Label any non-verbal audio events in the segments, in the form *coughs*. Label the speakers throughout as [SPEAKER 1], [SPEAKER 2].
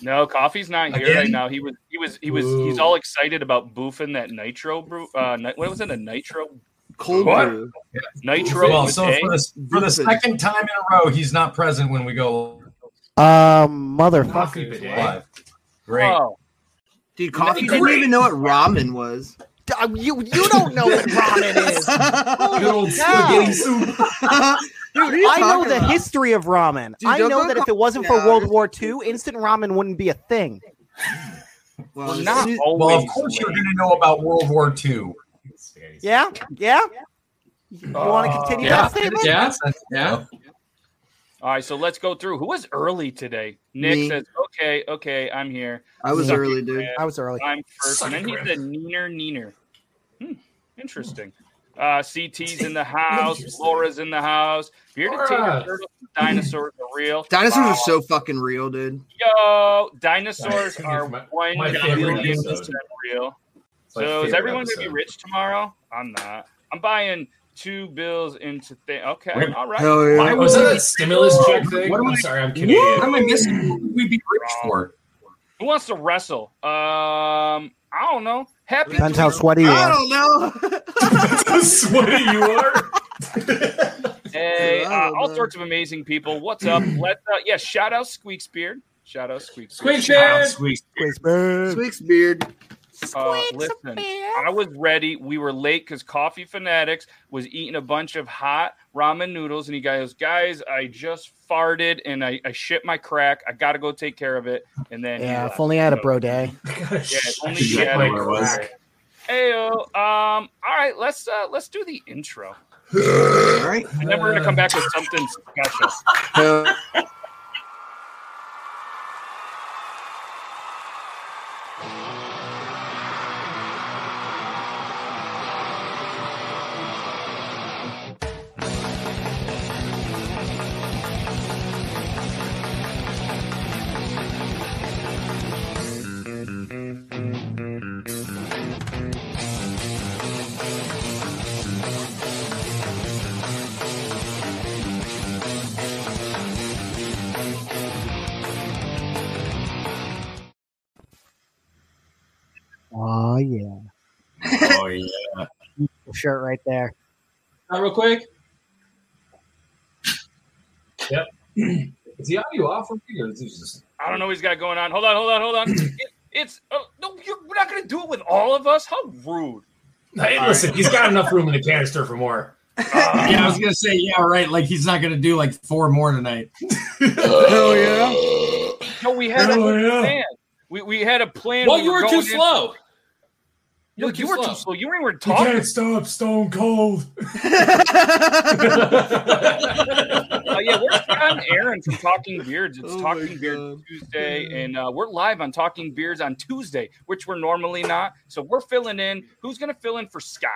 [SPEAKER 1] No, coffee's not here
[SPEAKER 2] Again?
[SPEAKER 1] right now. He was he was he was he's
[SPEAKER 3] Ooh.
[SPEAKER 1] all excited about boofing that nitro brew. Uh, ni- what was it? A nitro
[SPEAKER 3] Cold
[SPEAKER 1] What?
[SPEAKER 3] brew.
[SPEAKER 1] nitro.
[SPEAKER 2] Well,
[SPEAKER 1] with
[SPEAKER 2] so
[SPEAKER 1] A?
[SPEAKER 2] for the, for the second time in a row, he's not present when we go
[SPEAKER 4] Um, motherfucker.
[SPEAKER 3] Coffee
[SPEAKER 2] live. Great.
[SPEAKER 1] Oh,
[SPEAKER 5] Dude, coffee didn't
[SPEAKER 2] Great.
[SPEAKER 5] even know what ramen was.
[SPEAKER 4] Uh, You you don't know
[SPEAKER 6] *laughs*
[SPEAKER 4] what
[SPEAKER 5] *laughs*
[SPEAKER 4] ramen is.
[SPEAKER 2] Good old
[SPEAKER 4] Yeah.
[SPEAKER 2] spaghetti soup.
[SPEAKER 5] Dude,
[SPEAKER 4] I know the history of ramen.
[SPEAKER 5] Dude,
[SPEAKER 4] I
[SPEAKER 5] don't
[SPEAKER 4] know
[SPEAKER 5] go
[SPEAKER 4] that if it wasn't for
[SPEAKER 5] down.
[SPEAKER 4] World War II, instant ramen wouldn't be a thing.
[SPEAKER 5] Well,
[SPEAKER 1] well,
[SPEAKER 5] as
[SPEAKER 1] not
[SPEAKER 5] soon-
[SPEAKER 1] always.
[SPEAKER 2] Well, of course you're going to know about World War II.
[SPEAKER 4] Yeah, yeah. You want to
[SPEAKER 2] Uh,
[SPEAKER 4] continue
[SPEAKER 3] yeah.
[SPEAKER 4] that statement?
[SPEAKER 3] Yeah, yeah.
[SPEAKER 1] All right, so let's go through. Who was early today? Nick
[SPEAKER 5] Me.
[SPEAKER 1] says, "Okay, okay, I'm here.
[SPEAKER 5] I was
[SPEAKER 1] Suck
[SPEAKER 5] early,
[SPEAKER 1] it,
[SPEAKER 5] dude.
[SPEAKER 1] man.
[SPEAKER 4] I was early.
[SPEAKER 1] I'm first. And then he's the neener neener. Hmm, interesting. Uh, CT's
[SPEAKER 2] *laughs*
[SPEAKER 1] in the house.
[SPEAKER 3] Interesting.
[SPEAKER 1] Laura's in the house. Bearded
[SPEAKER 3] Laura.
[SPEAKER 1] Tater Turtle. Dinosaurs are real.
[SPEAKER 5] Dinosaurs
[SPEAKER 1] Wow.
[SPEAKER 5] are so fucking real, dude.
[SPEAKER 1] Yo, dinosaurs
[SPEAKER 3] Dinosaurs
[SPEAKER 1] are
[SPEAKER 3] my-
[SPEAKER 1] one
[SPEAKER 3] my favorite
[SPEAKER 1] billion
[SPEAKER 3] episode.
[SPEAKER 1] percent real. So is everyone gonna be rich tomorrow? I'm not. I'm buying two bills into thing. Okay,
[SPEAKER 3] Wait.
[SPEAKER 1] all right.
[SPEAKER 5] Hell yeah.
[SPEAKER 3] Why
[SPEAKER 5] Why
[SPEAKER 3] was that a stimulus check thing?
[SPEAKER 2] What am
[SPEAKER 3] I'm
[SPEAKER 2] I-
[SPEAKER 3] sorry, I'm Canadian.
[SPEAKER 2] What
[SPEAKER 3] *laughs*
[SPEAKER 2] am I missing? What would we be rich
[SPEAKER 1] Oh.
[SPEAKER 2] for?
[SPEAKER 1] Who wants to wrestle? Um, I don't know. Happy
[SPEAKER 4] Depends how sweaty you
[SPEAKER 5] I
[SPEAKER 4] are.
[SPEAKER 5] don't know.
[SPEAKER 3] Sweaty you are.
[SPEAKER 1] Hey,
[SPEAKER 5] I
[SPEAKER 1] uh,
[SPEAKER 5] don't
[SPEAKER 1] all
[SPEAKER 5] know.
[SPEAKER 1] sorts of amazing people.
[SPEAKER 5] *clears throat*
[SPEAKER 1] What's up? Let's uh, yeah, shout out Squeaks Beard. Shout out Squeaks. Beard.
[SPEAKER 3] Squeak man.
[SPEAKER 4] Quiz,
[SPEAKER 5] *laughs*
[SPEAKER 4] babe.
[SPEAKER 5] Squeaks beard.
[SPEAKER 1] Uh, listen, I was ready. We were late because Coffee Fanatics was eating a bunch of hot ramen noodles, and he goes, "Guys, I just farted and I, I shit my crack. I gotta go take care of it." And then he
[SPEAKER 4] Yeah,
[SPEAKER 1] left.
[SPEAKER 4] if only I had a
[SPEAKER 1] So-
[SPEAKER 4] bro day.
[SPEAKER 1] Yeah,
[SPEAKER 3] *laughs*
[SPEAKER 1] if only
[SPEAKER 3] Shit,
[SPEAKER 1] he had
[SPEAKER 3] I
[SPEAKER 1] a
[SPEAKER 3] don't know where it was.
[SPEAKER 1] crack. Heyo. Um. All right, let's uh, let's do the intro.
[SPEAKER 5] All right.
[SPEAKER 1] And then we're gonna come back with something special.
[SPEAKER 5] Hell
[SPEAKER 4] Oh yeah,
[SPEAKER 3] Oh yeah.
[SPEAKER 4] shirt right there.
[SPEAKER 3] Not real quick. Yep. Is the audio off for me, or is this just?
[SPEAKER 1] I don't know what he's got going on. Hold on, hold on, hold on. It, it's uh, no, you're we're not gonna do it with all of us. How rude.
[SPEAKER 3] Hey, listen, he's got enough room in the canister for more.
[SPEAKER 7] Yeah, I was gonna say, yeah, right. Like he's not gonna do like four more tonight.
[SPEAKER 5] *laughs* yeah.
[SPEAKER 1] No, we had a
[SPEAKER 3] Oh, yeah.
[SPEAKER 1] plan. We, we had a plan.
[SPEAKER 8] Well,
[SPEAKER 1] We
[SPEAKER 8] you
[SPEAKER 1] were
[SPEAKER 8] were too
[SPEAKER 1] going in-
[SPEAKER 8] slow.
[SPEAKER 1] No,
[SPEAKER 8] You were
[SPEAKER 1] you
[SPEAKER 8] too
[SPEAKER 1] were
[SPEAKER 8] slow.
[SPEAKER 1] too slow. You weren't even talking.
[SPEAKER 3] stop Stone *laughs* Cold.
[SPEAKER 1] Uh, yeah, we're
[SPEAKER 8] *laughs*
[SPEAKER 1] Scott and Aaron from Talking Beards. It's
[SPEAKER 5] Oh my
[SPEAKER 1] Talking Beards
[SPEAKER 5] God.
[SPEAKER 1] Tuesday, and uh, we're live on Talking Beards on Tuesday, which we're normally not. So we're filling in. Who's going to fill in for Scott?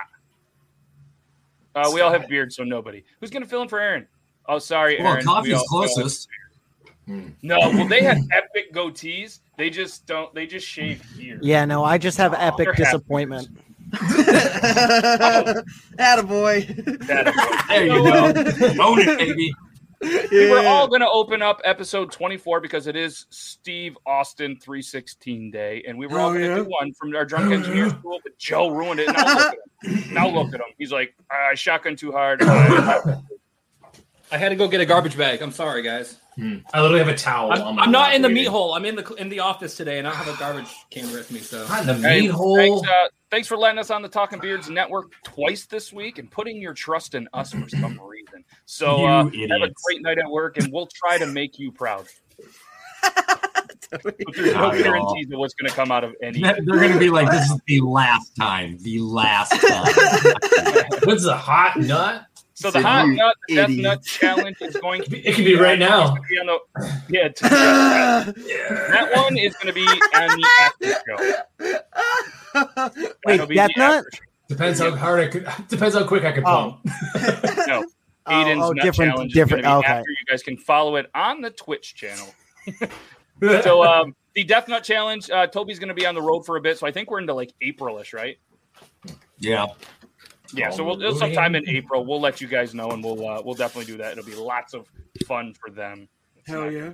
[SPEAKER 1] Uh, we all have beards, so nobody. Who's going to fill in for Aaron? Oh, sorry,
[SPEAKER 7] Well,
[SPEAKER 1] Aaron. We
[SPEAKER 7] coffee's
[SPEAKER 1] all- *laughs*
[SPEAKER 7] closest.
[SPEAKER 1] No, well, they have *laughs* epic goatees. They just don't. They just shave here.
[SPEAKER 4] Yeah, no, I just have epic
[SPEAKER 1] They're happy.
[SPEAKER 4] disappointment.
[SPEAKER 5] Attaboy.
[SPEAKER 8] *laughs*
[SPEAKER 7] There you
[SPEAKER 5] *laughs*
[SPEAKER 7] go. Own it, baby.
[SPEAKER 1] We Oh, were
[SPEAKER 5] Yeah.
[SPEAKER 1] all *laughs* going to open up episode 24 because it is Steve Austin 316 day, and we were all
[SPEAKER 5] Oh,
[SPEAKER 1] going to
[SPEAKER 5] yeah?
[SPEAKER 1] do one from our drunk
[SPEAKER 7] *clears throat*
[SPEAKER 1] engineer school, but Joe ruined it. Now look at him. Now look at him. He's like, "Ah, I shotgun too
[SPEAKER 7] *clears throat*
[SPEAKER 1] hard. I-
[SPEAKER 8] I had to go get a garbage bag. I'm sorry, guys.
[SPEAKER 3] I literally have a towel.
[SPEAKER 8] I'm,
[SPEAKER 3] on my
[SPEAKER 8] I'm not in the
[SPEAKER 3] pocket.
[SPEAKER 8] meat hole. I'm in the in the office today, and I don't have a garbage can with me. So
[SPEAKER 3] Not in the
[SPEAKER 1] Hey,
[SPEAKER 3] meat hole.
[SPEAKER 1] Thanks, uh, thanks for letting us on the Talking Beards Network twice this week and putting your trust in us for some reason. So
[SPEAKER 7] You
[SPEAKER 1] uh, have a
[SPEAKER 7] idiots.
[SPEAKER 1] great night at work, and we'll try to make you proud. But there's no
[SPEAKER 7] Not at all.
[SPEAKER 1] guarantees of what's going to come out of any.
[SPEAKER 7] They're gonna be like, this is the last time. The last
[SPEAKER 4] *laughs*
[SPEAKER 7] time.
[SPEAKER 3] What's a hot nut?
[SPEAKER 1] So the
[SPEAKER 5] Said
[SPEAKER 1] hot
[SPEAKER 5] you
[SPEAKER 1] nut, the death
[SPEAKER 5] idiot.
[SPEAKER 1] nut challenge is going to be,
[SPEAKER 3] It could be right now.
[SPEAKER 1] be on the
[SPEAKER 7] *laughs*
[SPEAKER 1] yeah. t- that one is going to be on
[SPEAKER 4] *laughs*
[SPEAKER 1] the after show.
[SPEAKER 4] Wait,
[SPEAKER 1] That'll be
[SPEAKER 4] death
[SPEAKER 1] the
[SPEAKER 4] nut?
[SPEAKER 1] after show.
[SPEAKER 3] Depends how hard I could. Depends how quick I could
[SPEAKER 4] Oh.
[SPEAKER 3] pump.
[SPEAKER 4] Oh,
[SPEAKER 1] Aiden's
[SPEAKER 4] oh,
[SPEAKER 1] nut
[SPEAKER 4] different,
[SPEAKER 1] challenge is
[SPEAKER 4] different.
[SPEAKER 1] gonna be
[SPEAKER 4] Okay,
[SPEAKER 1] after you guys can follow it on the Twitch channel.
[SPEAKER 3] *laughs*
[SPEAKER 1] So um, the death nut challenge, uh, Toby's going to be on the road for a bit, so I think we're into like Aprilish, right?
[SPEAKER 7] yeah.
[SPEAKER 1] Yeah, so we'll
[SPEAKER 3] Probably.
[SPEAKER 1] sometime in April we'll let you guys know, and we'll uh, we'll definitely do that. It'll be lots of fun for them.
[SPEAKER 5] *laughs*
[SPEAKER 1] It's
[SPEAKER 5] Hell
[SPEAKER 1] not-
[SPEAKER 5] yeah.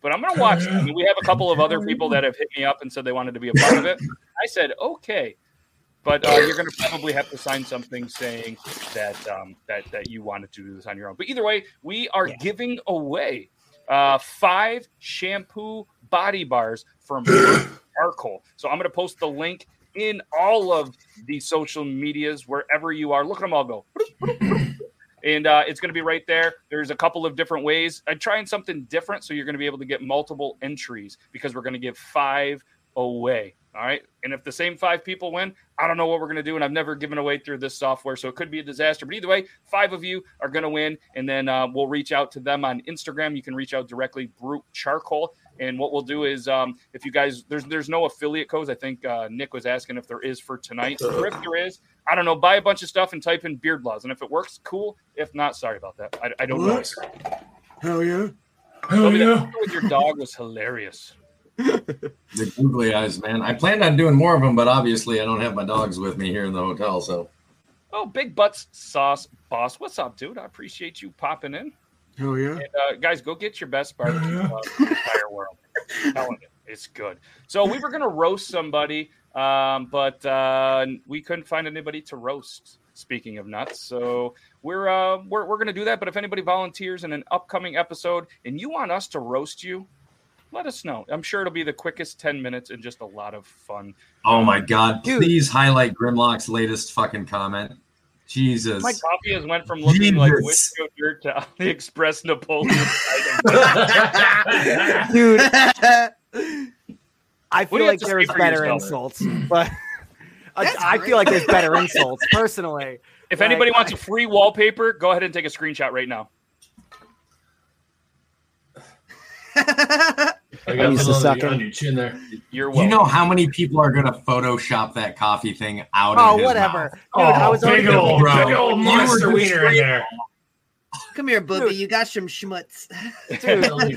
[SPEAKER 1] But I'm going to watch it. I mean, we have a couple of other people that have hit me up and said they wanted to be a part of it. I said, okay. But uh, you're going to probably have to sign something saying that um, that that you wanted to do this on your own. But either way, we are giving away uh, five shampoo body bars from Charcoal. So I'm going to post the link in all of the social medias wherever you are. Look at them all go. And uh, it's going to be right there. There's a couple of different ways. I'm trying something different, so you're going to be able to get multiple entries because we're going to give five away. All right. And if the same five people win, I don't know what we're going to do. And I've never given away through this software. So it could be a disaster. But either way, five of you are going to win. And then uh, we'll reach out to them on Instagram. You can reach out directly, Brute Charcoal. And what we'll do is um, if you guys, there's there's no affiliate codes. I think uh, Nick was asking if there is for tonight. Or if there is, I don't know, buy a bunch of stuff and type in beard laws. And if it works, cool. If not, sorry about that. I, I don't
[SPEAKER 5] What?
[SPEAKER 1] know.
[SPEAKER 5] Hell yeah.
[SPEAKER 1] Tell
[SPEAKER 7] Hell
[SPEAKER 1] me that
[SPEAKER 7] yeah.
[SPEAKER 1] photo with your dog was hilarious.
[SPEAKER 7] The googly eyes, man. I planned on doing more of them, but obviously I don't have my dogs with me here in the hotel. So
[SPEAKER 1] Oh, Big Butts Sauce Boss. What's up, dude? I appreciate you popping in.
[SPEAKER 5] Hell yeah.
[SPEAKER 1] And uh, guys, go get your best barbecue sauce in the entire world. I'm telling you, it's good. So we were gonna roast somebody, um, but uh, we couldn't find anybody to roast. Speaking of nuts, so we're uh, we're we're gonna do that. But if anybody volunteers in an upcoming episode and you want us to roast you, let us know. I'm sure it'll be the quickest ten minutes and just a lot of fun.
[SPEAKER 7] Oh my God!
[SPEAKER 4] Dude.
[SPEAKER 7] Please highlight Grimlock's latest fucking comment. Jesus.
[SPEAKER 4] My-
[SPEAKER 1] Coffee has went from looking like
[SPEAKER 7] Jesus.
[SPEAKER 1] Wisco dirt to *laughs* AliExpress Napoleon.
[SPEAKER 3] *laughs*
[SPEAKER 7] *laughs*
[SPEAKER 4] dude.
[SPEAKER 5] *laughs*
[SPEAKER 4] I
[SPEAKER 1] do
[SPEAKER 4] feel
[SPEAKER 1] you have
[SPEAKER 4] like
[SPEAKER 1] to
[SPEAKER 4] there's
[SPEAKER 1] say for
[SPEAKER 4] better
[SPEAKER 1] yourself?
[SPEAKER 4] insults,
[SPEAKER 7] *laughs*
[SPEAKER 4] but I,
[SPEAKER 5] That's
[SPEAKER 4] I
[SPEAKER 5] great.
[SPEAKER 4] feel like there's better insults personally.
[SPEAKER 1] If
[SPEAKER 4] Like-
[SPEAKER 1] anybody wants a free wallpaper, go ahead and take a screenshot right now.
[SPEAKER 3] I
[SPEAKER 4] I used to
[SPEAKER 3] some on
[SPEAKER 4] suck
[SPEAKER 3] your-
[SPEAKER 4] it.
[SPEAKER 3] on your chin there.
[SPEAKER 1] You're
[SPEAKER 7] Do you
[SPEAKER 1] welcome.
[SPEAKER 7] know how many people are going to Photoshop that coffee thing *laughs* out of
[SPEAKER 4] Oh,
[SPEAKER 7] his
[SPEAKER 4] whatever,
[SPEAKER 7] mouth? Oh,
[SPEAKER 4] dude. I was already
[SPEAKER 3] big
[SPEAKER 4] gonna
[SPEAKER 3] old,
[SPEAKER 4] be-
[SPEAKER 7] bro.
[SPEAKER 3] big old
[SPEAKER 7] You
[SPEAKER 3] monster
[SPEAKER 7] were just
[SPEAKER 3] wiener in there.
[SPEAKER 5] Come here, Booby.
[SPEAKER 4] Dude.
[SPEAKER 5] You got some schmutz.
[SPEAKER 4] *laughs* dude,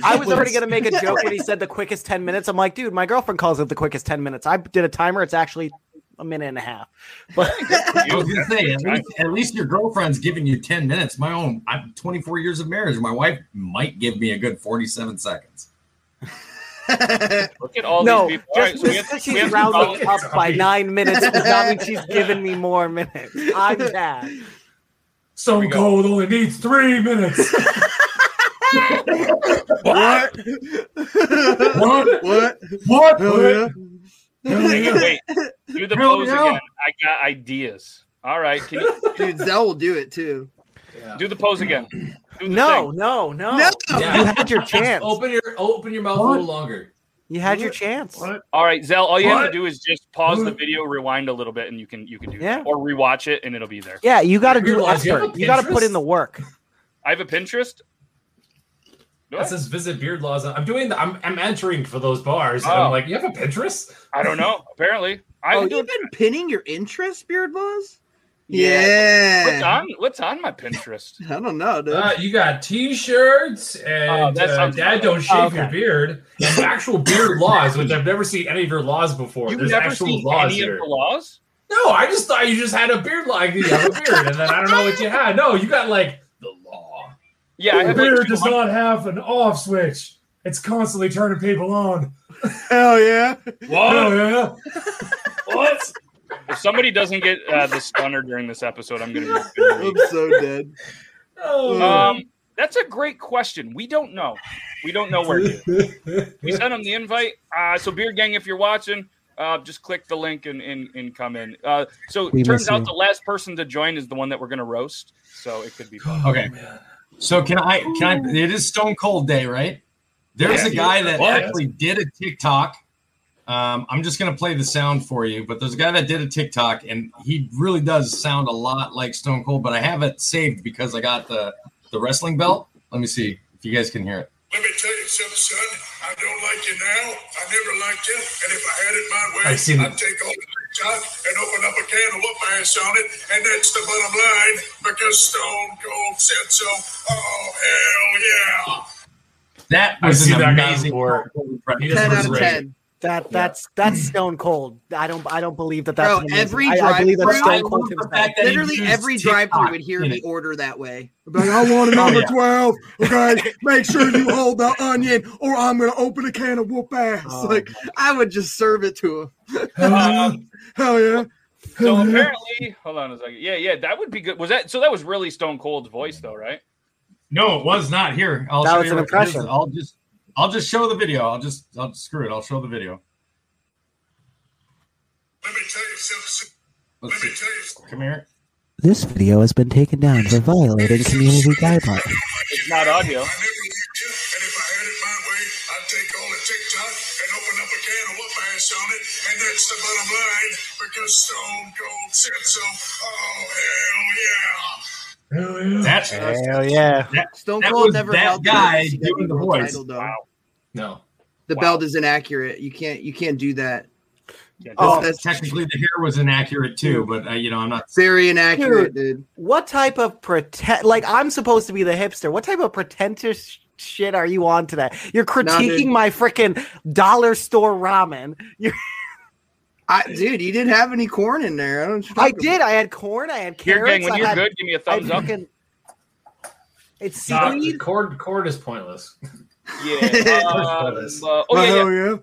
[SPEAKER 4] I was already
[SPEAKER 3] Please.
[SPEAKER 4] gonna make a joke when he said the quickest ten minutes. I'm like, dude, my girlfriend calls it the quickest ten minutes. I did a timer. It's actually a minute and
[SPEAKER 1] *laughs*
[SPEAKER 4] a half. But
[SPEAKER 7] I was going to say, at least, at least your girlfriend's giving you 10 minutes. My own, I'm 24 years of marriage. My wife might give me a good 47 seconds.
[SPEAKER 1] Look at all
[SPEAKER 4] no,
[SPEAKER 1] these people. All right,
[SPEAKER 4] just
[SPEAKER 1] so we
[SPEAKER 4] because
[SPEAKER 1] have to- we have to
[SPEAKER 4] she's
[SPEAKER 1] vote.
[SPEAKER 4] *laughs* rounding up by nine minutes does not mean
[SPEAKER 1] *laughs*
[SPEAKER 4] she's given me more minutes. I'm bad.
[SPEAKER 3] Stone Cold only needs three *laughs* minutes.
[SPEAKER 5] *laughs* What?
[SPEAKER 7] What?
[SPEAKER 5] what?
[SPEAKER 7] What?
[SPEAKER 5] Hell yeah.
[SPEAKER 1] Wait, wait, wait. do the
[SPEAKER 7] Hell
[SPEAKER 1] pose
[SPEAKER 7] yeah.
[SPEAKER 1] again. I got ideas. All right, can you
[SPEAKER 5] *laughs* Dude, Zell will do it too.
[SPEAKER 1] do the pose again? Do the
[SPEAKER 4] No,
[SPEAKER 1] thing.
[SPEAKER 4] no, no.
[SPEAKER 5] No.
[SPEAKER 4] You *laughs* had your chance.
[SPEAKER 8] Open your open your mouth a
[SPEAKER 7] What?
[SPEAKER 8] little longer.
[SPEAKER 4] You had your chance.
[SPEAKER 1] All right, Zell. All you have to
[SPEAKER 7] What?
[SPEAKER 1] do is just pause the video, rewind a little bit, and you can you can do
[SPEAKER 4] Yeah.
[SPEAKER 1] that. or rewatch it, and it'll be there.
[SPEAKER 4] Yeah, you got to
[SPEAKER 8] Weird
[SPEAKER 4] do
[SPEAKER 8] laws. You have a
[SPEAKER 4] effort. You got to put
[SPEAKER 8] Pinterest?
[SPEAKER 4] in the work.
[SPEAKER 1] I have a Pinterest. Do I?
[SPEAKER 3] That says visit beard laws. I'm doing the. I'm, I'm entering for those bars. And
[SPEAKER 1] Oh.
[SPEAKER 3] I'm like, you have a Pinterest?
[SPEAKER 1] I don't know. Apparently, I
[SPEAKER 5] Oh,
[SPEAKER 1] am
[SPEAKER 5] you've
[SPEAKER 1] doing.
[SPEAKER 5] been pinning your interest, Beard Laws?
[SPEAKER 1] What's
[SPEAKER 5] Yeah.
[SPEAKER 1] on What's on my Pinterest?
[SPEAKER 5] I don't know, dude. *laughs*
[SPEAKER 3] Uh, you got T-shirts
[SPEAKER 1] Oh,
[SPEAKER 3] and
[SPEAKER 1] that
[SPEAKER 3] uh,
[SPEAKER 1] sounds
[SPEAKER 3] Dad
[SPEAKER 1] fun.
[SPEAKER 3] don't shave
[SPEAKER 4] Oh, okay.
[SPEAKER 3] your beard and actual
[SPEAKER 1] *laughs*
[SPEAKER 3] beard laws, which I've never seen any of your laws before.
[SPEAKER 1] You've
[SPEAKER 3] There's
[SPEAKER 1] never
[SPEAKER 3] actual
[SPEAKER 1] seen
[SPEAKER 3] laws
[SPEAKER 1] any
[SPEAKER 3] here.
[SPEAKER 1] of the laws?
[SPEAKER 3] No, I just thought you just had a beard like you have a beard, and then I don't
[SPEAKER 1] *laughs*
[SPEAKER 3] know what you had. No, you got like the law.
[SPEAKER 1] Yeah, I have like 200
[SPEAKER 3] not have an off switch. It's constantly turning people on. Oh,
[SPEAKER 5] Hell *laughs* yeah.
[SPEAKER 1] Whoa!
[SPEAKER 3] yeah.
[SPEAKER 1] What? If somebody doesn't get uh, the stunner during this episode, I'm going
[SPEAKER 3] *laughs*
[SPEAKER 1] to be.
[SPEAKER 5] I'm so dead.
[SPEAKER 3] Oh.
[SPEAKER 1] Um, that's a great question. We don't know. We don't know where. to.
[SPEAKER 3] *laughs*
[SPEAKER 1] We sent them the invite. Uh, so Beard Gang, if you're watching, uh, just click the link and and, and come in. Uh, so
[SPEAKER 4] We
[SPEAKER 1] it turns
[SPEAKER 4] miss
[SPEAKER 1] out
[SPEAKER 4] you.
[SPEAKER 1] the last person to join is the one that we're gonna roast. So it could be fun.
[SPEAKER 3] Oh,
[SPEAKER 7] Okay. So can I, can I, it is Stone Cold Day, right? There's
[SPEAKER 1] Yeah.
[SPEAKER 7] a guy that
[SPEAKER 1] What?
[SPEAKER 7] actually did a TikTok. Um, I'm just going to play the sound for you, but there's a guy that did a TikTok and he really does sound a lot like Stone Cold, but I have it saved because I got the, the wrestling belt. Let me see if you guys can hear it.
[SPEAKER 9] Let me tell you something, son. I don't like you now. I never liked you. And if I had it my way,
[SPEAKER 3] I've seen it.
[SPEAKER 9] I'd take all the TikTok and open up a can of whoop ass on it. And that's the bottom line because Stone Cold said so. Oh, hell yeah.
[SPEAKER 7] That
[SPEAKER 3] I
[SPEAKER 7] was
[SPEAKER 3] see
[SPEAKER 7] an
[SPEAKER 3] that guy
[SPEAKER 7] amazing
[SPEAKER 3] before.
[SPEAKER 7] Stone Cold impression.
[SPEAKER 3] He
[SPEAKER 5] 10
[SPEAKER 3] That's
[SPEAKER 5] out of
[SPEAKER 3] great.
[SPEAKER 5] 10.
[SPEAKER 4] That that's that's stone cold. I don't I don't believe that that's
[SPEAKER 5] Bro,
[SPEAKER 4] an amazing-
[SPEAKER 5] every
[SPEAKER 4] I, I believe that's
[SPEAKER 5] drive-thru-
[SPEAKER 7] I
[SPEAKER 4] stone
[SPEAKER 7] love
[SPEAKER 4] cold.
[SPEAKER 7] the
[SPEAKER 4] himself.
[SPEAKER 7] fact that he
[SPEAKER 5] Literally
[SPEAKER 7] used
[SPEAKER 5] every
[SPEAKER 7] TikTok
[SPEAKER 5] drive-thru would hear
[SPEAKER 7] in
[SPEAKER 5] me
[SPEAKER 7] it. Oh,
[SPEAKER 5] order that way. I'd be like, I want a number
[SPEAKER 7] yeah.
[SPEAKER 5] twelve.
[SPEAKER 7] *laughs*
[SPEAKER 5] Okay, make sure you hold the onion, or I'm gonna open a can of whoop ass.
[SPEAKER 7] Oh,
[SPEAKER 5] like I would just serve it to him.
[SPEAKER 1] Uh,
[SPEAKER 5] *laughs* Hell yeah.
[SPEAKER 1] so apparently, hold on a second. Yeah, yeah, that would be good. Was that so? That was really Stone Cold's voice, though, right?
[SPEAKER 7] No, it was not here. I'll
[SPEAKER 4] That
[SPEAKER 7] show
[SPEAKER 4] was
[SPEAKER 7] you
[SPEAKER 4] an
[SPEAKER 7] what it is.
[SPEAKER 4] impression.
[SPEAKER 7] I'll just I'll just show the video. I'll just I'll screw it. I'll show the video.
[SPEAKER 9] Let me tell you something.
[SPEAKER 7] Let's
[SPEAKER 9] Let me
[SPEAKER 7] see.
[SPEAKER 9] tell you something.
[SPEAKER 7] Come here.
[SPEAKER 10] This video has been taken down for violating community guidelines.
[SPEAKER 1] It's not audio.
[SPEAKER 9] I never liked you, and if I had it my way, I'd take all the TikTok and open up a can of whoop ass on it, and that's the bottom line because Stone Cold said so. Oh hell yeah!
[SPEAKER 7] That's
[SPEAKER 4] Hell yeah.
[SPEAKER 5] Stone
[SPEAKER 7] That
[SPEAKER 5] Cold
[SPEAKER 7] was
[SPEAKER 5] never
[SPEAKER 7] that
[SPEAKER 5] held the
[SPEAKER 7] guy
[SPEAKER 5] WCW
[SPEAKER 7] doing the
[SPEAKER 5] world
[SPEAKER 7] voice.
[SPEAKER 5] title, though.
[SPEAKER 1] Wow.
[SPEAKER 3] No.
[SPEAKER 5] The
[SPEAKER 1] Wow.
[SPEAKER 5] belt is inaccurate. You can't. You can't do that.
[SPEAKER 1] Yeah,
[SPEAKER 4] Oh,
[SPEAKER 5] that's
[SPEAKER 7] technically the hair was inaccurate too, but uh, you know I'm not.
[SPEAKER 5] very inaccurate, dude.
[SPEAKER 4] What type of pretend? Like I'm supposed to be the hipster. What type of pretentious sh- shit are you on today? You're critiquing
[SPEAKER 5] dude.
[SPEAKER 4] my freaking dollar store ramen. You're,
[SPEAKER 5] I, dude, you didn't have any corn in there. I don't. know what you're
[SPEAKER 4] I
[SPEAKER 5] talking
[SPEAKER 4] did. I had corn. I had
[SPEAKER 1] Here,
[SPEAKER 4] carrots.
[SPEAKER 1] gang, when
[SPEAKER 4] I
[SPEAKER 1] you're
[SPEAKER 4] had,
[SPEAKER 1] good, give me a thumbs
[SPEAKER 4] I
[SPEAKER 1] up.
[SPEAKER 4] fucking, it's
[SPEAKER 3] Nah,
[SPEAKER 4] seaweed.
[SPEAKER 3] cord cord is pointless.
[SPEAKER 1] Yeah. Um, uh, oh
[SPEAKER 5] about.
[SPEAKER 1] yeah, yeah.
[SPEAKER 5] Oh, yeah.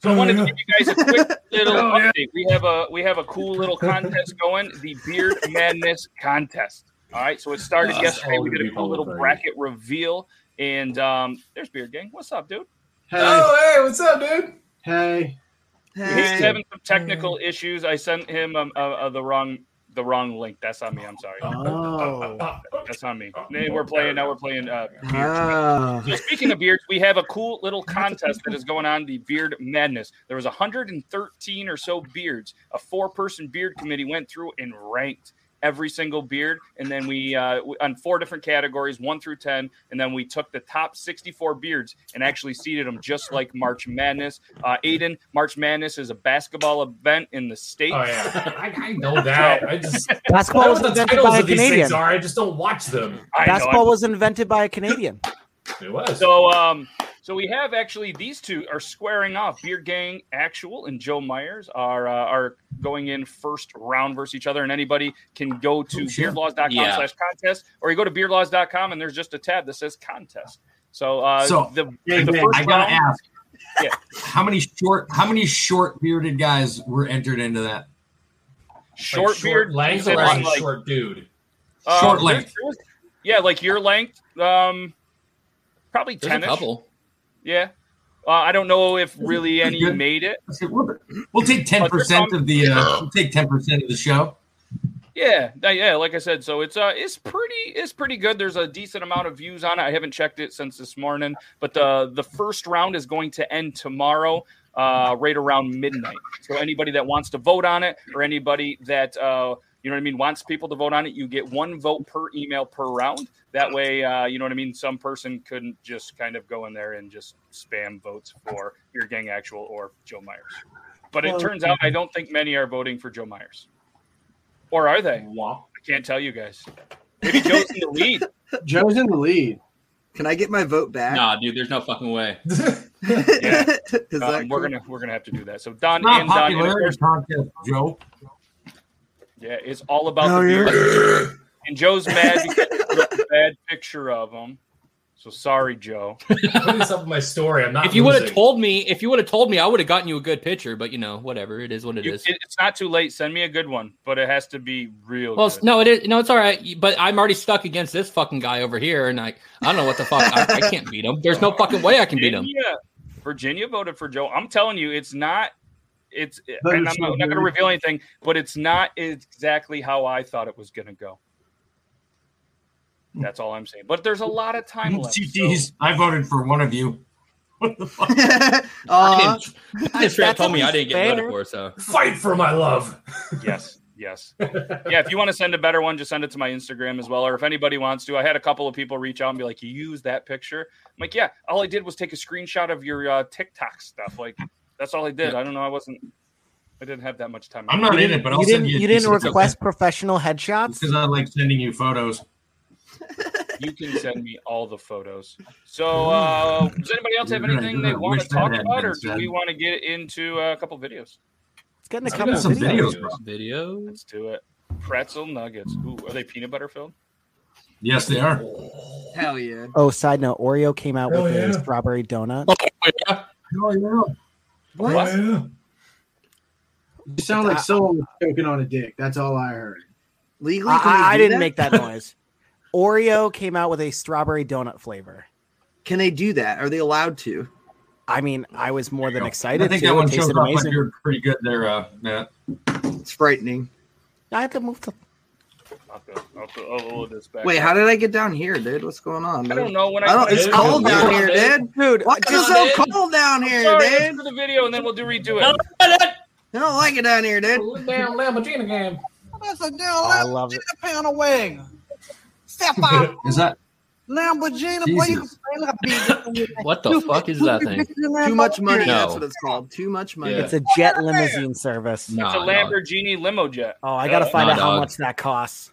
[SPEAKER 1] So I wanted to give you guys a quick
[SPEAKER 3] *laughs*
[SPEAKER 1] little
[SPEAKER 3] Oh, yeah.
[SPEAKER 1] update. We have a we have a cool little contest going, the
[SPEAKER 3] *laughs*
[SPEAKER 1] Beard Madness contest. All right, so it started
[SPEAKER 3] Yes,
[SPEAKER 1] yesterday. We
[SPEAKER 3] all
[SPEAKER 1] did a
[SPEAKER 3] the
[SPEAKER 1] cool little
[SPEAKER 3] people.
[SPEAKER 1] bracket reveal, and um, there's Beard Gang. What's up, dude?
[SPEAKER 5] Hey,
[SPEAKER 3] Oh hey, what's up, dude?
[SPEAKER 5] hey,
[SPEAKER 1] He's
[SPEAKER 5] hey.
[SPEAKER 1] having some technical
[SPEAKER 3] Mm.
[SPEAKER 1] issues. I sent him um, uh, uh, the wrong the wrong link. That's on me. I'm sorry.
[SPEAKER 3] Uh-huh.
[SPEAKER 4] Oh.
[SPEAKER 1] That's on me. Nay, we're playing now. We're playing uh,
[SPEAKER 5] Ah.
[SPEAKER 1] So speaking of beards, we have a cool little contest that is going on the Beard Madness. There was 113 or so beards. A four-person beard committee went through and ranked every single beard, and then we uh, we- on four different categories, one through ten, and then we took the top 64 beards and actually seeded them just like March Madness. Uh, Aiden, March Madness is a basketball event in the state.
[SPEAKER 3] Oh yeah, I, I know that. I just I
[SPEAKER 4] Basketball
[SPEAKER 3] know
[SPEAKER 4] was
[SPEAKER 3] what the
[SPEAKER 4] invented
[SPEAKER 3] titles
[SPEAKER 4] by a
[SPEAKER 3] of these
[SPEAKER 4] Canadian.
[SPEAKER 3] things are. I just don't watch them.
[SPEAKER 1] I know,
[SPEAKER 4] Basketball was invented by a Canadian.
[SPEAKER 3] It was.
[SPEAKER 1] So um so we have actually these two are squaring off. Beard Gang Actual and Joe Myers are uh, are going in first round versus each other and anybody can go to
[SPEAKER 7] Oh, sure.
[SPEAKER 1] beardlaws.com
[SPEAKER 8] Yeah.
[SPEAKER 1] slash contest or you go to beardlaws.com and there's just a tab that says contest. So uh
[SPEAKER 7] So,
[SPEAKER 1] the,
[SPEAKER 7] I
[SPEAKER 1] the first round,
[SPEAKER 7] gotta ask.
[SPEAKER 1] Yeah.
[SPEAKER 7] How many short? How many short bearded guys were entered into that?
[SPEAKER 3] Like,
[SPEAKER 1] short beard
[SPEAKER 3] length
[SPEAKER 1] you
[SPEAKER 3] or
[SPEAKER 1] said
[SPEAKER 3] like
[SPEAKER 1] like-
[SPEAKER 3] short dude.
[SPEAKER 1] uh,
[SPEAKER 7] Short
[SPEAKER 1] there-
[SPEAKER 7] length.
[SPEAKER 1] there was- Yeah, like your length. Um probably
[SPEAKER 8] There's a
[SPEAKER 1] ten
[SPEAKER 8] couple.
[SPEAKER 1] Yeah. Uh, I don't know if really any
[SPEAKER 7] Good.
[SPEAKER 1] made it.
[SPEAKER 7] I said, we'll, we'll take ten percent of the. Uh, we'll take ten percent of the show.
[SPEAKER 1] Yeah, that- yeah. Like I said, so it's uh, it's pretty, it's pretty good. There's a decent amount of views on it. I haven't checked it since this morning, but the the first round is going to end tomorrow, uh, right around midnight. So anybody that wants to vote on it, or anybody that uh, you know what I mean, wants people to vote on it, you get one vote per email per round. That way, uh, you know what I mean. Some person couldn't just kind of go in there and just spam votes for your gang actual or Joe Myers. But it turns out I don't think many are voting for Joe Myers. Or are they?
[SPEAKER 3] Womp.
[SPEAKER 1] I can't tell you guys. Maybe Joe's in the
[SPEAKER 5] *laughs*
[SPEAKER 1] lead.
[SPEAKER 11] Joe's in the lead.
[SPEAKER 5] Can I get my vote back?
[SPEAKER 8] Nah, dude, there's no fucking
[SPEAKER 4] *laughs*
[SPEAKER 8] way.
[SPEAKER 1] Yeah.
[SPEAKER 5] Is that
[SPEAKER 1] Um, we're
[SPEAKER 5] cool? *laughs*
[SPEAKER 1] gonna we're gonna have to do that. So Don
[SPEAKER 7] Not
[SPEAKER 1] and Don, and of
[SPEAKER 7] popularity
[SPEAKER 1] course,
[SPEAKER 7] contest, Joe.
[SPEAKER 1] yeah, it's all about
[SPEAKER 5] Hell
[SPEAKER 1] the
[SPEAKER 5] yeah. *laughs*
[SPEAKER 1] beard. And Joe's mad because I took a bad picture of him. So sorry, Joe.
[SPEAKER 3] Put this up in my story. I'm not.
[SPEAKER 8] If you would have
[SPEAKER 3] losing.
[SPEAKER 8] told me, if you would have told me, I would have gotten you a good picture. But you know, whatever. It is what it
[SPEAKER 1] You-
[SPEAKER 8] is.
[SPEAKER 1] it- it's not too late. Send me a good one, but it has to be real.
[SPEAKER 8] well,
[SPEAKER 1] good.
[SPEAKER 8] it's- no, it is. No, it's all right. But I'm already stuck against this fucking guy over here, and I, I don't know what the fuck. I, I can't beat him. There's no fucking way I can beat him.
[SPEAKER 1] Virginia, Virginia voted for Joe. I'm telling you, it's not. It's
[SPEAKER 11] Voted
[SPEAKER 1] and I'm
[SPEAKER 11] for
[SPEAKER 1] not, going to
[SPEAKER 11] Joe.
[SPEAKER 1] reveal anything, but it's not exactly how I thought it was going to go.
[SPEAKER 8] Hmm.
[SPEAKER 1] That's all I'm saying. But there's a lot of
[SPEAKER 5] *laughs*
[SPEAKER 1] time left. so-
[SPEAKER 7] GTs, I voted for one of you. What the fuck?
[SPEAKER 8] I
[SPEAKER 5] Aw.
[SPEAKER 8] didn't- This friend
[SPEAKER 4] Uh, that's
[SPEAKER 8] told me
[SPEAKER 4] at
[SPEAKER 8] I didn't
[SPEAKER 4] least
[SPEAKER 8] get voted
[SPEAKER 4] fair.
[SPEAKER 8] for, so
[SPEAKER 3] fight for my love.
[SPEAKER 1] yes, yes, yeah. If you want to send a better one, just send it to my Instagram as well, or if anybody wants to. I had a couple of people reach out and be like, "You use that picture?" I'm like, "Yeah, all I did was take a screenshot of your uh, TikTok stuff. Like, that's all I did. I don't know. I wasn't. I didn't have that much time.
[SPEAKER 7] I'm not in it, but I'll
[SPEAKER 4] you
[SPEAKER 7] send
[SPEAKER 4] didn't
[SPEAKER 7] you. a
[SPEAKER 4] you didn't
[SPEAKER 7] decent-
[SPEAKER 4] request professional headshots.
[SPEAKER 7] because I like sending you photos.
[SPEAKER 1] you can send me all the photos. So, uh, does anybody else have anything they want to
[SPEAKER 7] Wish that
[SPEAKER 1] talk
[SPEAKER 7] hadn't
[SPEAKER 1] about,
[SPEAKER 7] been
[SPEAKER 1] or do
[SPEAKER 7] said.
[SPEAKER 1] we want to get into uh, a couple videos?
[SPEAKER 4] It's getting a
[SPEAKER 7] Let's
[SPEAKER 4] couple
[SPEAKER 7] get some
[SPEAKER 4] videos.
[SPEAKER 7] videos. bro.
[SPEAKER 8] Videos.
[SPEAKER 1] Let's do it. Pretzel nuggets. Ooh, are they peanut butter filled?
[SPEAKER 7] Yes, they are.
[SPEAKER 5] Hell yeah.
[SPEAKER 4] Oh, side note, Oreo came out
[SPEAKER 3] Hell
[SPEAKER 4] with a
[SPEAKER 3] yeah.
[SPEAKER 4] strawberry donut.
[SPEAKER 7] Oh, yeah.
[SPEAKER 5] What?
[SPEAKER 3] Wow.
[SPEAKER 11] You sound like someone was choking on a dick. That's all I heard.
[SPEAKER 5] Legally, can they
[SPEAKER 4] I, I
[SPEAKER 5] do
[SPEAKER 4] didn't make that noise. Oreo came out with a strawberry donut flavor.
[SPEAKER 5] Can they do that? Are they allowed to?
[SPEAKER 4] I mean, I was more than
[SPEAKER 7] I
[SPEAKER 4] excited.
[SPEAKER 7] I think
[SPEAKER 4] too.
[SPEAKER 7] that one
[SPEAKER 4] It tasted
[SPEAKER 7] shows off my
[SPEAKER 4] amazing.
[SPEAKER 7] beard pretty good there, uh, Matt.
[SPEAKER 5] It's frightening.
[SPEAKER 4] I had to move the.
[SPEAKER 1] I'll, go, I'll, go, I'll load this back.
[SPEAKER 5] Wait,
[SPEAKER 1] up.
[SPEAKER 5] how did I get down here, dude? What's going on?
[SPEAKER 1] I
[SPEAKER 5] Dude?
[SPEAKER 1] don't know when I.
[SPEAKER 5] I don't, it's
[SPEAKER 3] Dude,
[SPEAKER 5] cold
[SPEAKER 3] come
[SPEAKER 5] down
[SPEAKER 3] on,
[SPEAKER 5] here,
[SPEAKER 3] dude.
[SPEAKER 5] dude.
[SPEAKER 4] Dude,
[SPEAKER 5] Why is it
[SPEAKER 4] just-
[SPEAKER 8] on,
[SPEAKER 5] so
[SPEAKER 8] dude.
[SPEAKER 5] cold down here,
[SPEAKER 1] Sorry, let's
[SPEAKER 5] dude?
[SPEAKER 1] do the video and then we'll do redo it.
[SPEAKER 8] That's
[SPEAKER 5] I don't like it down here, dude.
[SPEAKER 3] Damn Lamborghini
[SPEAKER 4] *laughs*
[SPEAKER 3] game.
[SPEAKER 11] That's a damn
[SPEAKER 4] I love it.
[SPEAKER 11] pound of wing. Step
[SPEAKER 7] Is that
[SPEAKER 11] Lamborghini.
[SPEAKER 7] boy, you Jesus.
[SPEAKER 8] *laughs* What the fuck is
[SPEAKER 4] *laughs*
[SPEAKER 8] that thing?
[SPEAKER 5] Too much money.
[SPEAKER 8] No.
[SPEAKER 5] That's what it's called. Too much money.
[SPEAKER 8] Yeah.
[SPEAKER 4] It's a jet limousine service.
[SPEAKER 8] No,
[SPEAKER 1] It's a
[SPEAKER 8] no.
[SPEAKER 1] Lamborghini limo jet.
[SPEAKER 4] Oh, I gotta find
[SPEAKER 8] No,
[SPEAKER 4] out how
[SPEAKER 8] dog.
[SPEAKER 4] much that costs.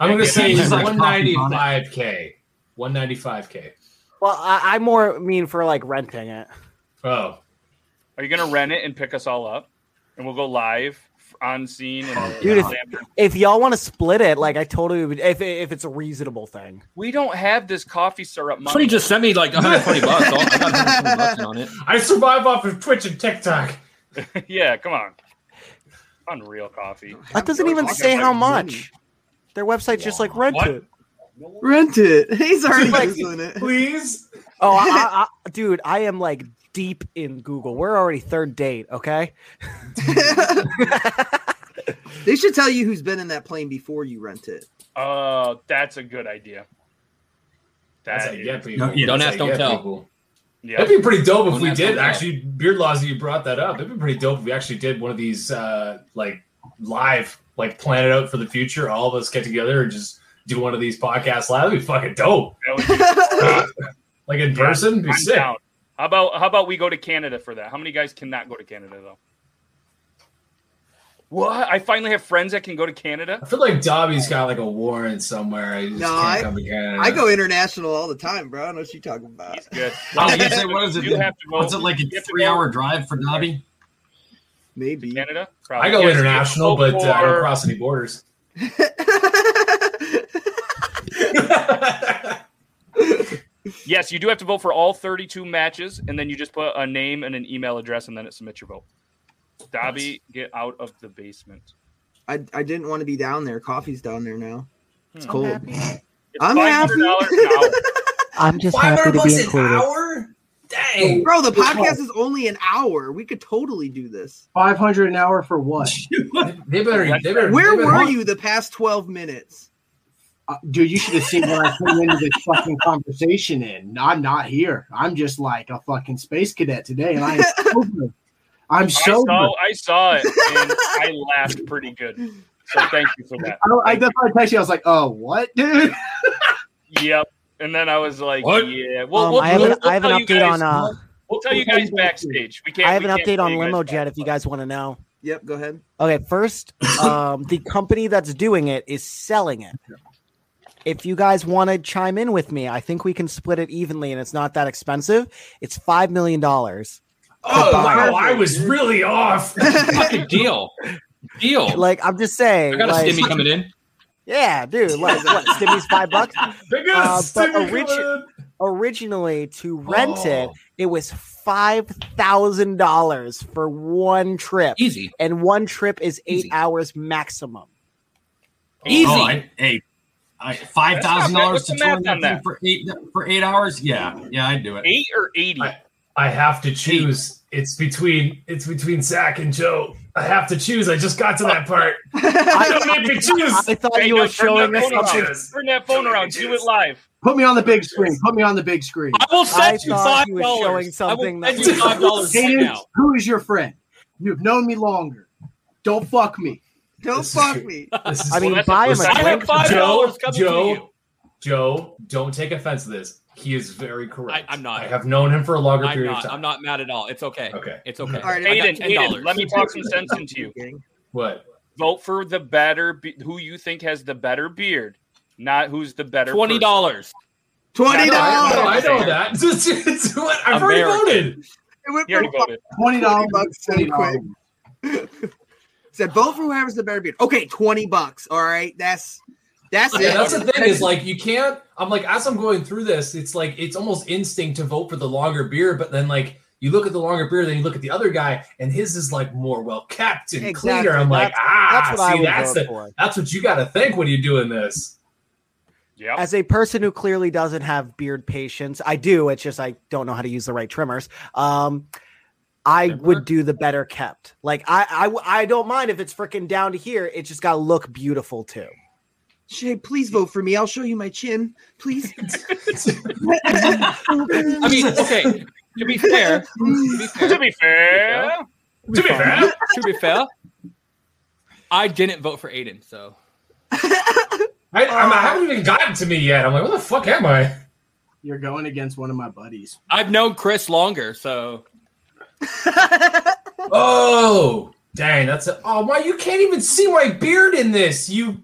[SPEAKER 3] I'm gonna say
[SPEAKER 7] He's like
[SPEAKER 3] one ninety five k. One ninety five k.
[SPEAKER 4] Well, I, I more mean for like renting it.
[SPEAKER 3] Oh,
[SPEAKER 1] Are you gonna rent it and pick us all up, and we'll go live f- on scene? And
[SPEAKER 4] Dude,
[SPEAKER 1] Lamborghini.
[SPEAKER 4] If y'all want to split it, like I totally would. If if it's a reasonable thing,
[SPEAKER 1] we don't have this coffee syrup money.
[SPEAKER 8] Somebody just sent me like 120 bucks. I got 120 bucks on it.
[SPEAKER 3] I survive off of Twitch and TikTok.
[SPEAKER 1] *laughs* yeah, come on. Unreal coffee.
[SPEAKER 4] that doesn't even
[SPEAKER 1] talking
[SPEAKER 4] say
[SPEAKER 1] about
[SPEAKER 4] how
[SPEAKER 1] money.
[SPEAKER 4] much. Their website's just like rent
[SPEAKER 3] What?
[SPEAKER 4] it.
[SPEAKER 5] Rent it. *laughs* He's already
[SPEAKER 3] Like-
[SPEAKER 5] using it.
[SPEAKER 3] Please.
[SPEAKER 1] *laughs*
[SPEAKER 4] Oh, I, I, I, dude, I am like deep in Google. We're already third date. Okay.
[SPEAKER 5] *laughs* they should tell you who's been in that plane before you rent it. *laughs*
[SPEAKER 1] Oh, that's a good idea.
[SPEAKER 3] That's
[SPEAKER 1] That
[SPEAKER 3] a
[SPEAKER 1] is-
[SPEAKER 3] yeah, people.
[SPEAKER 7] No, yeah.
[SPEAKER 8] Don't
[SPEAKER 3] That's
[SPEAKER 8] ask,
[SPEAKER 3] a
[SPEAKER 8] don't
[SPEAKER 3] yeah,
[SPEAKER 8] tell.
[SPEAKER 3] people.
[SPEAKER 1] yeah.
[SPEAKER 3] That'd be pretty dope if
[SPEAKER 8] Don't
[SPEAKER 3] we
[SPEAKER 8] ask,
[SPEAKER 3] did
[SPEAKER 8] don't tell.
[SPEAKER 3] actually. Beard laws, you brought that up. That'd be pretty dope if we actually did one of these uh like live, like plan it out for the future. All of us get together and just do one of these podcasts live. That'd be fucking dope. *laughs*
[SPEAKER 1] That would be-
[SPEAKER 3] Like in person, it'd be
[SPEAKER 1] I'm
[SPEAKER 3] sick.
[SPEAKER 1] down. How about how about we go to Canada for that? How many guys cannot go to Canada though? What? I finally have friends that can go to Canada.
[SPEAKER 3] I feel like Dobby's got like a warrant somewhere. He just
[SPEAKER 5] No,
[SPEAKER 3] can't
[SPEAKER 5] I-
[SPEAKER 3] come again.
[SPEAKER 5] I go international all the time, bro. I know what you're talking about.
[SPEAKER 1] He's good.
[SPEAKER 7] I was gonna say, what is it?
[SPEAKER 1] You have to go.
[SPEAKER 7] What's it like a
[SPEAKER 1] you have to go
[SPEAKER 7] three-hour drive for Dobby?
[SPEAKER 5] Maybe.
[SPEAKER 1] Canada? Probably.
[SPEAKER 3] I go
[SPEAKER 1] Yes, you have to
[SPEAKER 3] international,
[SPEAKER 1] go
[SPEAKER 3] but uh, I don't
[SPEAKER 1] for-
[SPEAKER 3] cross any borders. *laughs*
[SPEAKER 1] Oh, Yes, you do have to vote for all 32 matches, and then you just put a name and an email address, and then it submits your vote. Dobby, get out of the basement.
[SPEAKER 5] *laughs* I, I didn't want to be down there. Coffee's down there now. It's
[SPEAKER 1] Hmm.
[SPEAKER 5] cold.
[SPEAKER 1] It's
[SPEAKER 5] I'm happy.
[SPEAKER 1] $500
[SPEAKER 4] *laughs*
[SPEAKER 1] an hour.
[SPEAKER 10] I'm just happy to be included.
[SPEAKER 3] hour? Dang.
[SPEAKER 5] Bro, the podcast is only an hour. We could totally do this.
[SPEAKER 11] Five hundred an hour for what?
[SPEAKER 3] They better. They better
[SPEAKER 5] Where
[SPEAKER 3] they better-
[SPEAKER 5] were you the past 12 minutes?
[SPEAKER 11] Uh, dude, you should have seen when I came into this fucking conversation. In I'm not here. I'm just like a fucking space cadet today, and I
[SPEAKER 5] *laughs*
[SPEAKER 11] am sober. I'm
[SPEAKER 1] I saw,
[SPEAKER 11] sober.
[SPEAKER 1] I saw it, and I laughed pretty good. So thank you for that.
[SPEAKER 11] I, don't- I, that's why I texted you. I was like, "Oh, what, dude?
[SPEAKER 1] Yep. And then I was like,
[SPEAKER 3] What?
[SPEAKER 1] yeah. Well,
[SPEAKER 4] Um,
[SPEAKER 1] we'll,
[SPEAKER 4] I have
[SPEAKER 1] we'll,
[SPEAKER 4] an, I have an
[SPEAKER 1] tell you
[SPEAKER 4] update
[SPEAKER 1] guys-
[SPEAKER 4] on. Uh,
[SPEAKER 1] We'll tell you
[SPEAKER 11] we'll tell
[SPEAKER 1] guys
[SPEAKER 11] you guys
[SPEAKER 1] backstage. We can't.
[SPEAKER 4] I have an
[SPEAKER 1] we can't
[SPEAKER 4] update
[SPEAKER 1] tell
[SPEAKER 4] on
[SPEAKER 1] you guys
[SPEAKER 4] limo jet if you
[SPEAKER 1] backstage.
[SPEAKER 4] guys want to know.
[SPEAKER 5] Yep, go ahead.
[SPEAKER 4] Okay, first, um, the company that's doing it is selling it. If you guys want to chime in with me, I think we can split it evenly, and it's not that expensive. It's five million dollars.
[SPEAKER 3] Oh
[SPEAKER 5] Goodbye.
[SPEAKER 3] wow! I was
[SPEAKER 5] *laughs*
[SPEAKER 3] really off.
[SPEAKER 8] Fucking deal.
[SPEAKER 4] *laughs*
[SPEAKER 8] Deal.
[SPEAKER 4] Like I'm just
[SPEAKER 8] Oh. I
[SPEAKER 4] saying,
[SPEAKER 8] got a
[SPEAKER 4] like,
[SPEAKER 8] stimmy coming in.
[SPEAKER 4] yeah, dude. Like what? Stimmy's five bucks.
[SPEAKER 3] They got
[SPEAKER 4] Uh,
[SPEAKER 3] a
[SPEAKER 4] but
[SPEAKER 3] stimmy coming
[SPEAKER 4] origi-
[SPEAKER 3] in.
[SPEAKER 4] Originally, to rent it,
[SPEAKER 3] Oh.
[SPEAKER 4] it was five thousand dollars for one trip,
[SPEAKER 8] Easy.
[SPEAKER 4] and one trip is eight
[SPEAKER 8] E Easy.
[SPEAKER 4] hours
[SPEAKER 3] *laughs*
[SPEAKER 4] maximum.
[SPEAKER 8] Easy.
[SPEAKER 7] Oh, I, hey, I, five thousand dollars
[SPEAKER 1] What's
[SPEAKER 7] to
[SPEAKER 1] the
[SPEAKER 7] tour
[SPEAKER 1] math
[SPEAKER 7] that
[SPEAKER 1] on
[SPEAKER 7] thing
[SPEAKER 1] that?
[SPEAKER 7] for eight for eight hours? Yeah, yeah, I'd do it.
[SPEAKER 1] Eight or eighty?
[SPEAKER 3] I- I have to choose. It's between. It's between Zach and Joe. I have to choose. I just got to that part. Don't
[SPEAKER 4] I,
[SPEAKER 3] make me choose.
[SPEAKER 4] I thought
[SPEAKER 1] Hey,
[SPEAKER 4] you
[SPEAKER 1] no,
[SPEAKER 4] were showing
[SPEAKER 1] turn
[SPEAKER 4] us
[SPEAKER 1] that phone
[SPEAKER 4] something.
[SPEAKER 1] around. Turn that phone around. Do it live.
[SPEAKER 11] Put me on the big screen. Put me on the big screen.
[SPEAKER 8] I will
[SPEAKER 4] I
[SPEAKER 8] send you
[SPEAKER 4] thought
[SPEAKER 8] five
[SPEAKER 4] he was showing
[SPEAKER 8] dollars. I will
[SPEAKER 4] something that
[SPEAKER 8] send you
[SPEAKER 4] was-
[SPEAKER 8] five dollars right
[SPEAKER 11] Hayden,
[SPEAKER 8] now.
[SPEAKER 11] who is your friend? You've known me longer. Don't fuck me.
[SPEAKER 5] Don't
[SPEAKER 3] This is
[SPEAKER 5] fuck
[SPEAKER 3] true.
[SPEAKER 5] me.
[SPEAKER 3] This is
[SPEAKER 4] I mean,
[SPEAKER 1] that's
[SPEAKER 4] buy him
[SPEAKER 1] a-
[SPEAKER 4] a
[SPEAKER 8] I have
[SPEAKER 4] drink.
[SPEAKER 8] five dollars coming
[SPEAKER 3] Joe,
[SPEAKER 8] to you.
[SPEAKER 3] Joe, don't take offense to this. He is very correct.
[SPEAKER 8] I- I'm not.
[SPEAKER 3] I have known him for a longer
[SPEAKER 8] I'm
[SPEAKER 3] period of
[SPEAKER 8] not.
[SPEAKER 3] time.
[SPEAKER 8] I'm not mad at all. It's okay.
[SPEAKER 3] Okay.
[SPEAKER 8] It's okay.
[SPEAKER 5] All right,
[SPEAKER 8] I got
[SPEAKER 1] Aiden, Aiden,
[SPEAKER 8] $10.
[SPEAKER 1] let me talk some sense into you.
[SPEAKER 5] Gang.
[SPEAKER 3] What?
[SPEAKER 1] Vote for the better, be- who you think has the better beard. not who's the better.
[SPEAKER 8] Twenty dollars.
[SPEAKER 5] Twenty dollars.
[SPEAKER 3] I know that. *laughs* It's, it's what, I've already
[SPEAKER 1] American.
[SPEAKER 3] voted.
[SPEAKER 5] It went
[SPEAKER 1] He already
[SPEAKER 5] from
[SPEAKER 1] voted.
[SPEAKER 5] twenty
[SPEAKER 11] Twenty dollars.
[SPEAKER 5] bucks so quick. Said vote for whoever's the better beer. Okay, twenty bucks. All right, that's that's it.
[SPEAKER 3] Yeah, that's the thing is like you can't. I'm like as I'm going through this, it's like it's almost instinct to vote for the longer beer, but then like you look at the longer beer, then you look at the other guy, and his is like more well kept and
[SPEAKER 4] Exactly.
[SPEAKER 3] cleaner. I'm like
[SPEAKER 4] That's-
[SPEAKER 3] ah,
[SPEAKER 4] that's what I
[SPEAKER 3] see
[SPEAKER 4] would
[SPEAKER 3] that's
[SPEAKER 4] vote
[SPEAKER 3] the,
[SPEAKER 4] for.
[SPEAKER 3] that's what you got to think when you're doing this.
[SPEAKER 1] Yep.
[SPEAKER 4] As a person who clearly doesn't have beard patience, I do. It's just I don't know how to use the right trimmers. Um, I would do the better kept. Like I, I, w- I don't mind if it's freaking down to here. It just got to look beautiful too.
[SPEAKER 5] Shay, please vote for me. I'll show you my chin,
[SPEAKER 3] *laughs*
[SPEAKER 5] please.
[SPEAKER 8] I mean, okay. To be fair, to
[SPEAKER 1] to be
[SPEAKER 8] be fair,
[SPEAKER 1] fair,
[SPEAKER 3] To be fair,
[SPEAKER 8] to be fair, I didn't vote for Aiden, so
[SPEAKER 3] I, I'm, I
[SPEAKER 4] Uh,
[SPEAKER 3] haven't even gotten to me yet. I'm like, what the fuck am I?
[SPEAKER 11] You're going against one of my buddies.
[SPEAKER 5] *laughs*
[SPEAKER 8] I've known Chris longer. So
[SPEAKER 3] Oh, dang, that's a, oh my! You can't even see my beard in this. You,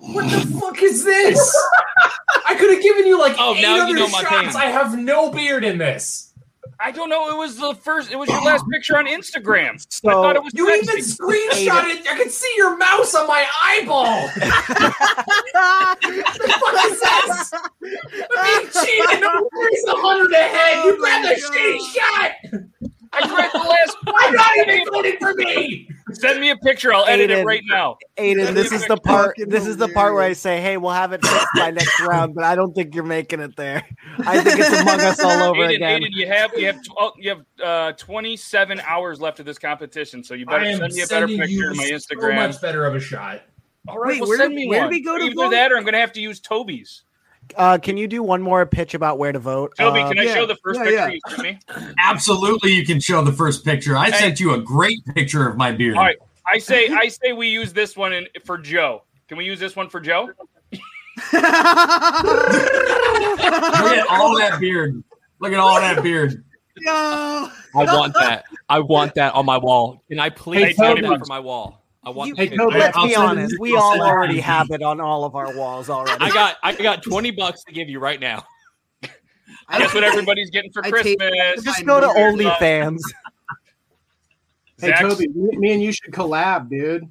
[SPEAKER 3] what the fuck is this? I could have given you like
[SPEAKER 8] Oh,
[SPEAKER 3] eight
[SPEAKER 8] now you
[SPEAKER 3] other
[SPEAKER 8] know my
[SPEAKER 3] shots.
[SPEAKER 8] pain.
[SPEAKER 3] I have no beard in this.
[SPEAKER 1] I don't know. It was the first. It was your last picture on Instagram.
[SPEAKER 4] So
[SPEAKER 1] I thought it was
[SPEAKER 3] You even
[SPEAKER 1] texting.
[SPEAKER 3] screenshot it. I can see your mouse on my
[SPEAKER 8] *laughs*
[SPEAKER 3] eyeball. what the fuck is this? I'm being cheated. I'm a hundred ahead.
[SPEAKER 5] Oh
[SPEAKER 3] You
[SPEAKER 5] my
[SPEAKER 3] grabbed that
[SPEAKER 5] God.
[SPEAKER 3] shitty shot.
[SPEAKER 1] I grabbed the last.
[SPEAKER 3] I'm not even voting for me.
[SPEAKER 1] Send me a picture. I'll edit it
[SPEAKER 4] Aiden.
[SPEAKER 1] right now.
[SPEAKER 4] Aiden, this is the part.
[SPEAKER 5] Fucking
[SPEAKER 4] This is the part where I
[SPEAKER 5] hilarious.
[SPEAKER 4] say, "Hey, we'll have it fixed
[SPEAKER 7] *coughs*
[SPEAKER 4] by next round," but I don't think you're making it there. I think it's Among Us all over
[SPEAKER 1] Aiden,
[SPEAKER 4] again.
[SPEAKER 1] Aiden, you have you have tw- oh, you have uh, 27 hours left of this competition, so you better
[SPEAKER 3] I am
[SPEAKER 1] send me a better
[SPEAKER 3] sending
[SPEAKER 1] picture
[SPEAKER 3] you
[SPEAKER 1] on my
[SPEAKER 3] so
[SPEAKER 1] Instagram.
[SPEAKER 3] Oh, much better of a shot.
[SPEAKER 1] all right,
[SPEAKER 5] Wait,
[SPEAKER 1] well,
[SPEAKER 5] where-
[SPEAKER 1] send me
[SPEAKER 5] where do
[SPEAKER 1] one.
[SPEAKER 5] we go to
[SPEAKER 1] Either
[SPEAKER 5] vote?
[SPEAKER 1] that, or I'm going to have to use Toby's.
[SPEAKER 4] Uh, can you do one more pitch about where to vote?
[SPEAKER 1] Toby,
[SPEAKER 4] Um,
[SPEAKER 1] can I
[SPEAKER 5] yeah,
[SPEAKER 1] show the first
[SPEAKER 5] yeah, yeah.
[SPEAKER 1] picture you sent me?
[SPEAKER 7] Absolutely, you can show the first picture. I sent you a great picture of my beard.
[SPEAKER 1] All right, I say I say we use this one in, for Joe. Can we use this one for Joe?
[SPEAKER 7] Look at all that beard. Look at all that beard.
[SPEAKER 5] Yo,
[SPEAKER 8] I want that. I want that on my wall. Can I please
[SPEAKER 1] Hey,
[SPEAKER 8] have
[SPEAKER 1] Toby.
[SPEAKER 8] that for my wall? I want.
[SPEAKER 4] You-
[SPEAKER 8] the
[SPEAKER 11] Hey,
[SPEAKER 8] picture.
[SPEAKER 11] Toby.
[SPEAKER 4] Let's
[SPEAKER 7] I'll
[SPEAKER 4] be
[SPEAKER 7] send it
[SPEAKER 4] honest.
[SPEAKER 7] to
[SPEAKER 4] We
[SPEAKER 7] you. I'll
[SPEAKER 4] all
[SPEAKER 7] send it to
[SPEAKER 4] already
[SPEAKER 7] you.
[SPEAKER 4] have it on all of our walls already.
[SPEAKER 8] I got I got twenty bucks to give you right now.
[SPEAKER 1] That's what everybody's getting for
[SPEAKER 5] I
[SPEAKER 1] Christmas.
[SPEAKER 5] take-
[SPEAKER 4] Just go to
[SPEAKER 1] Here's, uh,
[SPEAKER 4] OnlyFans.
[SPEAKER 11] Hey
[SPEAKER 1] Zach's-
[SPEAKER 11] Toby, me, me and you should collab, dude.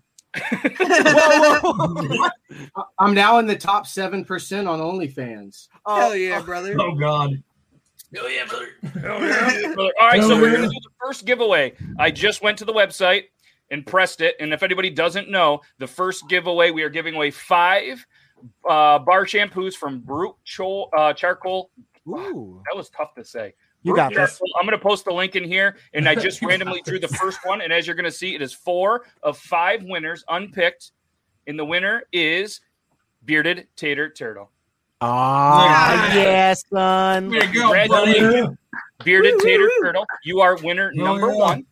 [SPEAKER 4] whoa, whoa, whoa.
[SPEAKER 11] I- I'm now in the top seven percent on OnlyFans.
[SPEAKER 5] Hell yeah, brother.
[SPEAKER 7] Oh God.
[SPEAKER 3] Oh yeah, brother. *laughs*
[SPEAKER 1] All right, so
[SPEAKER 3] Oh,
[SPEAKER 1] we're
[SPEAKER 3] yeah.
[SPEAKER 1] gonna do the first giveaway. I just went to the website and pressed it. And if anybody doesn't know, the first giveaway we are giving away five uh, bar shampoos from Brute Cho- uh, Charcoal.
[SPEAKER 4] Ooh,
[SPEAKER 1] That was tough to say.
[SPEAKER 4] you
[SPEAKER 1] Brute
[SPEAKER 4] got this.
[SPEAKER 1] Charcoal. I'm gonna post the link in here, and I just randomly drew the first one. And as you're gonna see, it is four of five winners unpicked, and the winner is bearded tater turtle.
[SPEAKER 4] Ah,
[SPEAKER 5] Yeah.
[SPEAKER 4] yes, son.
[SPEAKER 7] There you go, buddy.
[SPEAKER 1] Congratulations, bearded tater turtle. You are winner
[SPEAKER 7] Oh,
[SPEAKER 1] number
[SPEAKER 7] yeah.
[SPEAKER 1] one.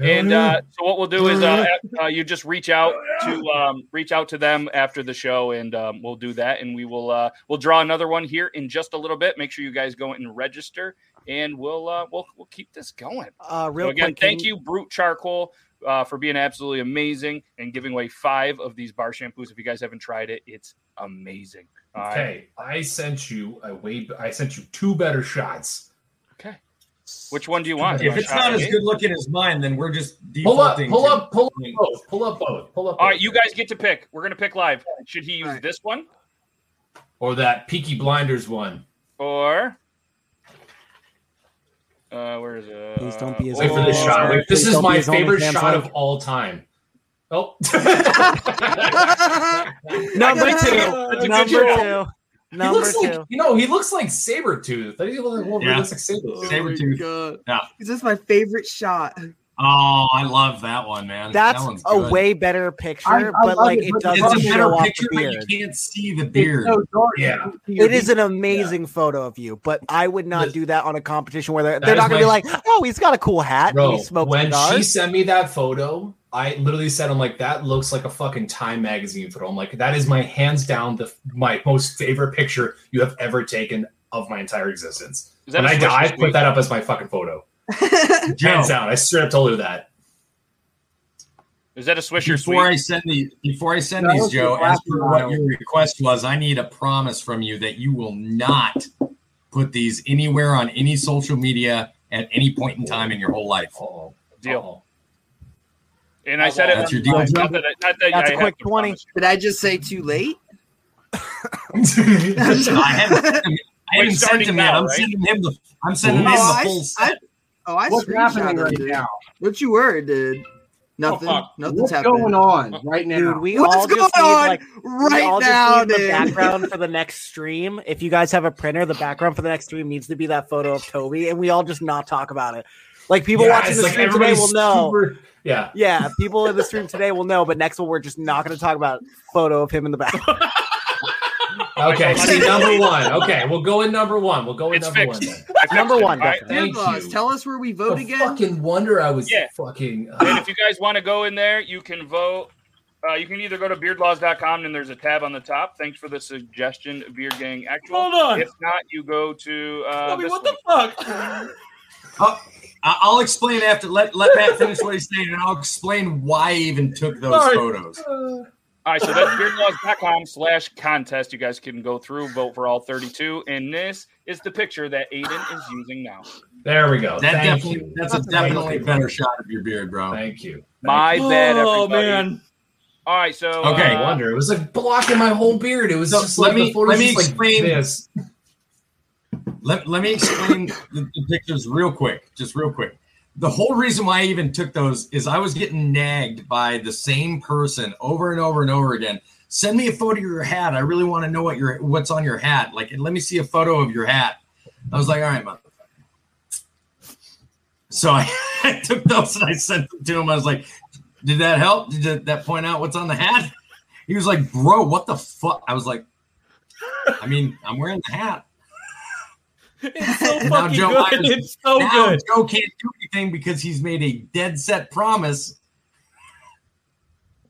[SPEAKER 1] And uh, so what we'll do is uh, uh, you just reach out to um, reach out to them after the show, and um, we'll do that, and we will uh, we'll draw another one here in just a little bit. Make sure you guys go and register, and we'll uh, we'll we'll keep this going.
[SPEAKER 4] Uh,
[SPEAKER 1] So
[SPEAKER 4] real
[SPEAKER 1] again,
[SPEAKER 4] quick, can
[SPEAKER 1] thank you, Brute Charcoal, uh, for being absolutely amazing and giving away five of these bar shampoos. If you guys haven't tried it, it's amazing. All right.
[SPEAKER 3] Okay, I sent you a way. I sent you two better shots.
[SPEAKER 1] Which one do you want?
[SPEAKER 7] If it's not as good looking as mine, then we're just
[SPEAKER 3] Pull up,
[SPEAKER 7] defaulting.
[SPEAKER 3] pull
[SPEAKER 7] to-
[SPEAKER 3] up, pull up both. Pull up both. Pull up.
[SPEAKER 1] All
[SPEAKER 3] both.
[SPEAKER 1] right, you guys get to pick. We're gonna pick live. Should he use
[SPEAKER 5] All right.
[SPEAKER 1] this one
[SPEAKER 3] or that Peaky Blinders one.
[SPEAKER 1] or? Uh, where is it? Uh,
[SPEAKER 4] Please don't be as
[SPEAKER 3] Wait for
[SPEAKER 1] or-
[SPEAKER 3] this shot. Wait, this
[SPEAKER 4] Oh, Don't
[SPEAKER 3] is
[SPEAKER 4] be
[SPEAKER 3] my
[SPEAKER 4] his only
[SPEAKER 3] favorite
[SPEAKER 4] fan
[SPEAKER 3] shot
[SPEAKER 4] site.
[SPEAKER 3] of all time. Oh, *laughs*
[SPEAKER 4] number
[SPEAKER 1] That's a
[SPEAKER 4] two,
[SPEAKER 1] good show.
[SPEAKER 4] number two,
[SPEAKER 3] he
[SPEAKER 4] number
[SPEAKER 3] looks
[SPEAKER 4] two.
[SPEAKER 3] like you know he looks like Sabretooth. He looks like Wolverine.
[SPEAKER 7] Yeah.
[SPEAKER 3] He looks like
[SPEAKER 4] Oh
[SPEAKER 7] Sabretooth.
[SPEAKER 3] Sabretooth.
[SPEAKER 5] God.
[SPEAKER 7] Yeah.
[SPEAKER 5] This is my favorite shot.
[SPEAKER 7] Oh, I love that one, man.
[SPEAKER 4] That's
[SPEAKER 7] that one's
[SPEAKER 4] a
[SPEAKER 7] good.
[SPEAKER 4] way better picture,
[SPEAKER 11] I- I
[SPEAKER 4] but
[SPEAKER 11] love
[SPEAKER 4] like
[SPEAKER 11] it,
[SPEAKER 4] it
[SPEAKER 11] but
[SPEAKER 7] It's
[SPEAKER 4] doesn't
[SPEAKER 7] a better
[SPEAKER 4] show off
[SPEAKER 7] picture,
[SPEAKER 4] the
[SPEAKER 7] but you
[SPEAKER 4] beard.
[SPEAKER 7] can't see the
[SPEAKER 11] It's
[SPEAKER 7] beard.
[SPEAKER 11] so dark.
[SPEAKER 3] Yeah.
[SPEAKER 4] It is an amazing photo of you, but I would not
[SPEAKER 3] This-
[SPEAKER 4] do that on a competition where they're,
[SPEAKER 3] That
[SPEAKER 4] they're
[SPEAKER 3] is
[SPEAKER 4] not going to be
[SPEAKER 3] my-
[SPEAKER 4] like, oh, he's got a cool hat.
[SPEAKER 3] Bro,
[SPEAKER 4] and he smokes
[SPEAKER 3] when she
[SPEAKER 4] cigars.
[SPEAKER 3] sent me that photo, I literally said, "I'm like, that looks like a fucking Time magazine photo." I'm like, that is my hands down the my most favorite picture you have ever taken of my entire existence.
[SPEAKER 1] Is
[SPEAKER 3] When
[SPEAKER 1] a
[SPEAKER 3] I
[SPEAKER 1] swish
[SPEAKER 3] die,
[SPEAKER 1] this
[SPEAKER 3] put
[SPEAKER 1] week?
[SPEAKER 3] that up as my fucking photo.
[SPEAKER 7] Joe,
[SPEAKER 3] Hands down, I straight up told her that.
[SPEAKER 1] Is that a Swisher
[SPEAKER 7] Before I
[SPEAKER 1] sweep?
[SPEAKER 7] send the before I send
[SPEAKER 1] That
[SPEAKER 7] these,
[SPEAKER 1] was
[SPEAKER 7] Joe,
[SPEAKER 1] the
[SPEAKER 7] as
[SPEAKER 1] last
[SPEAKER 7] for
[SPEAKER 1] one.
[SPEAKER 7] what your request was, I need a promise from you that you will not put these anywhere on any social media at any point in time in your whole life.
[SPEAKER 1] Deal. And I said it.
[SPEAKER 7] That's your deal, Joe.
[SPEAKER 1] Not that I- not that I have to promise.
[SPEAKER 6] Did I just say too late?
[SPEAKER 7] I haven't, sent him-
[SPEAKER 6] *laughs*
[SPEAKER 7] I
[SPEAKER 6] Wait,
[SPEAKER 7] haven't sent
[SPEAKER 6] starting
[SPEAKER 7] him yet.
[SPEAKER 6] now,
[SPEAKER 7] I'm
[SPEAKER 6] right?
[SPEAKER 7] sending him the. I'm sending him
[SPEAKER 6] oh,
[SPEAKER 7] the
[SPEAKER 6] I-
[SPEAKER 7] full.
[SPEAKER 6] I, oh, I
[SPEAKER 11] What's
[SPEAKER 6] screenshotted
[SPEAKER 11] happening
[SPEAKER 6] it,
[SPEAKER 11] right
[SPEAKER 6] dude.
[SPEAKER 11] now?
[SPEAKER 6] What you were, dude? Nothing.
[SPEAKER 11] fuck.
[SPEAKER 6] nothing's
[SPEAKER 11] What's
[SPEAKER 6] happening.
[SPEAKER 11] going on right now?
[SPEAKER 4] Dude, we
[SPEAKER 6] What's
[SPEAKER 4] all
[SPEAKER 6] going
[SPEAKER 4] just need,
[SPEAKER 6] on
[SPEAKER 4] like, we
[SPEAKER 6] right
[SPEAKER 4] all
[SPEAKER 6] now,
[SPEAKER 4] just need the
[SPEAKER 6] dude? *laughs*
[SPEAKER 4] background for the next stream. If you guys have a printer, the background for the next stream needs to be that photo of Toby, and we all just not talk about it. Like *laughs* people
[SPEAKER 3] Yeah,
[SPEAKER 4] watching
[SPEAKER 3] it's
[SPEAKER 4] the
[SPEAKER 3] like
[SPEAKER 4] stream today will
[SPEAKER 3] everybody's
[SPEAKER 4] know.
[SPEAKER 3] super- yeah.
[SPEAKER 4] Yeah, people in the stream today will know, but next one we're just not going to talk about photo of him in the back.
[SPEAKER 3] Okay, see number one. Okay, we'll go in number one. We'll go in number one. then.
[SPEAKER 4] Number one,
[SPEAKER 3] All right,
[SPEAKER 4] definitely.
[SPEAKER 3] thank
[SPEAKER 6] Boss,
[SPEAKER 3] you.
[SPEAKER 6] tell us where we vote
[SPEAKER 3] No
[SPEAKER 6] again.
[SPEAKER 3] Fucking wonder I was
[SPEAKER 1] Yeah.
[SPEAKER 3] fucking. uh,
[SPEAKER 1] And if you guys want to go in there, you can vote. Uh, you can either go to beardlaws.com and there's a tab on the top. Thanks for the suggestion, Beard Gang Actual.
[SPEAKER 7] Hold on.
[SPEAKER 1] If not, you go to. Uh, this
[SPEAKER 7] what
[SPEAKER 1] one.
[SPEAKER 7] fuck? I'll explain after. Let let Matt finish what he's saying, and I'll explain why I even took those photos.
[SPEAKER 1] All right, so that's beardlaws.com slash contest. You guys can go through, vote for all 32. And this is the picture that Aiden is using now.
[SPEAKER 3] There we go.
[SPEAKER 7] That
[SPEAKER 3] Thank
[SPEAKER 7] definitely.
[SPEAKER 3] you.
[SPEAKER 7] That's a
[SPEAKER 3] Thank
[SPEAKER 7] definitely
[SPEAKER 3] you.
[SPEAKER 7] better shot of your beard, bro.
[SPEAKER 3] Thank you.
[SPEAKER 1] My
[SPEAKER 3] Thank you.
[SPEAKER 1] bad,
[SPEAKER 8] Oh,
[SPEAKER 1] everybody. All right, so.
[SPEAKER 7] Okay.
[SPEAKER 1] uh,
[SPEAKER 3] Wonder it was like blocking my whole beard. It was
[SPEAKER 7] So
[SPEAKER 3] just
[SPEAKER 7] let
[SPEAKER 3] like
[SPEAKER 7] me-
[SPEAKER 3] the photos
[SPEAKER 7] let me
[SPEAKER 3] just like
[SPEAKER 7] explain-
[SPEAKER 3] this. *laughs*
[SPEAKER 7] Let, let me explain the, the pictures real quick, just real quick. The whole reason why I even took those is I was getting nagged by the same person over and over and over again. Send me a photo of your hat. I really want to know what your what's on your hat. Like, and let me see a photo of your hat. I was like, all right, motherfucker. So *laughs* I, I took those and I sent them to him. I was like, did that help? Did that- that point out what's on the hat? He was like, bro, what the fuck? I was like, I mean, I'm wearing the hat.
[SPEAKER 8] It's so
[SPEAKER 7] Now
[SPEAKER 8] fucking
[SPEAKER 7] Joe
[SPEAKER 8] good.
[SPEAKER 7] Myers-
[SPEAKER 8] It's so
[SPEAKER 7] now
[SPEAKER 8] good.
[SPEAKER 7] Joe can't do anything because he's made a dead set promise.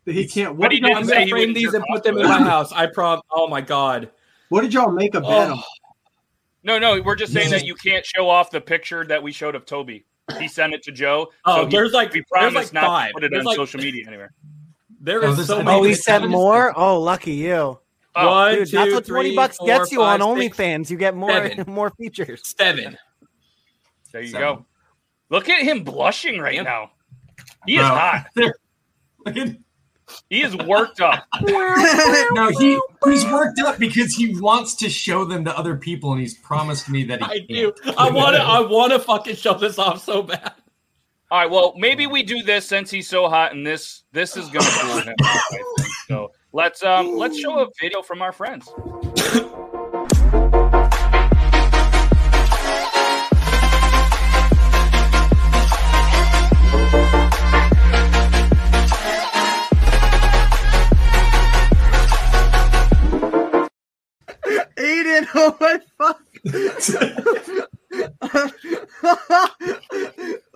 [SPEAKER 11] He can't.
[SPEAKER 8] What did I'm gonna frame these and put them in my house. I prom. Oh my god.
[SPEAKER 11] What did y'all make a bet
[SPEAKER 8] Oh.
[SPEAKER 11] on?
[SPEAKER 1] No, no, we're just saying
[SPEAKER 8] No.
[SPEAKER 1] that you can't show off the picture that we showed of Toby. He sent it to Joe.
[SPEAKER 8] Oh,
[SPEAKER 1] he-
[SPEAKER 8] there's like-
[SPEAKER 1] we
[SPEAKER 8] there's
[SPEAKER 1] promised
[SPEAKER 8] like
[SPEAKER 1] not
[SPEAKER 8] five.
[SPEAKER 1] to put it
[SPEAKER 8] There's
[SPEAKER 1] on
[SPEAKER 8] like-
[SPEAKER 1] social media anywhere.
[SPEAKER 8] There
[SPEAKER 4] Oh,
[SPEAKER 8] is
[SPEAKER 4] this-
[SPEAKER 8] so
[SPEAKER 4] *laughs*
[SPEAKER 8] many.
[SPEAKER 4] oh, he sent more. Oh, lucky you.
[SPEAKER 1] Oh.
[SPEAKER 8] One,
[SPEAKER 4] Dude, that's
[SPEAKER 8] two,
[SPEAKER 4] what twenty
[SPEAKER 8] three,
[SPEAKER 4] bucks
[SPEAKER 8] four,
[SPEAKER 4] gets you
[SPEAKER 8] five,
[SPEAKER 4] on
[SPEAKER 8] six,
[SPEAKER 4] OnlyFans. You get more
[SPEAKER 8] seven.
[SPEAKER 4] *laughs* more features.
[SPEAKER 8] Seven.
[SPEAKER 1] There you
[SPEAKER 8] So-
[SPEAKER 1] go. Look at him blushing right now. He is
[SPEAKER 7] Bro.
[SPEAKER 1] hot.
[SPEAKER 11] *laughs*
[SPEAKER 1] He is worked
[SPEAKER 8] *laughs*
[SPEAKER 1] up.
[SPEAKER 7] no, he he's worked up because he wants to show them to other people, and he's promised me that he
[SPEAKER 8] I
[SPEAKER 7] can't.
[SPEAKER 8] do. *laughs* I want to. I want to fucking show this off so bad.
[SPEAKER 1] All right. Well, maybe we do this since he's so hot, and this this is gonna
[SPEAKER 8] *laughs*
[SPEAKER 1] cool him. I think. So let's um let's show a video from our friends.
[SPEAKER 6] Aiden, *laughs* oh my
[SPEAKER 4] *laughs*
[SPEAKER 6] fuck. Oh,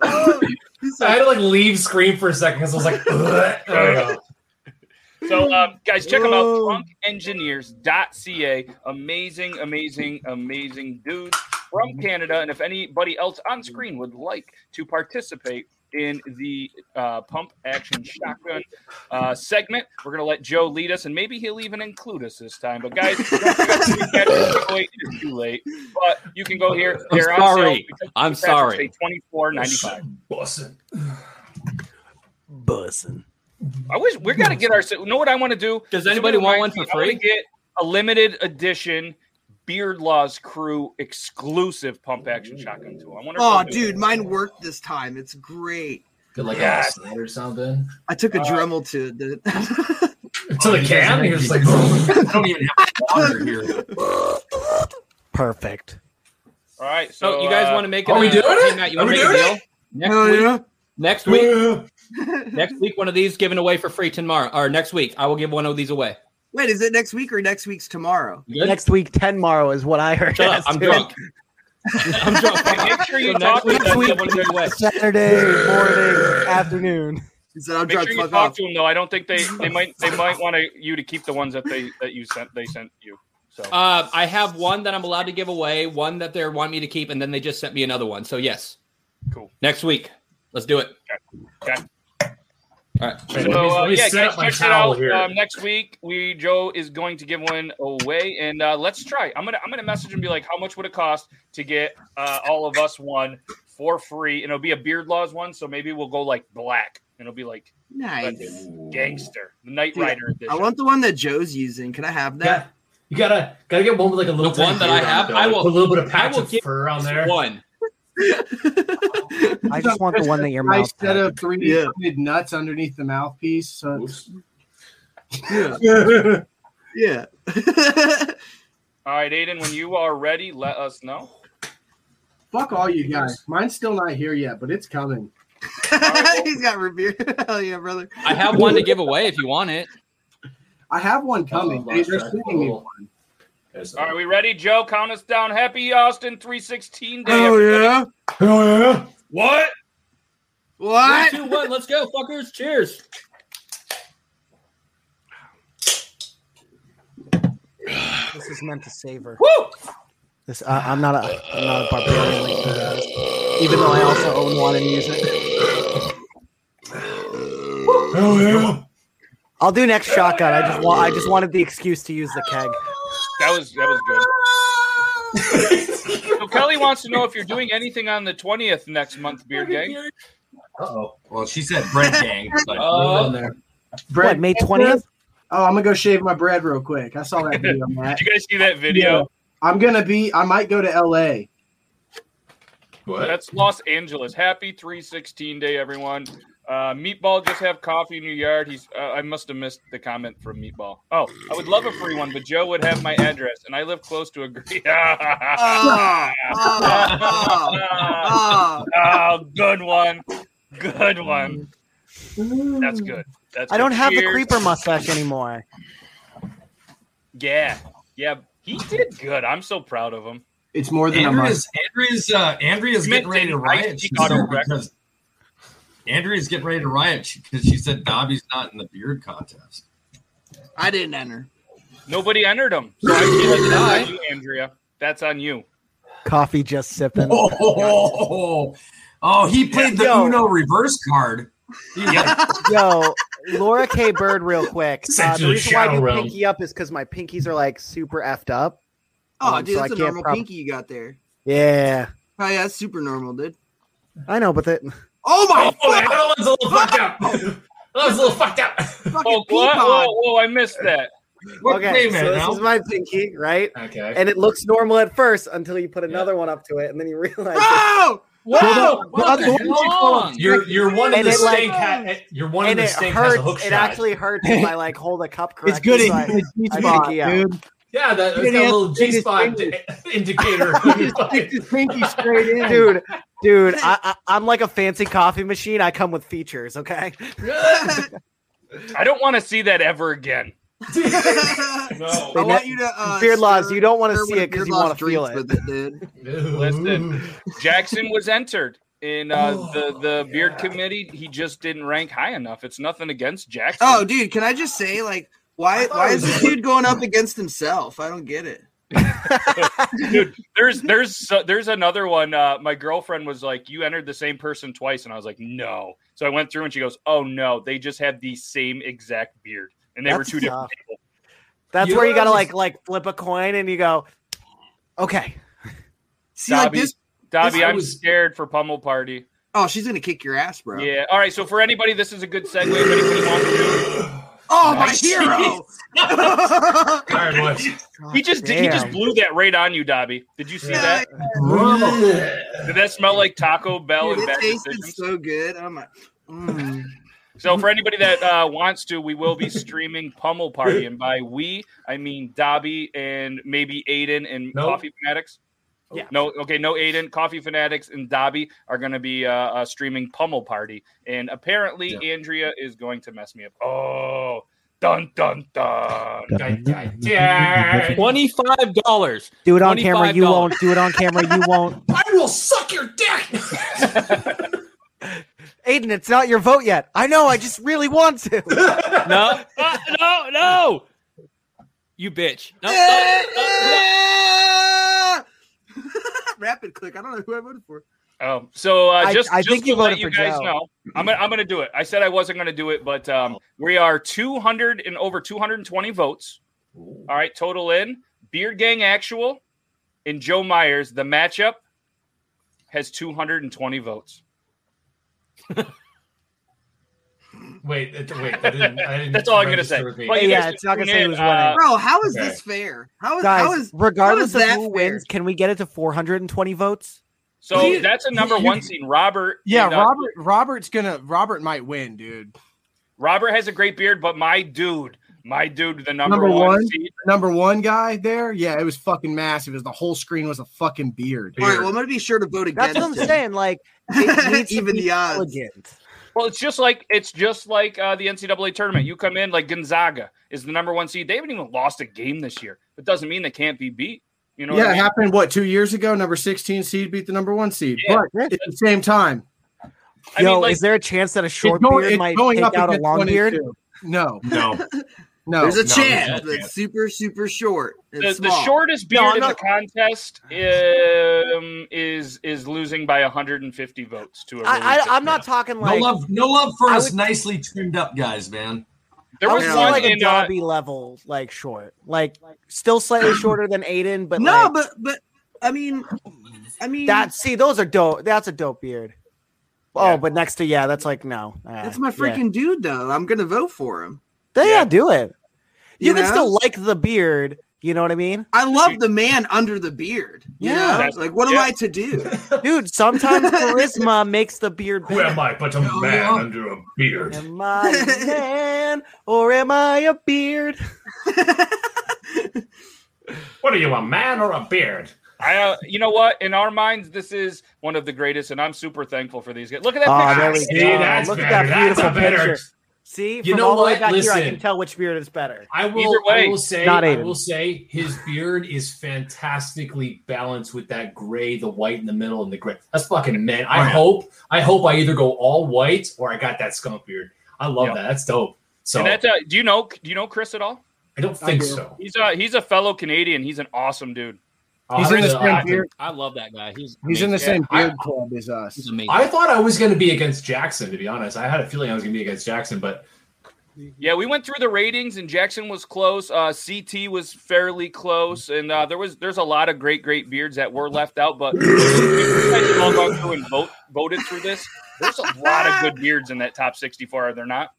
[SPEAKER 3] I had to like leave screen for a second because I was like, "Ugh." there we go.
[SPEAKER 1] So, um, guys, check them out. DrunkEngineers.ca. Amazing, amazing, amazing dudes
[SPEAKER 8] Mm-hmm.
[SPEAKER 1] from Canada. And if anybody else on screen would like to participate in the uh, pump action shotgun uh, segment, we're going to let Joe lead us, and maybe he'll even include us this time. But, guys, don't forget to catch the giveaway. It is too late. But you can go here.
[SPEAKER 8] I'm
[SPEAKER 1] They're on sale
[SPEAKER 8] sorry.
[SPEAKER 1] because
[SPEAKER 8] I'm
[SPEAKER 1] the prices
[SPEAKER 8] sorry.
[SPEAKER 1] say $24.95.
[SPEAKER 3] Bussin'.
[SPEAKER 4] Bussin'.
[SPEAKER 1] I wish we gotta get our. You know what I want to do?
[SPEAKER 8] Does
[SPEAKER 1] If
[SPEAKER 8] anybody
[SPEAKER 1] somebody
[SPEAKER 8] want
[SPEAKER 1] reminds
[SPEAKER 8] one
[SPEAKER 1] me,
[SPEAKER 8] for
[SPEAKER 1] I wanna
[SPEAKER 8] free?
[SPEAKER 1] get a limited edition Beard Laws Crew exclusive pump action shotgun tool. I wonder.
[SPEAKER 6] Oh,
[SPEAKER 1] if they'll do
[SPEAKER 6] dude, mine worked this time. It's great.
[SPEAKER 3] Good like
[SPEAKER 1] Yeah.
[SPEAKER 3] a slide or something.
[SPEAKER 6] I took a
[SPEAKER 1] Uh,
[SPEAKER 6] Dremel to it. dude. *laughs*
[SPEAKER 3] To the can, you're just like,
[SPEAKER 7] I don't even have water here.
[SPEAKER 3] *laughs*
[SPEAKER 4] Perfect.
[SPEAKER 1] it. All right,
[SPEAKER 8] So,
[SPEAKER 1] so
[SPEAKER 8] you guys
[SPEAKER 1] uh,
[SPEAKER 8] want
[SPEAKER 1] *laughs*
[SPEAKER 8] to make?
[SPEAKER 3] are
[SPEAKER 8] an,
[SPEAKER 3] we
[SPEAKER 8] uh,
[SPEAKER 3] doing
[SPEAKER 8] hey,
[SPEAKER 3] it?
[SPEAKER 8] Matt, you
[SPEAKER 3] Are
[SPEAKER 8] want
[SPEAKER 3] we
[SPEAKER 8] to make a
[SPEAKER 3] doing
[SPEAKER 8] deal? Next
[SPEAKER 6] Hell
[SPEAKER 8] week.
[SPEAKER 6] yeah.
[SPEAKER 8] Next week.
[SPEAKER 3] "Ugh."
[SPEAKER 8] next week. One of these given away for free tomorrow, or next week. I will give one of these away.
[SPEAKER 6] Wait, is it next week or next week's tomorrow?
[SPEAKER 8] You good?
[SPEAKER 4] Next week, ten tomorrow is what I heard.
[SPEAKER 8] Shut up. I'm drunk. *laughs* I'm drunk.
[SPEAKER 1] Make sure you
[SPEAKER 8] So
[SPEAKER 1] talk
[SPEAKER 8] next
[SPEAKER 1] to
[SPEAKER 8] week,
[SPEAKER 1] them.
[SPEAKER 8] I'll give
[SPEAKER 1] though.
[SPEAKER 8] one of these away.
[SPEAKER 4] Saturday morning, afternoon.
[SPEAKER 6] He said, I'm
[SPEAKER 1] Make
[SPEAKER 6] drunk.
[SPEAKER 1] sure you
[SPEAKER 6] fuck
[SPEAKER 1] talk
[SPEAKER 6] off.
[SPEAKER 1] to them though. I don't think they they might they might want to you to keep the ones that they that you sent they sent you. So
[SPEAKER 8] Uh, I have one that I'm allowed to give away, one that they want me to keep, and then they just sent me another one. So yes,
[SPEAKER 1] Cool.
[SPEAKER 8] Next week, let's do it.
[SPEAKER 1] okay.
[SPEAKER 8] All right.
[SPEAKER 1] So, uh, yeah, guys, check it out. Um, next week, we Joe is going to give one away, and uh, let's try. I'm gonna I'm gonna message and be like, how much would it cost to get uh, all of us one for free? And it'll be a Beard Laws one, so maybe we'll go like black, and it'll be like
[SPEAKER 6] Nice.
[SPEAKER 1] fucking gangster, Night
[SPEAKER 6] Dude,
[SPEAKER 1] Rider edition.
[SPEAKER 6] I want the one that Joe's using. Can I have that?
[SPEAKER 3] You gotta gotta get one with like a little
[SPEAKER 6] The one
[SPEAKER 3] tiny
[SPEAKER 6] that I
[SPEAKER 3] beard on
[SPEAKER 6] have,
[SPEAKER 3] it, though.
[SPEAKER 6] I
[SPEAKER 3] Like,
[SPEAKER 6] will-
[SPEAKER 3] put a little bit of
[SPEAKER 6] I
[SPEAKER 3] patch
[SPEAKER 6] will
[SPEAKER 3] of
[SPEAKER 6] give
[SPEAKER 3] fur on there.
[SPEAKER 8] One.
[SPEAKER 4] I just want the one that your mouth.
[SPEAKER 11] nice set of three D
[SPEAKER 4] Yeah.
[SPEAKER 11] printed nuts underneath the mouthpiece. So it's-
[SPEAKER 3] *laughs*
[SPEAKER 6] Yeah. *laughs* yeah.
[SPEAKER 1] All right, Aiden, when you are ready, let us know.
[SPEAKER 11] fuck all you guys. Mine's still not here yet, but it's coming.
[SPEAKER 6] *laughs* He's got revere. Hell yeah, brother.
[SPEAKER 8] I have one to give away if you want it.
[SPEAKER 11] I have one
[SPEAKER 3] Uh,
[SPEAKER 8] coming.
[SPEAKER 11] They- they're sending me one.
[SPEAKER 1] All right, we ready, Joe? Count us down. Happy Austin 316 day.
[SPEAKER 5] Hell yeah. Hell yeah.
[SPEAKER 1] What?
[SPEAKER 6] What?
[SPEAKER 8] Three, *laughs* two, one. Let's go, fuckers. Cheers.
[SPEAKER 4] This is meant to savor.
[SPEAKER 8] Woo!
[SPEAKER 4] This I I'm not a I'm not a barbarian like you guys, even though I also own one and use it.
[SPEAKER 5] Hell yeah.
[SPEAKER 4] I'll do next shotgun. I just want I just wanted the excuse to use the keg.
[SPEAKER 1] That was that was good. so Kelly wants to know if you're doing anything on the 20th next month, Beard Gang.
[SPEAKER 7] oh. Well, she said
[SPEAKER 11] *laughs*
[SPEAKER 7] bread gang. But
[SPEAKER 8] Uh,
[SPEAKER 1] Oh.
[SPEAKER 11] Bread
[SPEAKER 4] May
[SPEAKER 11] 20th? Oh, I'm gonna go shave my bread real quick. I saw that
[SPEAKER 1] Did
[SPEAKER 11] video. Matt.
[SPEAKER 1] you guys see that video?
[SPEAKER 11] I'm gonna be. I might go to
[SPEAKER 6] *laughs*
[SPEAKER 11] LA.
[SPEAKER 3] What?
[SPEAKER 1] That's Los Angeles. Happy 316 day, everyone. Uh, Meatball just have coffee in your yard. He's. Uh, I must have missed the comment from Meatball. Oh, I would love a free one, but Joe would have my address, and I live close to a. Gre-
[SPEAKER 5] Oh,
[SPEAKER 1] *laughs*
[SPEAKER 6] oh,
[SPEAKER 1] oh, good one, good one. That's good. That's
[SPEAKER 4] I
[SPEAKER 1] good.
[SPEAKER 4] don't have the
[SPEAKER 1] Cheers.
[SPEAKER 4] creeper mustache anymore.
[SPEAKER 1] Yeah, yeah. He did good. I'm so proud of him.
[SPEAKER 11] It's more than a month.
[SPEAKER 7] Andrea's Andrea's uh, Andrea's getting ready to riot. She
[SPEAKER 1] Chicago
[SPEAKER 7] said, because Andrea's getting ready to riot because she said Dobby's not in the beard contest.
[SPEAKER 6] I didn't enter.
[SPEAKER 1] Nobody entered him.
[SPEAKER 7] *laughs*
[SPEAKER 1] So I feel like that's on you, Andrea. That's on you.
[SPEAKER 4] Coffee just sipping.
[SPEAKER 7] *laughs* Oh, oh, he played the
[SPEAKER 4] Yo.
[SPEAKER 7] Uno reverse
[SPEAKER 11] *laughs*
[SPEAKER 7] card.
[SPEAKER 4] Yo, Laura K. Bird, real quick. Uh, the
[SPEAKER 7] Essentially
[SPEAKER 4] reason why I
[SPEAKER 7] shadow
[SPEAKER 4] do
[SPEAKER 7] realm.
[SPEAKER 4] pinky up is because my pinkies are like super effed up.
[SPEAKER 6] Oh,
[SPEAKER 4] Um,
[SPEAKER 6] dude,
[SPEAKER 4] so I
[SPEAKER 6] that's a
[SPEAKER 4] can't
[SPEAKER 6] normal
[SPEAKER 4] prob-
[SPEAKER 6] pinky you got there.
[SPEAKER 4] Yeah,
[SPEAKER 6] Oh yeah, that's super normal, dude.
[SPEAKER 4] I know, but that
[SPEAKER 6] Oh my!
[SPEAKER 3] Oh, that other one's
[SPEAKER 4] *laughs*
[SPEAKER 3] a little fucked up. That was a little fucked up.
[SPEAKER 1] Oh, what? Whoa, whoa, I missed that.
[SPEAKER 4] okay. So this is my pinky, right?
[SPEAKER 3] Okay.
[SPEAKER 4] And it looks normal at first until you put another one up to it, and then you realize.
[SPEAKER 6] Oh!
[SPEAKER 4] Whoa!
[SPEAKER 3] What the hell? You're you're one of
[SPEAKER 4] And
[SPEAKER 3] the
[SPEAKER 4] it, like-
[SPEAKER 3] steak. ha- you're one of
[SPEAKER 4] and
[SPEAKER 3] the
[SPEAKER 4] it
[SPEAKER 3] steak has
[SPEAKER 4] hurts.
[SPEAKER 3] a hook
[SPEAKER 4] it
[SPEAKER 3] shot.
[SPEAKER 4] actually hurts if I like hold a cup correctly.
[SPEAKER 11] It's good
[SPEAKER 4] so
[SPEAKER 11] it
[SPEAKER 4] I-
[SPEAKER 11] hit the G
[SPEAKER 4] I
[SPEAKER 11] spot,
[SPEAKER 4] pinky up.
[SPEAKER 11] dude.
[SPEAKER 3] Yeah, that, it's
[SPEAKER 11] It
[SPEAKER 3] got a
[SPEAKER 11] is-
[SPEAKER 3] little
[SPEAKER 11] it
[SPEAKER 3] G
[SPEAKER 11] is
[SPEAKER 3] spot
[SPEAKER 11] fingers.
[SPEAKER 3] *laughs*
[SPEAKER 4] *laughs*
[SPEAKER 3] indicator.
[SPEAKER 11] pinky straight in.
[SPEAKER 4] dude. Dude, I, I, I'm like a fancy coffee machine. I come with features. Okay,
[SPEAKER 1] I don't want to see that ever again.
[SPEAKER 6] I
[SPEAKER 4] They
[SPEAKER 6] want
[SPEAKER 4] ne-
[SPEAKER 6] you to uh,
[SPEAKER 4] beard laws.
[SPEAKER 6] stir-
[SPEAKER 4] You don't want to
[SPEAKER 6] stir
[SPEAKER 4] see
[SPEAKER 6] one
[SPEAKER 4] it
[SPEAKER 6] of
[SPEAKER 4] because
[SPEAKER 6] Beard
[SPEAKER 4] you
[SPEAKER 6] Law's
[SPEAKER 4] want to feel
[SPEAKER 6] drinks
[SPEAKER 4] it.
[SPEAKER 6] with
[SPEAKER 4] *laughs*
[SPEAKER 6] dude.
[SPEAKER 1] Listen, Jackson was entered in uh,
[SPEAKER 6] Oh,
[SPEAKER 1] the the beard committee. He just didn't rank high enough. It's nothing against Jackson.
[SPEAKER 6] Oh, dude, can I just say like why why is this dude going up against himself? I don't get it.
[SPEAKER 1] dude there's there's so- there's another one uh my girlfriend was like you entered the same person twice and i was like no so i went through and she goes oh no they just have the same exact beard and they were
[SPEAKER 4] That's
[SPEAKER 1] two different
[SPEAKER 4] tough.
[SPEAKER 1] people
[SPEAKER 4] That's
[SPEAKER 1] You
[SPEAKER 4] where
[SPEAKER 1] know
[SPEAKER 4] you gotta
[SPEAKER 1] what
[SPEAKER 4] like like flip a coin and you go, okay.
[SPEAKER 6] See, like
[SPEAKER 1] Dobby-
[SPEAKER 6] this.
[SPEAKER 1] Dobby,
[SPEAKER 6] this-
[SPEAKER 1] i'm scared for pummel party
[SPEAKER 6] Oh, she's gonna kick your ass, bro.
[SPEAKER 1] yeah all right so for anybody this is a good segue if anybody wants to
[SPEAKER 6] Oh my
[SPEAKER 1] Nice.
[SPEAKER 6] hero. *laughs*
[SPEAKER 1] he just did he just
[SPEAKER 4] Damn.
[SPEAKER 1] blew that right on you dobby did you see that did that smell like taco bell
[SPEAKER 6] Dude,
[SPEAKER 1] and
[SPEAKER 6] it
[SPEAKER 1] bad
[SPEAKER 6] tasted
[SPEAKER 1] decisions?
[SPEAKER 6] so good. I'm like, mm.
[SPEAKER 1] So for anybody that uh, wants to, we will be streaming Pummel Party, and by we, I mean Dobby and maybe Aiden and
[SPEAKER 3] No.
[SPEAKER 1] Coffee Fanatics.
[SPEAKER 4] Yeah.
[SPEAKER 1] No, okay, no Aiden, Coffee Fanatics, and Dobby are going to be uh, uh, streaming Pummel Party, and apparently Andrea is going to mess me up. Oh, dun dun dun!
[SPEAKER 3] *laughs* Dun, dun, dun.
[SPEAKER 8] Twenty-five dollars.
[SPEAKER 4] Do it on camera. You won't. Do it on camera. You won't.
[SPEAKER 3] *laughs* I will suck your dick. *laughs*
[SPEAKER 4] Aiden, it's not your vote yet. I know. I just really want to.
[SPEAKER 8] No, no, no, no. You bitch. No, no, no, no.
[SPEAKER 6] Rapid click. I don't know who I voted for.
[SPEAKER 1] Oh, so uh,
[SPEAKER 4] I-
[SPEAKER 1] just
[SPEAKER 4] I
[SPEAKER 1] just
[SPEAKER 4] think
[SPEAKER 1] to
[SPEAKER 4] you
[SPEAKER 1] let
[SPEAKER 4] voted
[SPEAKER 1] you
[SPEAKER 4] for
[SPEAKER 1] guys
[SPEAKER 4] Joe. Oh.
[SPEAKER 1] know, I'm gonna, I'm gonna do it. I said I wasn't gonna do it, but um, we are 200 and over 220 votes. All right, total in Beard Gang actual and Joe Myers. The matchup has 220 votes.
[SPEAKER 3] Wait, that- wait. That didn't, I didn't
[SPEAKER 1] That's all I'm gonna
[SPEAKER 3] register
[SPEAKER 1] say.
[SPEAKER 3] with me.
[SPEAKER 1] Well, you Yeah, guys it's
[SPEAKER 4] not gonna say who's
[SPEAKER 1] uh,
[SPEAKER 4] winning.
[SPEAKER 6] Bro, how is
[SPEAKER 4] Okay.
[SPEAKER 6] this fair? How is
[SPEAKER 4] Guys,
[SPEAKER 6] how is
[SPEAKER 4] regardless
[SPEAKER 6] how is that
[SPEAKER 4] of who
[SPEAKER 6] fair?
[SPEAKER 4] wins, can we get it to 420 votes?
[SPEAKER 1] So
[SPEAKER 4] Well, you-
[SPEAKER 1] that's a number
[SPEAKER 4] you-
[SPEAKER 1] one scene. Robert.
[SPEAKER 4] Yeah,
[SPEAKER 1] and, uh,
[SPEAKER 4] Robert-
[SPEAKER 6] Robert's gonna Robert might win, dude.
[SPEAKER 1] Robert has a great beard, but my dude, my dude, the number,
[SPEAKER 6] Number
[SPEAKER 1] one.
[SPEAKER 6] one?
[SPEAKER 1] seed.
[SPEAKER 11] Number one guy there, yeah, it was fucking massive. It was the whole screen was a fucking beard.
[SPEAKER 6] All right, well, I'm gonna be sure to vote against.
[SPEAKER 4] That's what I'm
[SPEAKER 6] him. *laughs*
[SPEAKER 4] saying. Like, it needs to
[SPEAKER 6] Even
[SPEAKER 4] be
[SPEAKER 6] the odds.
[SPEAKER 4] Elegant.
[SPEAKER 1] Well, it's just like it's just like uh, the NCAA tournament. You come in like Gonzaga is the number one seed. They haven't even lost a game this year. It doesn't mean they can't be beat. You know,
[SPEAKER 11] yeah,
[SPEAKER 1] what I
[SPEAKER 11] it
[SPEAKER 1] mean?
[SPEAKER 11] happened what two years ago? Number sixteen seed beat the number one seed, but at the same time,
[SPEAKER 1] I
[SPEAKER 4] Yo,
[SPEAKER 1] mean, like-
[SPEAKER 4] is there a chance that a
[SPEAKER 11] it's
[SPEAKER 4] short
[SPEAKER 11] going-
[SPEAKER 4] beard
[SPEAKER 11] it's
[SPEAKER 4] might
[SPEAKER 11] going
[SPEAKER 4] take
[SPEAKER 11] up
[SPEAKER 4] out a
[SPEAKER 11] against
[SPEAKER 4] long beard?
[SPEAKER 11] 22. No,
[SPEAKER 7] No.
[SPEAKER 11] no,
[SPEAKER 6] There's a
[SPEAKER 11] no.
[SPEAKER 6] chance. That's super, super short. and
[SPEAKER 1] the, the
[SPEAKER 6] small.
[SPEAKER 1] shortest beard
[SPEAKER 6] No, I'm
[SPEAKER 1] in the
[SPEAKER 6] not-
[SPEAKER 1] contest um, is is losing by 150 votes to a. really
[SPEAKER 4] I,
[SPEAKER 1] good
[SPEAKER 4] I, I'm not
[SPEAKER 1] beard.
[SPEAKER 4] talking
[SPEAKER 7] No
[SPEAKER 4] like
[SPEAKER 7] love, no love for
[SPEAKER 4] I
[SPEAKER 7] us
[SPEAKER 4] would-
[SPEAKER 7] nicely trimmed up guys, man.
[SPEAKER 1] There
[SPEAKER 4] I
[SPEAKER 1] was
[SPEAKER 4] would say
[SPEAKER 1] one
[SPEAKER 4] like a
[SPEAKER 1] in, uh,
[SPEAKER 4] Dobby level, like short, like still slightly shorter than Aiden, but
[SPEAKER 6] no,
[SPEAKER 4] like,
[SPEAKER 6] but but I mean, I mean
[SPEAKER 4] that. See, those are dope. That's a dope beard. Oh, but next to yeah, that's like no. Uh,
[SPEAKER 6] that's my
[SPEAKER 4] yeah.
[SPEAKER 6] freaking dude though. I'm gonna vote for him.
[SPEAKER 4] Yeah, do it. You,
[SPEAKER 6] You
[SPEAKER 4] can
[SPEAKER 6] know?
[SPEAKER 4] still like the beard. You know what I mean,
[SPEAKER 6] I love the man under the beard. you
[SPEAKER 4] Yeah.
[SPEAKER 6] know?
[SPEAKER 1] That's-
[SPEAKER 6] like what am
[SPEAKER 1] yeah.
[SPEAKER 6] I to do?
[SPEAKER 4] dude? *laughs* Sometimes charisma makes the beard.
[SPEAKER 3] Who am
[SPEAKER 4] better.
[SPEAKER 3] I but a man under a beard?
[SPEAKER 4] Am I a man or am I a *laughs* beard?
[SPEAKER 3] What are you, a man or a beard?
[SPEAKER 1] I, uh, you know what? In our minds, this is one of the greatest, and I'm super thankful for these guys. Look at that
[SPEAKER 4] Oh,
[SPEAKER 1] picture.
[SPEAKER 4] there we
[SPEAKER 3] See,
[SPEAKER 4] go.
[SPEAKER 3] that's
[SPEAKER 4] Look
[SPEAKER 3] better.
[SPEAKER 4] at that beautiful
[SPEAKER 3] That's a better-
[SPEAKER 4] picture. See,
[SPEAKER 3] You
[SPEAKER 4] from
[SPEAKER 3] know
[SPEAKER 4] all the way
[SPEAKER 3] what?
[SPEAKER 4] back here, I
[SPEAKER 3] Listen.
[SPEAKER 4] can tell which beard is better.
[SPEAKER 3] I will,
[SPEAKER 1] Either way,
[SPEAKER 3] I will say,
[SPEAKER 4] not
[SPEAKER 3] I
[SPEAKER 4] Aiden.
[SPEAKER 3] will say, his beard is fantastically balanced with that gray, the white in the middle, and the gray. That's fucking man. I
[SPEAKER 7] Oh, yeah.
[SPEAKER 3] hope, I hope I either go all white or I got that skunk beard. I love
[SPEAKER 1] Yeah.
[SPEAKER 3] that. That's dope. So
[SPEAKER 1] And that's uh, do you know do you know Chris at all?
[SPEAKER 3] I don't
[SPEAKER 11] I
[SPEAKER 3] think
[SPEAKER 11] do.
[SPEAKER 3] so.
[SPEAKER 1] He's a he's a fellow Canadian. He's an awesome dude.
[SPEAKER 3] I'll
[SPEAKER 11] He's
[SPEAKER 3] have
[SPEAKER 11] in the
[SPEAKER 3] to-
[SPEAKER 11] same
[SPEAKER 3] I-
[SPEAKER 11] beard.
[SPEAKER 8] I love that guy. He's
[SPEAKER 11] He's in the
[SPEAKER 1] Yeah,
[SPEAKER 11] same
[SPEAKER 3] I-
[SPEAKER 11] beard club as us.
[SPEAKER 8] he's amazing.
[SPEAKER 3] I thought I was going to be against Jackson. To be honest, I had a feeling I was going to be against Jackson, but
[SPEAKER 1] Yeah, we went through the ratings, and Jackson was close. Uh, CT was fairly close, and uh, there was there's a lot of great great beards that were left out. But *laughs* if you guys have all gone through and vote, voted through this. There's a lot of good beards in that top 64. Are there not?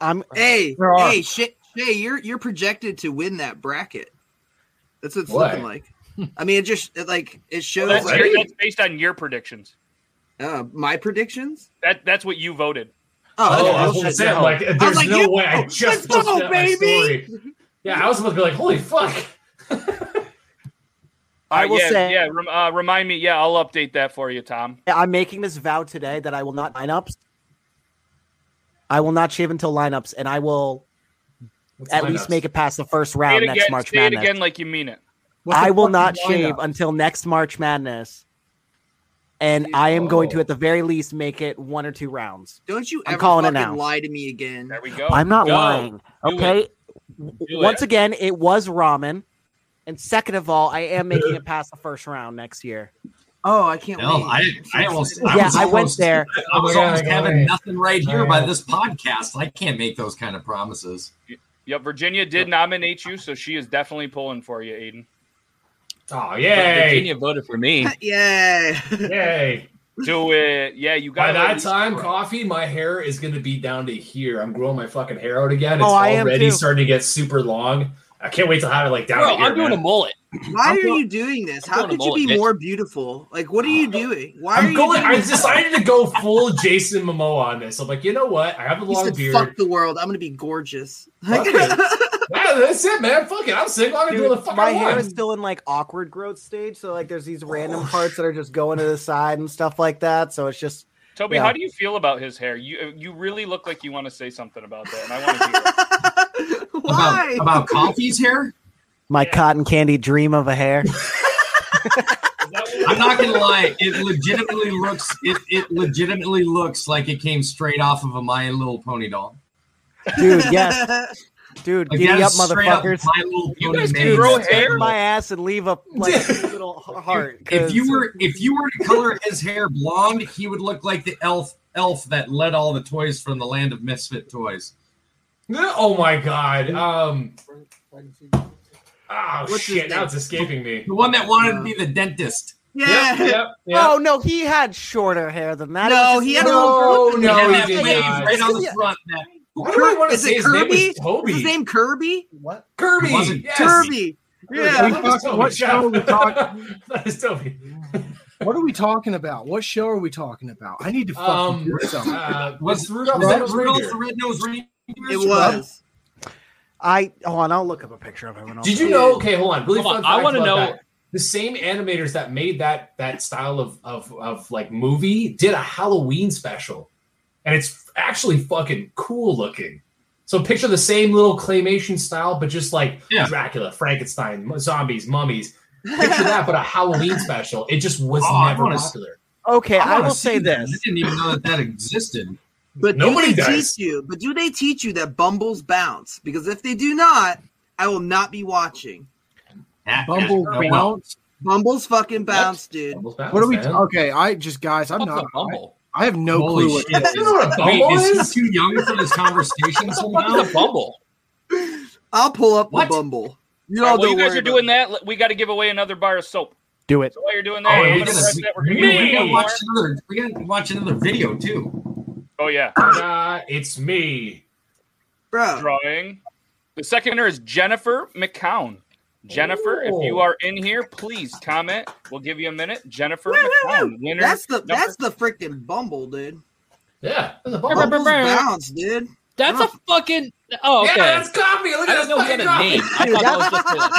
[SPEAKER 4] I'm
[SPEAKER 6] hey,
[SPEAKER 4] There are.
[SPEAKER 6] hey, Shay, Shay, you're you're projected to win that bracket. That's what it's
[SPEAKER 3] Why?
[SPEAKER 6] looking like. I mean, it just it, like it shows
[SPEAKER 1] That's,
[SPEAKER 6] like,
[SPEAKER 1] your- that's based on your predictions.
[SPEAKER 6] uh, my predictions.
[SPEAKER 1] That that's what you voted.
[SPEAKER 3] oh,
[SPEAKER 6] okay,
[SPEAKER 3] I was
[SPEAKER 6] bullshit.
[SPEAKER 3] gonna say,
[SPEAKER 6] No.
[SPEAKER 3] I'm like,
[SPEAKER 6] I was
[SPEAKER 3] there's
[SPEAKER 6] like,
[SPEAKER 3] no
[SPEAKER 6] yeah,
[SPEAKER 3] way. I
[SPEAKER 6] let's
[SPEAKER 3] just
[SPEAKER 6] go,
[SPEAKER 3] posted that my
[SPEAKER 6] baby.
[SPEAKER 3] story. Yeah, I was about to be like, holy fuck.
[SPEAKER 4] I will
[SPEAKER 1] yeah,
[SPEAKER 4] say-
[SPEAKER 1] yeah. Rem, uh, remind me. Yeah, I'll update that for you, Tom.
[SPEAKER 4] I'm making this vow today that I will not lineups. I will not shave until lineups, and I will
[SPEAKER 3] What's
[SPEAKER 4] at
[SPEAKER 3] lineups?
[SPEAKER 4] least make it past the first
[SPEAKER 1] Say
[SPEAKER 4] round
[SPEAKER 1] it
[SPEAKER 4] next
[SPEAKER 1] again.
[SPEAKER 4] March
[SPEAKER 1] say it
[SPEAKER 4] Madness.
[SPEAKER 1] again like you mean it.
[SPEAKER 11] What the
[SPEAKER 4] I will
[SPEAKER 11] fuck
[SPEAKER 4] not
[SPEAKER 11] is lineup?
[SPEAKER 4] shave until next March Madness, and I am going to
[SPEAKER 3] Oh.
[SPEAKER 4] at the very least make it one or two rounds.
[SPEAKER 6] Don't you
[SPEAKER 4] I'm
[SPEAKER 6] ever
[SPEAKER 4] calling it
[SPEAKER 6] fucking
[SPEAKER 4] now.
[SPEAKER 6] lie to me again?
[SPEAKER 1] There we go.
[SPEAKER 4] I'm not
[SPEAKER 3] Go.
[SPEAKER 4] lying.
[SPEAKER 3] Do
[SPEAKER 4] Okay.
[SPEAKER 3] Do
[SPEAKER 4] Once
[SPEAKER 3] it.
[SPEAKER 4] again, it was ramen, and second of all, I am making it past the first round next year.
[SPEAKER 6] Oh, I can't
[SPEAKER 7] No,
[SPEAKER 6] wait.
[SPEAKER 7] I,
[SPEAKER 6] I'm so
[SPEAKER 7] I almost.
[SPEAKER 6] excited.
[SPEAKER 7] I
[SPEAKER 4] Yeah,
[SPEAKER 7] was
[SPEAKER 4] I went
[SPEAKER 7] almost-
[SPEAKER 4] there.
[SPEAKER 7] I was
[SPEAKER 3] Oh my
[SPEAKER 7] almost
[SPEAKER 3] God,
[SPEAKER 7] having
[SPEAKER 3] guys.
[SPEAKER 7] nothing right here by
[SPEAKER 3] Guys.
[SPEAKER 7] this podcast. I can't make those kind of promises.
[SPEAKER 1] Yeah, Virginia did nominate you, so she is definitely pulling for you, Aiden.
[SPEAKER 3] Oh,
[SPEAKER 8] But
[SPEAKER 3] yay.
[SPEAKER 8] Virginia voted for me. *laughs*
[SPEAKER 6] Yay!
[SPEAKER 3] Yay.
[SPEAKER 1] Do it. Yeah, you got
[SPEAKER 3] By
[SPEAKER 1] it.
[SPEAKER 3] that time, coffee, my hair is going to be down to here. I'm growing my fucking hair out again. It's
[SPEAKER 4] Oh, I am
[SPEAKER 3] already
[SPEAKER 4] too.
[SPEAKER 3] starting to get super long. I can't wait to have it like down
[SPEAKER 8] Bro,
[SPEAKER 3] to here.
[SPEAKER 8] I'm doing a
[SPEAKER 3] man.
[SPEAKER 8] mullet.
[SPEAKER 6] Why
[SPEAKER 8] I'm
[SPEAKER 6] are
[SPEAKER 8] go-
[SPEAKER 6] you doing this?
[SPEAKER 8] I'm
[SPEAKER 6] How
[SPEAKER 8] going
[SPEAKER 6] could
[SPEAKER 8] to
[SPEAKER 6] you
[SPEAKER 8] mullet,
[SPEAKER 6] be
[SPEAKER 8] bitch.
[SPEAKER 6] more beautiful? Like, what are you doing? Why are
[SPEAKER 3] I'm
[SPEAKER 6] you
[SPEAKER 3] going.
[SPEAKER 6] doing
[SPEAKER 3] I
[SPEAKER 6] this?
[SPEAKER 3] decided to go full Jason Momoa on this. I'm like, you know what? I have a
[SPEAKER 6] He
[SPEAKER 3] long
[SPEAKER 6] said,
[SPEAKER 3] beard.
[SPEAKER 6] "Fuck the world. I'm gonna be gorgeous." *laughs*
[SPEAKER 3] Fuck it. Yeah, that's it, man. Fuck it. I'm single. I'm gonna do
[SPEAKER 4] Dude,
[SPEAKER 3] what the fuck
[SPEAKER 4] my
[SPEAKER 3] I
[SPEAKER 4] hair
[SPEAKER 3] want.
[SPEAKER 4] is still in like awkward growth stage, so like there's these random parts that are just going to the side and stuff like that. So it's just
[SPEAKER 1] Toby,
[SPEAKER 4] Yeah.
[SPEAKER 1] how do you feel about his hair? You uh, you really look like you want to say something about that, and I want to hear. it.
[SPEAKER 6] Why?
[SPEAKER 7] About,
[SPEAKER 4] *laughs*
[SPEAKER 7] about coffee's hair?
[SPEAKER 4] my cotton candy dream of a hair.
[SPEAKER 3] *laughs*
[SPEAKER 7] I'm not gonna lie. It legitimately looks. It, it legitimately looks like it came straight off of a My Little Pony doll.
[SPEAKER 6] *laughs*
[SPEAKER 4] Dude, yes. Dude,
[SPEAKER 7] Like, that
[SPEAKER 4] giddy
[SPEAKER 7] is
[SPEAKER 4] up,
[SPEAKER 7] straight up
[SPEAKER 4] motherfuckers!
[SPEAKER 7] My Little
[SPEAKER 4] You
[SPEAKER 7] Pony
[SPEAKER 4] guys
[SPEAKER 7] made
[SPEAKER 4] can grow
[SPEAKER 7] that.
[SPEAKER 4] hair. My ass and leave a like little heart.
[SPEAKER 7] If you
[SPEAKER 4] 'cause-
[SPEAKER 7] were if you were to color his hair blonde, he would look like the elf elf that led all the toys from the land of misfit toys.
[SPEAKER 3] Oh my god. Um Oh
[SPEAKER 7] What's his
[SPEAKER 3] shit, now
[SPEAKER 7] name?
[SPEAKER 3] it's escaping me.
[SPEAKER 7] The one that wanted to be the dentist.
[SPEAKER 3] Yeah. Yep, yep, yep.
[SPEAKER 4] Oh no, he had shorter hair than that.
[SPEAKER 6] No,
[SPEAKER 4] It was just
[SPEAKER 6] he had a
[SPEAKER 4] yellow.
[SPEAKER 6] little- No,
[SPEAKER 7] *laughs* he did not. Right on the
[SPEAKER 4] Yeah.
[SPEAKER 7] front,
[SPEAKER 3] Why do I want to
[SPEAKER 6] Is
[SPEAKER 3] say
[SPEAKER 6] it
[SPEAKER 3] his name
[SPEAKER 6] Kirby?
[SPEAKER 3] was
[SPEAKER 6] Is
[SPEAKER 3] Toby?
[SPEAKER 6] his name Kirby? What?
[SPEAKER 3] Kirby.
[SPEAKER 7] Wasn't-
[SPEAKER 3] yes.
[SPEAKER 6] Kirby. Yeah.
[SPEAKER 3] I thought it was Toby.
[SPEAKER 12] what show are
[SPEAKER 3] *laughs*
[SPEAKER 12] we talking?
[SPEAKER 3] That is Toby.
[SPEAKER 12] What are we talking about? What show are we talking about? I need to fucking
[SPEAKER 3] Um,
[SPEAKER 12] do something.
[SPEAKER 3] uh,
[SPEAKER 12] Was
[SPEAKER 3] was Rudolph
[SPEAKER 12] that
[SPEAKER 3] the
[SPEAKER 12] Rudolph
[SPEAKER 3] Red-Nosed
[SPEAKER 12] the
[SPEAKER 7] Red-Nosed Reindeer?
[SPEAKER 6] It was.
[SPEAKER 4] I hold on, I'll look up a picture of him. and I'll
[SPEAKER 3] Did you
[SPEAKER 4] show
[SPEAKER 3] know? Okay, hold on. Really fun
[SPEAKER 8] Hold on,
[SPEAKER 3] fact
[SPEAKER 8] I wanna
[SPEAKER 3] about
[SPEAKER 8] know-
[SPEAKER 3] that. the same animators that made that that style of of of like movie did a Halloween special, and it's actually fucking cool looking. So picture the same little claymation style, but just like
[SPEAKER 7] Yeah.
[SPEAKER 3] Dracula, Frankenstein, zombies, mummies. Picture that, but a
[SPEAKER 8] *laughs*
[SPEAKER 3] Halloween special. It just was
[SPEAKER 7] Oh, I
[SPEAKER 3] never
[SPEAKER 7] wanna s-
[SPEAKER 3] popular.
[SPEAKER 4] Okay,
[SPEAKER 7] I
[SPEAKER 4] I,
[SPEAKER 7] wanna
[SPEAKER 4] will
[SPEAKER 7] see
[SPEAKER 4] say
[SPEAKER 7] that.
[SPEAKER 4] this.
[SPEAKER 7] I didn't even know that that existed.
[SPEAKER 6] But
[SPEAKER 7] Nobody
[SPEAKER 6] do they
[SPEAKER 7] does.
[SPEAKER 6] teach you? But do they teach you that bumbles bounce? Because if they do not, I will not be watching.
[SPEAKER 12] Bumble bounce.
[SPEAKER 6] Bumbles fucking bounce, dude.
[SPEAKER 12] What are we? okay, I just guys, I'm not.
[SPEAKER 8] Bumble?
[SPEAKER 12] I, I have no
[SPEAKER 7] Holy
[SPEAKER 12] clue.
[SPEAKER 7] *laughs* shit.
[SPEAKER 12] What
[SPEAKER 7] You know what a Wait, Bumble is he is? too young for this
[SPEAKER 3] *laughs*
[SPEAKER 7] conversation somehow?
[SPEAKER 8] What is a Bumble?
[SPEAKER 6] I'll pull up
[SPEAKER 8] What?
[SPEAKER 6] the Bumble. You
[SPEAKER 1] All
[SPEAKER 6] all
[SPEAKER 1] right, while
[SPEAKER 6] don't
[SPEAKER 1] you guys
[SPEAKER 6] worry
[SPEAKER 1] are
[SPEAKER 6] about
[SPEAKER 1] doing that, let- we got to give away another bar of soap.
[SPEAKER 4] Do it.
[SPEAKER 1] So while you're doing
[SPEAKER 7] Oh,
[SPEAKER 1] that, I'm
[SPEAKER 7] we
[SPEAKER 1] gonna
[SPEAKER 7] gotta
[SPEAKER 1] press
[SPEAKER 7] see-
[SPEAKER 1] that. We're
[SPEAKER 7] we
[SPEAKER 1] gonna
[SPEAKER 7] gotta- we
[SPEAKER 1] give away
[SPEAKER 7] gotta
[SPEAKER 1] one
[SPEAKER 7] watch another. We gotta watch another video too.
[SPEAKER 1] more. Oh yeah,
[SPEAKER 3] Nah, it's me,
[SPEAKER 6] bro.
[SPEAKER 1] Drawing. The seconder is Jennifer McCown. Jennifer, if you
[SPEAKER 6] Oh.
[SPEAKER 3] Ooh.
[SPEAKER 1] are in here, please comment. We'll give you a minute. Jennifer
[SPEAKER 6] Woo, woo,
[SPEAKER 1] McCown,
[SPEAKER 6] woo.
[SPEAKER 1] winner.
[SPEAKER 6] That's the
[SPEAKER 1] number-
[SPEAKER 6] that's the freaking Bumble, dude.
[SPEAKER 3] Yeah, that's a Bumble.
[SPEAKER 6] Bumbles
[SPEAKER 8] brr.
[SPEAKER 6] bounce, dude.
[SPEAKER 8] That's a fucking. Oh, okay.
[SPEAKER 3] Yeah, that's coffee. Look
[SPEAKER 8] I
[SPEAKER 3] at
[SPEAKER 8] don't
[SPEAKER 3] this
[SPEAKER 8] know he had
[SPEAKER 3] fucking
[SPEAKER 8] a
[SPEAKER 3] coffee.
[SPEAKER 8] name. I thought that was just a-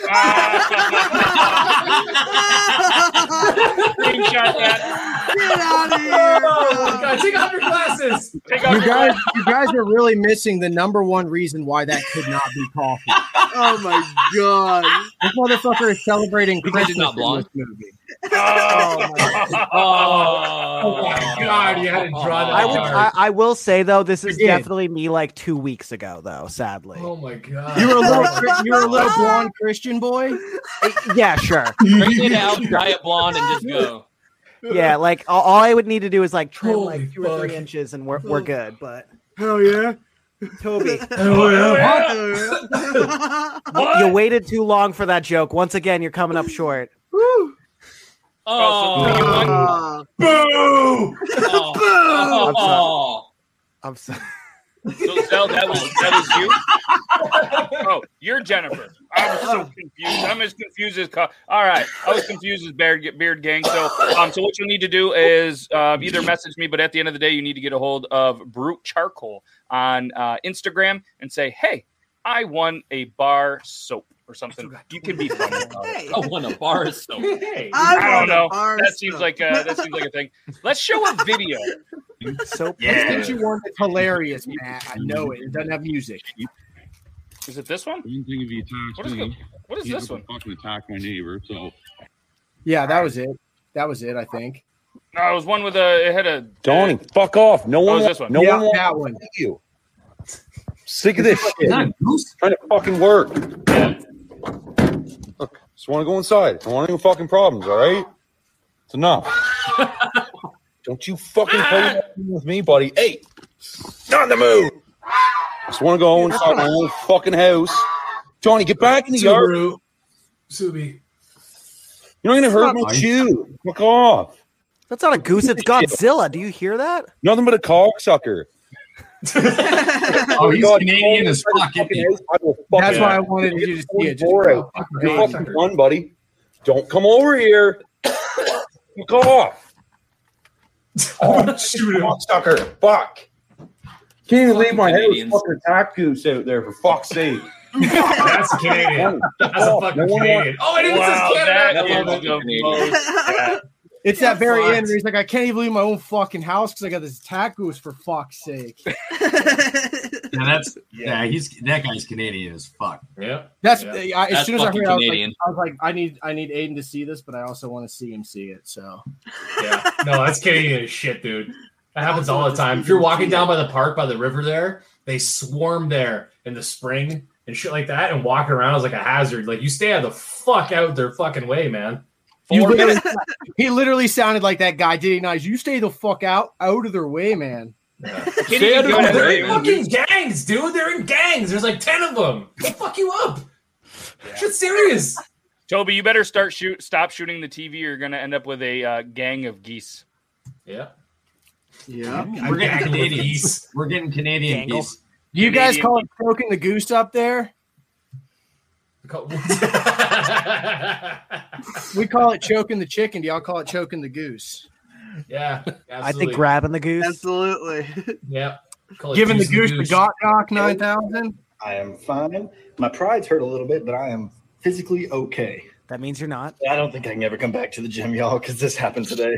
[SPEAKER 3] *laughs*
[SPEAKER 8] there he
[SPEAKER 1] *laughs*
[SPEAKER 8] is.
[SPEAKER 6] *laughs*
[SPEAKER 1] Screenshot that.
[SPEAKER 6] Get out of here,
[SPEAKER 3] Oh my
[SPEAKER 6] bro.
[SPEAKER 3] god, take off your glasses.
[SPEAKER 1] Take off
[SPEAKER 12] You
[SPEAKER 1] your
[SPEAKER 12] guys,
[SPEAKER 1] glasses.
[SPEAKER 12] you guys are really missing the number one reason why that could not be coffee.
[SPEAKER 6] Oh my god.
[SPEAKER 12] This motherfucker is celebrating
[SPEAKER 8] Because
[SPEAKER 12] Christmas
[SPEAKER 8] he's not blonde.
[SPEAKER 12] in this movie.
[SPEAKER 8] Oh,
[SPEAKER 3] *laughs* Oh my god, you had to draw that
[SPEAKER 4] I, would,
[SPEAKER 3] card.
[SPEAKER 4] I, I will say though, this is
[SPEAKER 12] did.
[SPEAKER 4] definitely me like two weeks ago though. Sadly,
[SPEAKER 3] Oh my god. Oh,
[SPEAKER 12] You were a *laughs* little, you were a little blonde Christian boy.
[SPEAKER 4] yeah, sure,
[SPEAKER 8] Bring it out, dye it blonde,
[SPEAKER 3] *laughs*
[SPEAKER 8] and just go.
[SPEAKER 4] yeah. Like all, all I would need to do is like trim
[SPEAKER 3] Holy
[SPEAKER 4] like two or three
[SPEAKER 3] fuck.
[SPEAKER 4] inches, and we're we're good. But
[SPEAKER 5] Hell
[SPEAKER 6] *laughs*
[SPEAKER 5] yeah.
[SPEAKER 4] Toby,
[SPEAKER 3] Oh, yeah.
[SPEAKER 4] you waited too long for that joke. Once again, you're coming up short.
[SPEAKER 1] Oh, so
[SPEAKER 8] Oh,
[SPEAKER 6] Uh,
[SPEAKER 3] Boo!
[SPEAKER 8] oh,
[SPEAKER 4] I'm
[SPEAKER 8] oh.
[SPEAKER 4] I'm sorry.
[SPEAKER 1] So Zell, that was that was you. Oh, you're Jennifer. I'm so confused. I'm as confused as co- all right. I was confused as Beard Beard Gang. So, um, so what you need to do is uh, either message me, but at the end of the day, you need to get a hold of Brute Charcoal on uh, Instagram and say, "Hey, I won a bar soap or something." You can be funny. about it.
[SPEAKER 6] hey,
[SPEAKER 8] I want Oh, a bar of soap.
[SPEAKER 3] Hey.
[SPEAKER 6] I,
[SPEAKER 1] Oh, I don't
[SPEAKER 6] want a
[SPEAKER 1] know.
[SPEAKER 6] bar
[SPEAKER 1] That seems
[SPEAKER 6] soap.
[SPEAKER 1] like a, that seems like a thing. Let's show a video.
[SPEAKER 4] So
[SPEAKER 12] Let's get you one that's hilarious, Matt. I know it. It doesn't have music.
[SPEAKER 1] Is it this
[SPEAKER 13] One
[SPEAKER 1] one?
[SPEAKER 13] thing if he attacks
[SPEAKER 1] What is
[SPEAKER 13] me,
[SPEAKER 1] the, what is
[SPEAKER 13] he's
[SPEAKER 1] this
[SPEAKER 13] gonna
[SPEAKER 1] one?
[SPEAKER 13] Fucking attack my neighbor. So
[SPEAKER 12] Yeah, that was it. That was it. I think.
[SPEAKER 1] No, it was one with a. It had a.
[SPEAKER 14] Donnie, fuck off. No
[SPEAKER 1] Oh,
[SPEAKER 14] one,
[SPEAKER 1] is
[SPEAKER 14] wa-
[SPEAKER 1] this one?
[SPEAKER 14] no
[SPEAKER 12] yeah,
[SPEAKER 14] one wants
[SPEAKER 12] that one.
[SPEAKER 14] you. Sick of this shit.
[SPEAKER 7] Not a goose.
[SPEAKER 14] Trying to fucking work. Look, just want to go inside. I want any fucking problems. All right, it's *laughs* enough. Don't you fucking play with me, buddy. Hey, not in the mood. Just want to go inside my own fucking house. Johnny, get back in the yard.
[SPEAKER 3] Subaru. Subi.
[SPEAKER 14] You're not gonna hurt my shoe. Fuck off.
[SPEAKER 4] *laughs* That's not a goose. It's Godzilla. Do you hear that?
[SPEAKER 14] Nothing but a cocksucker.
[SPEAKER 6] *laughs*
[SPEAKER 7] Oh, he's
[SPEAKER 14] God,
[SPEAKER 7] Canadian as fuck. isn't he?
[SPEAKER 14] Fucking house, I will fucking-
[SPEAKER 12] That's why I wanted you to see it. Just
[SPEAKER 14] Boring. You're
[SPEAKER 12] Godzilla.
[SPEAKER 14] fucking fun, buddy. Don't come over here. Fuck off. Oh, shoot him. Sucker. Fuck. Can't even leave my head with
[SPEAKER 8] Canadians.
[SPEAKER 14] fucking attack goose out there for fuck's sake.
[SPEAKER 3] That's a Canadian. That's a
[SPEAKER 14] Oh,
[SPEAKER 3] fucking
[SPEAKER 14] no one
[SPEAKER 3] Canadian. Oh, it even
[SPEAKER 1] Wow,
[SPEAKER 3] says Canada.
[SPEAKER 1] that
[SPEAKER 3] Yeah,
[SPEAKER 1] is
[SPEAKER 3] that's
[SPEAKER 1] the
[SPEAKER 3] Canadian.
[SPEAKER 1] most- that-
[SPEAKER 12] It's that very
[SPEAKER 3] Fucked.
[SPEAKER 12] end where he's like, I can't even leave my own fucking house because I got this attack goose for fuck's sake.
[SPEAKER 7] Yeah, that's yeah. He's that guy's Canadian as fuck.
[SPEAKER 3] Yeah.
[SPEAKER 12] That's
[SPEAKER 3] Yeah.
[SPEAKER 12] I, as
[SPEAKER 8] That's
[SPEAKER 12] soon as I heard, it,
[SPEAKER 8] fucking
[SPEAKER 12] I was, like,
[SPEAKER 8] Canadian.
[SPEAKER 12] I was like, I need, I need Aiden to see this, but I also want to see him see it. So
[SPEAKER 3] yeah. No, that's Canadian as shit, dude. That happens all the time. If you're walking down by the park by the river there, they swarm there in the spring and shit like that and walking around is like a hazard. Like you stay out of the fuck out their fucking way, man.
[SPEAKER 12] You
[SPEAKER 3] Four-
[SPEAKER 12] *laughs* literally, he literally sounded like that guy, did he not? You stay the fuck out, out of their way, man.
[SPEAKER 3] Stay out of the way. They're fucking gangs, dude. They're in gangs. There's like ten of them. They'll fuck you up. Shit's serious.
[SPEAKER 1] Toby, you better start shoot. Stop shooting the TV. or You're gonna end up with a uh, gang of geese.
[SPEAKER 3] Yeah.
[SPEAKER 11] Yeah.
[SPEAKER 7] We're getting Canadian geese. We're getting Canadian
[SPEAKER 11] Dangle.
[SPEAKER 7] geese.
[SPEAKER 12] Do you guys call it stroking the goose up there?
[SPEAKER 7] *laughs*
[SPEAKER 12] we call it choking the chicken. Do y'all call it choking the goose?
[SPEAKER 3] *laughs* Yeah.
[SPEAKER 4] I think grabbing the goose.
[SPEAKER 6] Absolutely. *laughs*
[SPEAKER 3] Yeah.
[SPEAKER 12] Giving the goose the got knock nine thousand.
[SPEAKER 15] I am fine. My pride's hurt a little bit, but I am physically okay.
[SPEAKER 4] That means you're not.
[SPEAKER 15] I don't think I can ever come back to the gym, y'all, because this happened today.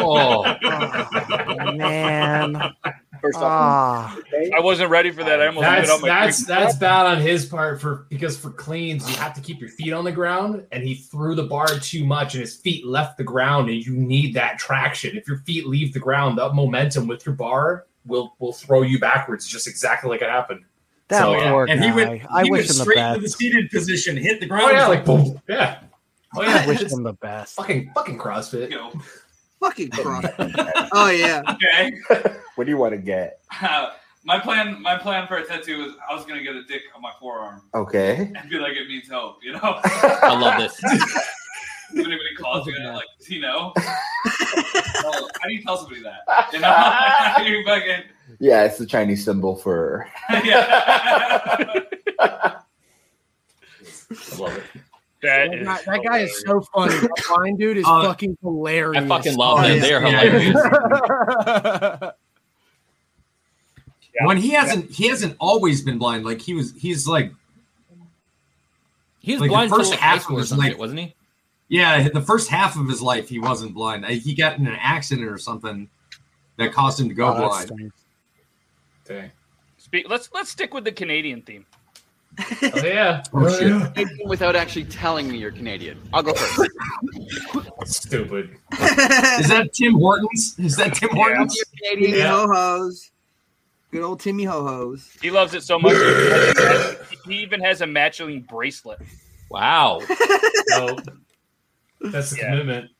[SPEAKER 8] Oh,
[SPEAKER 4] Oh, man. Ah.
[SPEAKER 15] First
[SPEAKER 4] off,
[SPEAKER 1] I wasn't ready for that. I almost
[SPEAKER 3] That's
[SPEAKER 1] put on my
[SPEAKER 3] that's
[SPEAKER 1] drink.
[SPEAKER 3] that's bad on his part for because for cleans you have to keep your feet on the ground and he threw the bar too much and his feet left the ground and you need that traction. If your feet leave the ground, that momentum with your bar will will throw you backwards, just exactly like it happened.
[SPEAKER 4] That poor
[SPEAKER 7] And he
[SPEAKER 4] guy.
[SPEAKER 7] went,
[SPEAKER 4] I
[SPEAKER 7] he
[SPEAKER 4] wish
[SPEAKER 7] went
[SPEAKER 4] him the
[SPEAKER 7] straight
[SPEAKER 4] best.
[SPEAKER 7] into the seated position, hit the ground.
[SPEAKER 3] Oh, yeah, like boom. Yeah. Oh, yeah.
[SPEAKER 4] I *laughs* wish him the best.
[SPEAKER 3] Fucking fucking CrossFit.
[SPEAKER 6] Fucking
[SPEAKER 1] *laughs*
[SPEAKER 6] CrossFit. oh yeah.
[SPEAKER 16] Okay.
[SPEAKER 15] What do you want to get?
[SPEAKER 16] Uh, my plan, my plan for a tattoo was I was gonna get a dick on my forearm
[SPEAKER 15] Okay.
[SPEAKER 16] and be like, "It means help," you
[SPEAKER 15] *laughs*
[SPEAKER 16] know.
[SPEAKER 8] I love this.
[SPEAKER 16] if anybody calls me, I'm like,
[SPEAKER 15] *laughs*
[SPEAKER 16] you know, Well, how do you tell somebody that? You know, *laughs* How do you fucking
[SPEAKER 17] Yeah, it's the Chinese
[SPEAKER 16] *laughs*
[SPEAKER 17] symbol for.
[SPEAKER 15] *laughs*
[SPEAKER 8] I love it.
[SPEAKER 1] That,
[SPEAKER 12] That guy, that guy is so funny. That line dude is
[SPEAKER 8] Uh,
[SPEAKER 12] fucking hilarious.
[SPEAKER 8] I fucking love them. They
[SPEAKER 7] *laughs*
[SPEAKER 12] *laughs*
[SPEAKER 8] are
[SPEAKER 12] hilarious.
[SPEAKER 7] When he hasn't, he hasn't always been blind. Like he was, he's like
[SPEAKER 8] He was
[SPEAKER 7] Like, the
[SPEAKER 8] blind
[SPEAKER 7] first half
[SPEAKER 8] first half
[SPEAKER 7] of
[SPEAKER 8] school or
[SPEAKER 7] his
[SPEAKER 8] something,
[SPEAKER 7] life-
[SPEAKER 8] wasn't he?
[SPEAKER 7] Yeah, the first half of his life he wasn't blind. Uh, He got in an accident or something that caused him to go
[SPEAKER 1] Oh, that
[SPEAKER 7] blind.
[SPEAKER 1] Spe- let's let's stick with the Canadian theme.
[SPEAKER 3] Oh, yeah.
[SPEAKER 18] Without actually telling me you're Canadian. I'll go first.
[SPEAKER 3] Stupid.
[SPEAKER 6] *laughs*
[SPEAKER 7] Is that Tim Hortons? Is that Tim Hortons?
[SPEAKER 6] Timmy
[SPEAKER 1] Yeah.
[SPEAKER 6] ho hos. Good old Timmy ho hos.
[SPEAKER 1] He loves it so much. he even has a matching bracelet.
[SPEAKER 8] *laughs* Wow.
[SPEAKER 3] no. That's the commitment.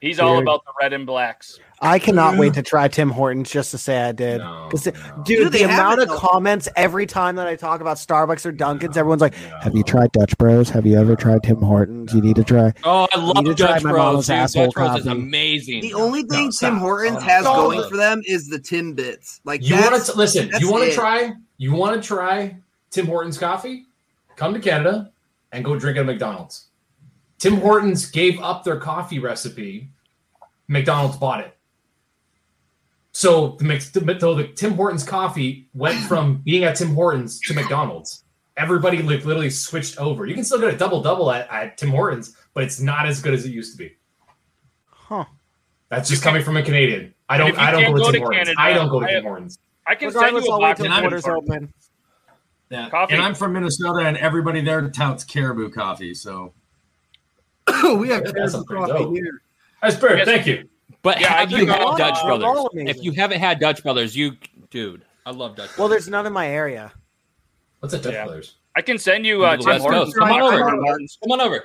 [SPEAKER 1] He's all
[SPEAKER 4] Dude.
[SPEAKER 1] about the red and blacks.
[SPEAKER 4] I cannot wait to try Tim Hortons just to say I did. 'Cause the- Dude,
[SPEAKER 1] Dude, they
[SPEAKER 4] the
[SPEAKER 1] have
[SPEAKER 4] amount
[SPEAKER 1] it,
[SPEAKER 4] of
[SPEAKER 1] though.
[SPEAKER 4] comments every time that I talk about Starbucks or Dunkin's, everyone's like,
[SPEAKER 17] Have you tried Dutch Bros? Have you ever tried Tim Hortons? You need to try.
[SPEAKER 8] Oh, I
[SPEAKER 4] need to
[SPEAKER 8] love
[SPEAKER 4] try
[SPEAKER 8] Dutch
[SPEAKER 4] my
[SPEAKER 8] Bros.
[SPEAKER 4] mama's
[SPEAKER 8] Dude, Dutch
[SPEAKER 4] asshole
[SPEAKER 8] Bros is
[SPEAKER 4] coffee.
[SPEAKER 8] amazing.
[SPEAKER 6] The only thing Tim Hortons has going for them is the Timbits. Like
[SPEAKER 3] You
[SPEAKER 6] that's-
[SPEAKER 3] want to listen?
[SPEAKER 6] that's
[SPEAKER 3] You want
[SPEAKER 6] it.
[SPEAKER 3] to try? You want to try Tim Hortons coffee? Come to Canada and go drink at a McDonald's. Tim Hortons gave up their coffee recipe. McDonald's bought it. So the, Mc- the, the Tim Hortons coffee went
[SPEAKER 6] *clears throat*
[SPEAKER 3] from being at Tim Hortons to McDonald's. Everybody like literally switched over. You can still get a double double at, at Tim Hortons, but it's not as good as it used to be.
[SPEAKER 4] Huh.
[SPEAKER 3] That's just coming from a Canadian. I
[SPEAKER 1] And
[SPEAKER 3] don't.
[SPEAKER 1] if you
[SPEAKER 3] I don't
[SPEAKER 1] can't go
[SPEAKER 3] go to Tim
[SPEAKER 1] to
[SPEAKER 3] Hortons.
[SPEAKER 1] Canada,
[SPEAKER 3] I don't go to
[SPEAKER 1] I-
[SPEAKER 3] Tim Hortons.
[SPEAKER 1] I can send
[SPEAKER 4] Regardless,
[SPEAKER 1] you a
[SPEAKER 4] I'll wait
[SPEAKER 1] box
[SPEAKER 4] till
[SPEAKER 1] of
[SPEAKER 4] the
[SPEAKER 1] Tim
[SPEAKER 4] border's
[SPEAKER 1] Hortons.
[SPEAKER 4] open.
[SPEAKER 7] Yeah.
[SPEAKER 1] Coffee.
[SPEAKER 7] And I'm from Minnesota, and everybody there touts Caribou coffee. So
[SPEAKER 12] we have
[SPEAKER 7] That's
[SPEAKER 12] Caribou
[SPEAKER 7] pretty
[SPEAKER 12] coffee
[SPEAKER 7] dope.
[SPEAKER 12] here.
[SPEAKER 3] That's
[SPEAKER 8] Yes.
[SPEAKER 3] Thank you.
[SPEAKER 8] But
[SPEAKER 4] Yeah, I
[SPEAKER 8] have you
[SPEAKER 4] think
[SPEAKER 8] had
[SPEAKER 4] all-
[SPEAKER 8] Dutch
[SPEAKER 4] they're
[SPEAKER 8] Brothers?
[SPEAKER 4] all
[SPEAKER 8] If you haven't had Dutch Brothers, you dude, I love Dutch.
[SPEAKER 4] Well, there's none in my area.
[SPEAKER 3] What's a
[SPEAKER 1] Dutch Yeah.
[SPEAKER 3] Brothers?
[SPEAKER 1] I can send you uh,
[SPEAKER 8] Into the
[SPEAKER 1] Tim
[SPEAKER 8] West
[SPEAKER 1] Hortons.
[SPEAKER 8] Coast. Come on over. Come on over.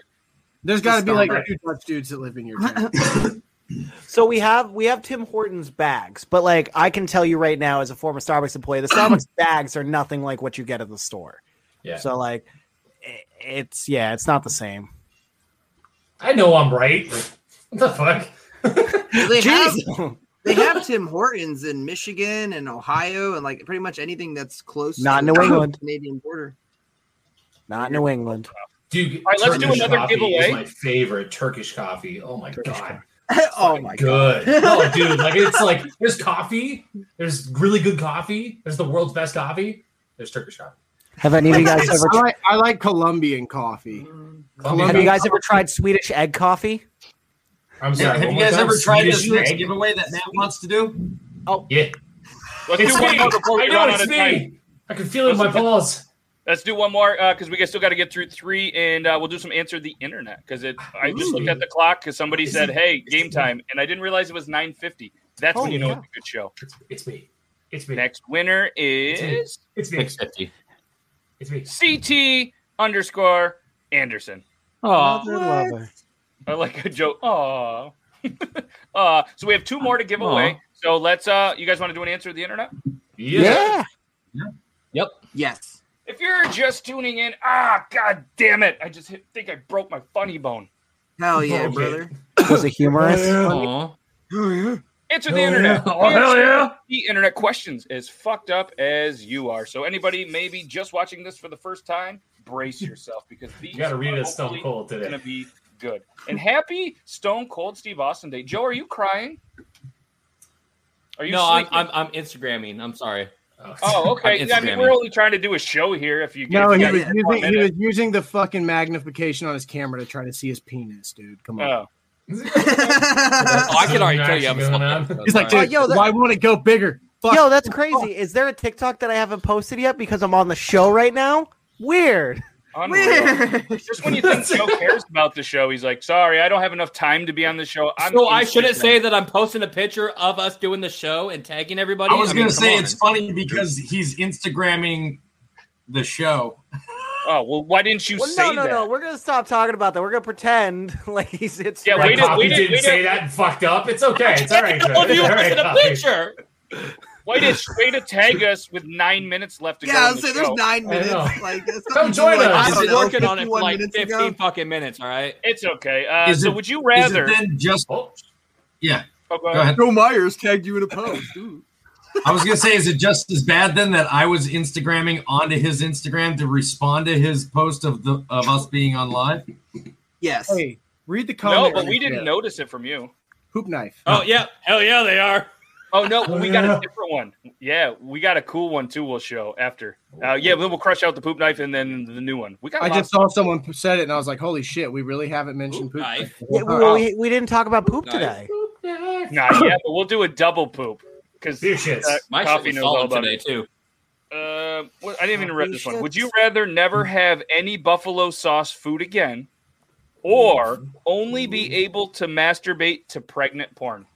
[SPEAKER 12] There's got to be like
[SPEAKER 1] Starbucks.
[SPEAKER 12] two Dutch dudes that live in *laughs* your town.
[SPEAKER 4] So we have we have Tim Hortons bags, but like I can tell you right now, as a former Starbucks employee, the *clears throat* Starbucks bags are nothing like what you get at the store.
[SPEAKER 3] Yeah.
[SPEAKER 4] So like, i- it's yeah, it's not the same.
[SPEAKER 3] I know I'm *laughs* right. What the fuck?
[SPEAKER 6] They have,
[SPEAKER 4] Jeez. *laughs*
[SPEAKER 5] *laughs*
[SPEAKER 6] they have Tim Hortons in Michigan and Ohio and like pretty much anything that's close.
[SPEAKER 4] Not
[SPEAKER 6] to
[SPEAKER 4] New
[SPEAKER 6] the
[SPEAKER 4] England.
[SPEAKER 6] Canadian
[SPEAKER 5] *laughs*
[SPEAKER 6] border.
[SPEAKER 4] Not New England.
[SPEAKER 3] Dude,
[SPEAKER 6] right, let's do another
[SPEAKER 3] coffee
[SPEAKER 6] giveaway.
[SPEAKER 3] Is my favorite Turkish coffee. Oh my god.
[SPEAKER 6] oh my
[SPEAKER 3] Good.
[SPEAKER 6] God.
[SPEAKER 3] No, dude, like it's like there's coffee. There's really good coffee. There's the world's best coffee. There's Turkish coffee.
[SPEAKER 4] Have any of you *laughs* guys ever?
[SPEAKER 12] I like, I like Colombian coffee.
[SPEAKER 6] Mm-hmm.
[SPEAKER 4] Have you guys ever tried Swedish egg coffee?
[SPEAKER 3] I'm
[SPEAKER 7] Yeah,
[SPEAKER 12] sorry,
[SPEAKER 7] have
[SPEAKER 12] one
[SPEAKER 7] you
[SPEAKER 12] more
[SPEAKER 7] guys
[SPEAKER 12] time?
[SPEAKER 7] ever tried this
[SPEAKER 12] Swedish
[SPEAKER 7] next
[SPEAKER 12] egg?
[SPEAKER 7] giveaway that Matt wants to do?
[SPEAKER 4] Oh
[SPEAKER 3] yeah.
[SPEAKER 1] Let's
[SPEAKER 3] It's
[SPEAKER 1] do one
[SPEAKER 3] me.
[SPEAKER 1] more before we
[SPEAKER 3] I know
[SPEAKER 1] run
[SPEAKER 3] it's
[SPEAKER 1] out of
[SPEAKER 3] me.
[SPEAKER 1] time.
[SPEAKER 3] I can feel it in my balls.
[SPEAKER 1] Let's do one more because we we got- still got to get through three, and uh, we'll do some answer the internet because it. I just looked at the clock because somebody said, "Hey, game time," and I didn't realize it was nine fifty. That's when
[SPEAKER 3] Oh,
[SPEAKER 1] you know
[SPEAKER 3] yeah.
[SPEAKER 1] it's a good show.
[SPEAKER 3] It's me. It's me.
[SPEAKER 1] Next winner is
[SPEAKER 3] It's me. It's me. Six
[SPEAKER 8] fifty.
[SPEAKER 3] It's
[SPEAKER 1] me. CT underscore Anderson.
[SPEAKER 8] Oh,
[SPEAKER 1] I like a joke. *laughs* Oh. uh, so we have two more to give
[SPEAKER 8] Aw.
[SPEAKER 1] away. So let's. Uh, you guys want to do an answer to the internet?
[SPEAKER 8] Yeah. Yep.
[SPEAKER 6] Yes.
[SPEAKER 1] If you're just tuning in, ah, god damn it! I just hit, think I broke my funny bone.
[SPEAKER 6] Hell yeah,
[SPEAKER 1] Okay.
[SPEAKER 5] *laughs*
[SPEAKER 6] brother.
[SPEAKER 4] Was it humorous?
[SPEAKER 1] Answer the
[SPEAKER 4] Hell
[SPEAKER 1] internet.
[SPEAKER 4] yeah. Oh, hell
[SPEAKER 1] Answer
[SPEAKER 4] yeah.
[SPEAKER 1] The internet questions as fucked up as you are. So anybody maybe just watching this for the first time, brace yourself because these
[SPEAKER 3] *laughs* You gotta read
[SPEAKER 1] are
[SPEAKER 3] it as Stone
[SPEAKER 1] hopefully
[SPEAKER 3] Cold today.
[SPEAKER 1] Gonna be good. And happy Stone Cold Steve Austin Day. Joe, are you crying? Are you
[SPEAKER 8] no, I'm,
[SPEAKER 1] sleeping?
[SPEAKER 8] I'm I'm Instagramming. I'm sorry.
[SPEAKER 1] Oh,
[SPEAKER 3] *laughs*
[SPEAKER 1] okay.
[SPEAKER 8] *laughs* I'm
[SPEAKER 1] Yeah, I mean,
[SPEAKER 8] Instagramming.
[SPEAKER 1] we're only trying to do a show here. If you
[SPEAKER 12] No,
[SPEAKER 1] if
[SPEAKER 12] he
[SPEAKER 1] you
[SPEAKER 12] was,
[SPEAKER 1] got one
[SPEAKER 12] using,
[SPEAKER 4] *laughs*
[SPEAKER 12] he
[SPEAKER 1] minute.
[SPEAKER 12] was using the fucking magnification on his camera to try to see his penis, dude. Come on.
[SPEAKER 1] Oh.
[SPEAKER 8] Oh, I can already tell you. I'm
[SPEAKER 3] Action going
[SPEAKER 8] fucking-
[SPEAKER 12] He's like,
[SPEAKER 4] Oh,
[SPEAKER 12] dude,
[SPEAKER 4] yo, that-
[SPEAKER 12] why won't it go bigger? Fuck.
[SPEAKER 4] *laughs* Yo, that's crazy. Is there a TikTok that I haven't posted yet because I'm on the show right now? Weird.
[SPEAKER 1] Unreal. Just when you think Joe cares about the show, he's like, "Sorry, I don't have enough time to be on the show." I'm
[SPEAKER 8] so I shouldn't
[SPEAKER 1] Instagram."
[SPEAKER 8] say that I'm posting a picture of us doing the show and tagging everybody.
[SPEAKER 7] I was
[SPEAKER 8] mean,
[SPEAKER 7] gonna
[SPEAKER 8] come
[SPEAKER 7] say
[SPEAKER 8] on.
[SPEAKER 7] it's funny because he's Instagramming the show.
[SPEAKER 1] Oh well, why didn't you
[SPEAKER 4] Well, no, no, no. We're gonna stop talking about that. We're gonna pretend *laughs* like he's it's.
[SPEAKER 1] Yeah,
[SPEAKER 4] right
[SPEAKER 1] we
[SPEAKER 4] now.
[SPEAKER 1] didn't, we didn't, we didn't. *laughs*
[SPEAKER 8] All of you posted a picture.
[SPEAKER 1] Way to, way to tag us with nine minutes left to go.
[SPEAKER 6] Yeah,
[SPEAKER 1] in
[SPEAKER 6] I'll
[SPEAKER 1] the
[SPEAKER 6] say there's
[SPEAKER 1] show.
[SPEAKER 6] nine minutes. Like, that's
[SPEAKER 1] Come
[SPEAKER 6] something
[SPEAKER 1] join
[SPEAKER 6] like,
[SPEAKER 1] us.
[SPEAKER 6] I don't
[SPEAKER 8] I've been
[SPEAKER 6] know,
[SPEAKER 8] working on it for
[SPEAKER 6] 51
[SPEAKER 8] like
[SPEAKER 6] minutes
[SPEAKER 8] 15
[SPEAKER 6] ago.
[SPEAKER 8] fucking minutes. All right.
[SPEAKER 1] It's okay. Uh,
[SPEAKER 7] Is
[SPEAKER 1] so
[SPEAKER 7] it-
[SPEAKER 1] would you
[SPEAKER 7] is it
[SPEAKER 1] rather?
[SPEAKER 7] then just yeah.
[SPEAKER 1] Oh, go
[SPEAKER 7] Go ahead.
[SPEAKER 5] Joe Myers tagged you in a post. Dude.
[SPEAKER 7] I was gonna say, is it just as bad then that I was Instagramming onto his Instagram to respond to his post of the of us being on live?
[SPEAKER 6] Yes. *laughs*
[SPEAKER 12] Hey, read the
[SPEAKER 1] No,
[SPEAKER 12] comment.
[SPEAKER 1] but we didn't notice it from you.
[SPEAKER 12] Hoop knife.
[SPEAKER 8] Oh yeah, hell yeah, they are.
[SPEAKER 1] Oh no, we got a different one. Yeah, we got a cool one too. We'll show after. Uh, yeah, then we'll crush out the poop knife and then the new one. We got.
[SPEAKER 12] I
[SPEAKER 1] lots
[SPEAKER 12] just saw someone said it, and I was like, "Holy shit, we really haven't mentioned poop."
[SPEAKER 8] knife.
[SPEAKER 4] Yeah, well, we, we didn't talk about poop today.
[SPEAKER 1] Not yet, but we'll do a double poop uh, because
[SPEAKER 3] Your shit's-
[SPEAKER 8] My shit was solid today too.
[SPEAKER 1] Uh, well, I didn't even read this one. Would you rather never have any buffalo sauce food again, or only be able to masturbate to pregnant porn?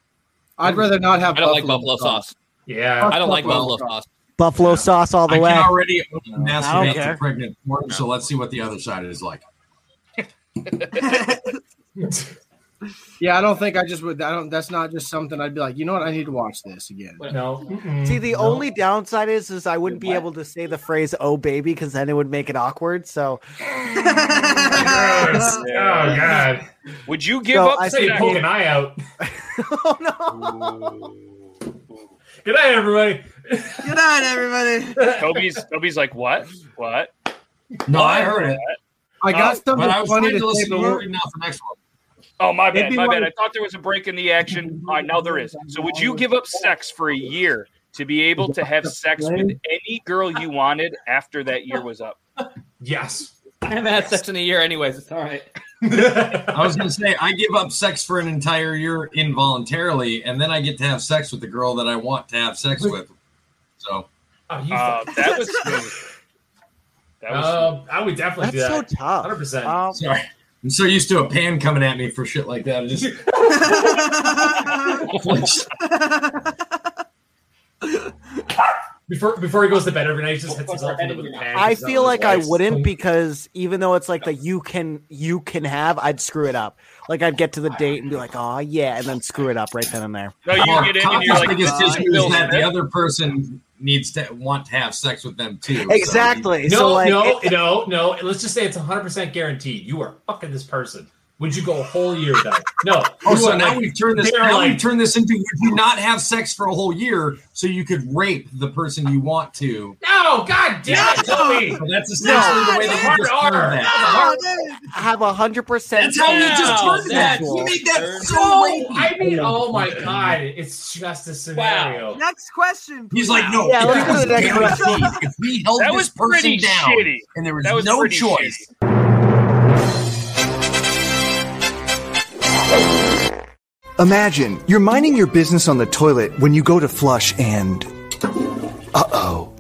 [SPEAKER 12] I'd rather not have.
[SPEAKER 8] I don't like buffalo sauce.
[SPEAKER 3] Yeah,
[SPEAKER 12] Fuck
[SPEAKER 8] I don't like
[SPEAKER 12] buffalo
[SPEAKER 8] buffalo sauce.
[SPEAKER 4] Buffalo sauce all the
[SPEAKER 7] I
[SPEAKER 4] way.
[SPEAKER 7] can already masturbate
[SPEAKER 4] care.
[SPEAKER 7] to pregnant porn, so let's see what the other side is like.
[SPEAKER 12] Yeah, I don't think I just would. I don't. That's not just something I'd be like. You know what? I need to watch this again.
[SPEAKER 3] *laughs* No.
[SPEAKER 4] See, the
[SPEAKER 3] *laughs*
[SPEAKER 4] only downside is, is I wouldn't be able to say the phrase "oh baby" because then it would make it awkward. So *laughs*
[SPEAKER 3] Gross. Oh god.
[SPEAKER 1] Would you give
[SPEAKER 4] So
[SPEAKER 1] up?
[SPEAKER 4] I
[SPEAKER 3] I say you
[SPEAKER 1] sex?
[SPEAKER 3] poke an eye out. oh no. Good night, everybody.
[SPEAKER 6] Good night, everybody. *laughs*
[SPEAKER 1] Toby's Toby's like what? What?
[SPEAKER 7] No, I heard it.
[SPEAKER 12] I
[SPEAKER 1] Oh,
[SPEAKER 12] got something
[SPEAKER 7] But I was
[SPEAKER 12] funny
[SPEAKER 7] trying to
[SPEAKER 12] to, say.
[SPEAKER 7] listen to
[SPEAKER 12] but we're-
[SPEAKER 7] Lori now for next one.
[SPEAKER 1] Oh my
[SPEAKER 12] It'd
[SPEAKER 1] bad,
[SPEAKER 12] be
[SPEAKER 1] my bad.
[SPEAKER 12] like-
[SPEAKER 1] I thought there was a break in the action. All right, now there is. So would you give up sex for a year to be able to have sex with any girl you wanted after that year was
[SPEAKER 7] *laughs*
[SPEAKER 1] up?
[SPEAKER 3] Yes. *laughs*
[SPEAKER 8] I haven't had sex in a year, anyways. It's all right.
[SPEAKER 1] Uh,
[SPEAKER 7] I was gonna say I give up sex for an entire year involuntarily, and then I get to have sex with the girl that I want to have sex with. So
[SPEAKER 1] Uh, that was smooth. That was
[SPEAKER 7] Uh,
[SPEAKER 3] Um, I would definitely do
[SPEAKER 7] That's
[SPEAKER 3] that.
[SPEAKER 7] so
[SPEAKER 4] tough.
[SPEAKER 3] 100%.
[SPEAKER 4] Um,
[SPEAKER 7] sorry. I'm so used to a pan coming at me for shit like that. I just
[SPEAKER 3] Before before he goes to bed every night, he just hits himself in the head with a pan.
[SPEAKER 4] I
[SPEAKER 3] He's
[SPEAKER 4] feel
[SPEAKER 3] on
[SPEAKER 4] like
[SPEAKER 3] his
[SPEAKER 4] I
[SPEAKER 3] legs.
[SPEAKER 4] wouldn't because even though it's like the you can you can have, I'd screw it up. Like I'd get to the date and be like, oh yeah, and then screw it up right then and there.
[SPEAKER 1] No, you
[SPEAKER 7] Well,
[SPEAKER 1] get in and
[SPEAKER 7] Tom's
[SPEAKER 1] you're like,
[SPEAKER 7] biggest
[SPEAKER 1] uh,
[SPEAKER 7] issue
[SPEAKER 1] Bill
[SPEAKER 7] is that the
[SPEAKER 1] Smith.
[SPEAKER 7] other person needs to want to have sex with them too. so-
[SPEAKER 4] Exactly.
[SPEAKER 3] No,
[SPEAKER 4] so like,
[SPEAKER 3] no, no, no. Let's just say it's 100% guaranteed. You are fucking this person. Would you go a whole year though? No.
[SPEAKER 7] Oh,
[SPEAKER 3] You
[SPEAKER 7] so
[SPEAKER 3] are-
[SPEAKER 7] now we've turned this.
[SPEAKER 3] They are
[SPEAKER 7] Now
[SPEAKER 3] like-
[SPEAKER 7] we've turned this into you do not have sex for a whole year, so you could rape the person you want to.
[SPEAKER 3] No, god damn it, Toby.
[SPEAKER 7] Well, that's essentially the way that you just turned that.
[SPEAKER 6] Oh,
[SPEAKER 4] have a hundred percent.
[SPEAKER 7] That's how you just
[SPEAKER 4] sexual.
[SPEAKER 7] turned that. You made that so
[SPEAKER 3] No,
[SPEAKER 7] rapey.
[SPEAKER 3] I mean, oh my god, it's just a scenario.
[SPEAKER 6] Next question.
[SPEAKER 7] He's like, no,
[SPEAKER 4] Yeah,
[SPEAKER 7] if
[SPEAKER 4] let's
[SPEAKER 7] that
[SPEAKER 4] go to
[SPEAKER 7] was
[SPEAKER 4] the next
[SPEAKER 7] guaranteed, if we held
[SPEAKER 1] That
[SPEAKER 7] this
[SPEAKER 1] was pretty
[SPEAKER 7] person down
[SPEAKER 1] shitty.
[SPEAKER 7] and there was,
[SPEAKER 1] That was
[SPEAKER 7] no
[SPEAKER 1] pretty
[SPEAKER 7] choice,
[SPEAKER 19] Imagine you're minding your business on the toilet when you go to flush and. Uh oh.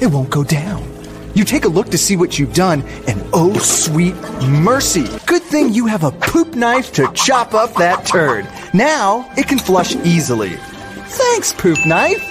[SPEAKER 19] It won't go down.
[SPEAKER 20] You take a look to see what you've done, and oh, sweet mercy! Good thing you have a poop knife to chop up that turd. Now it can flush easily. Thanks, poop knife!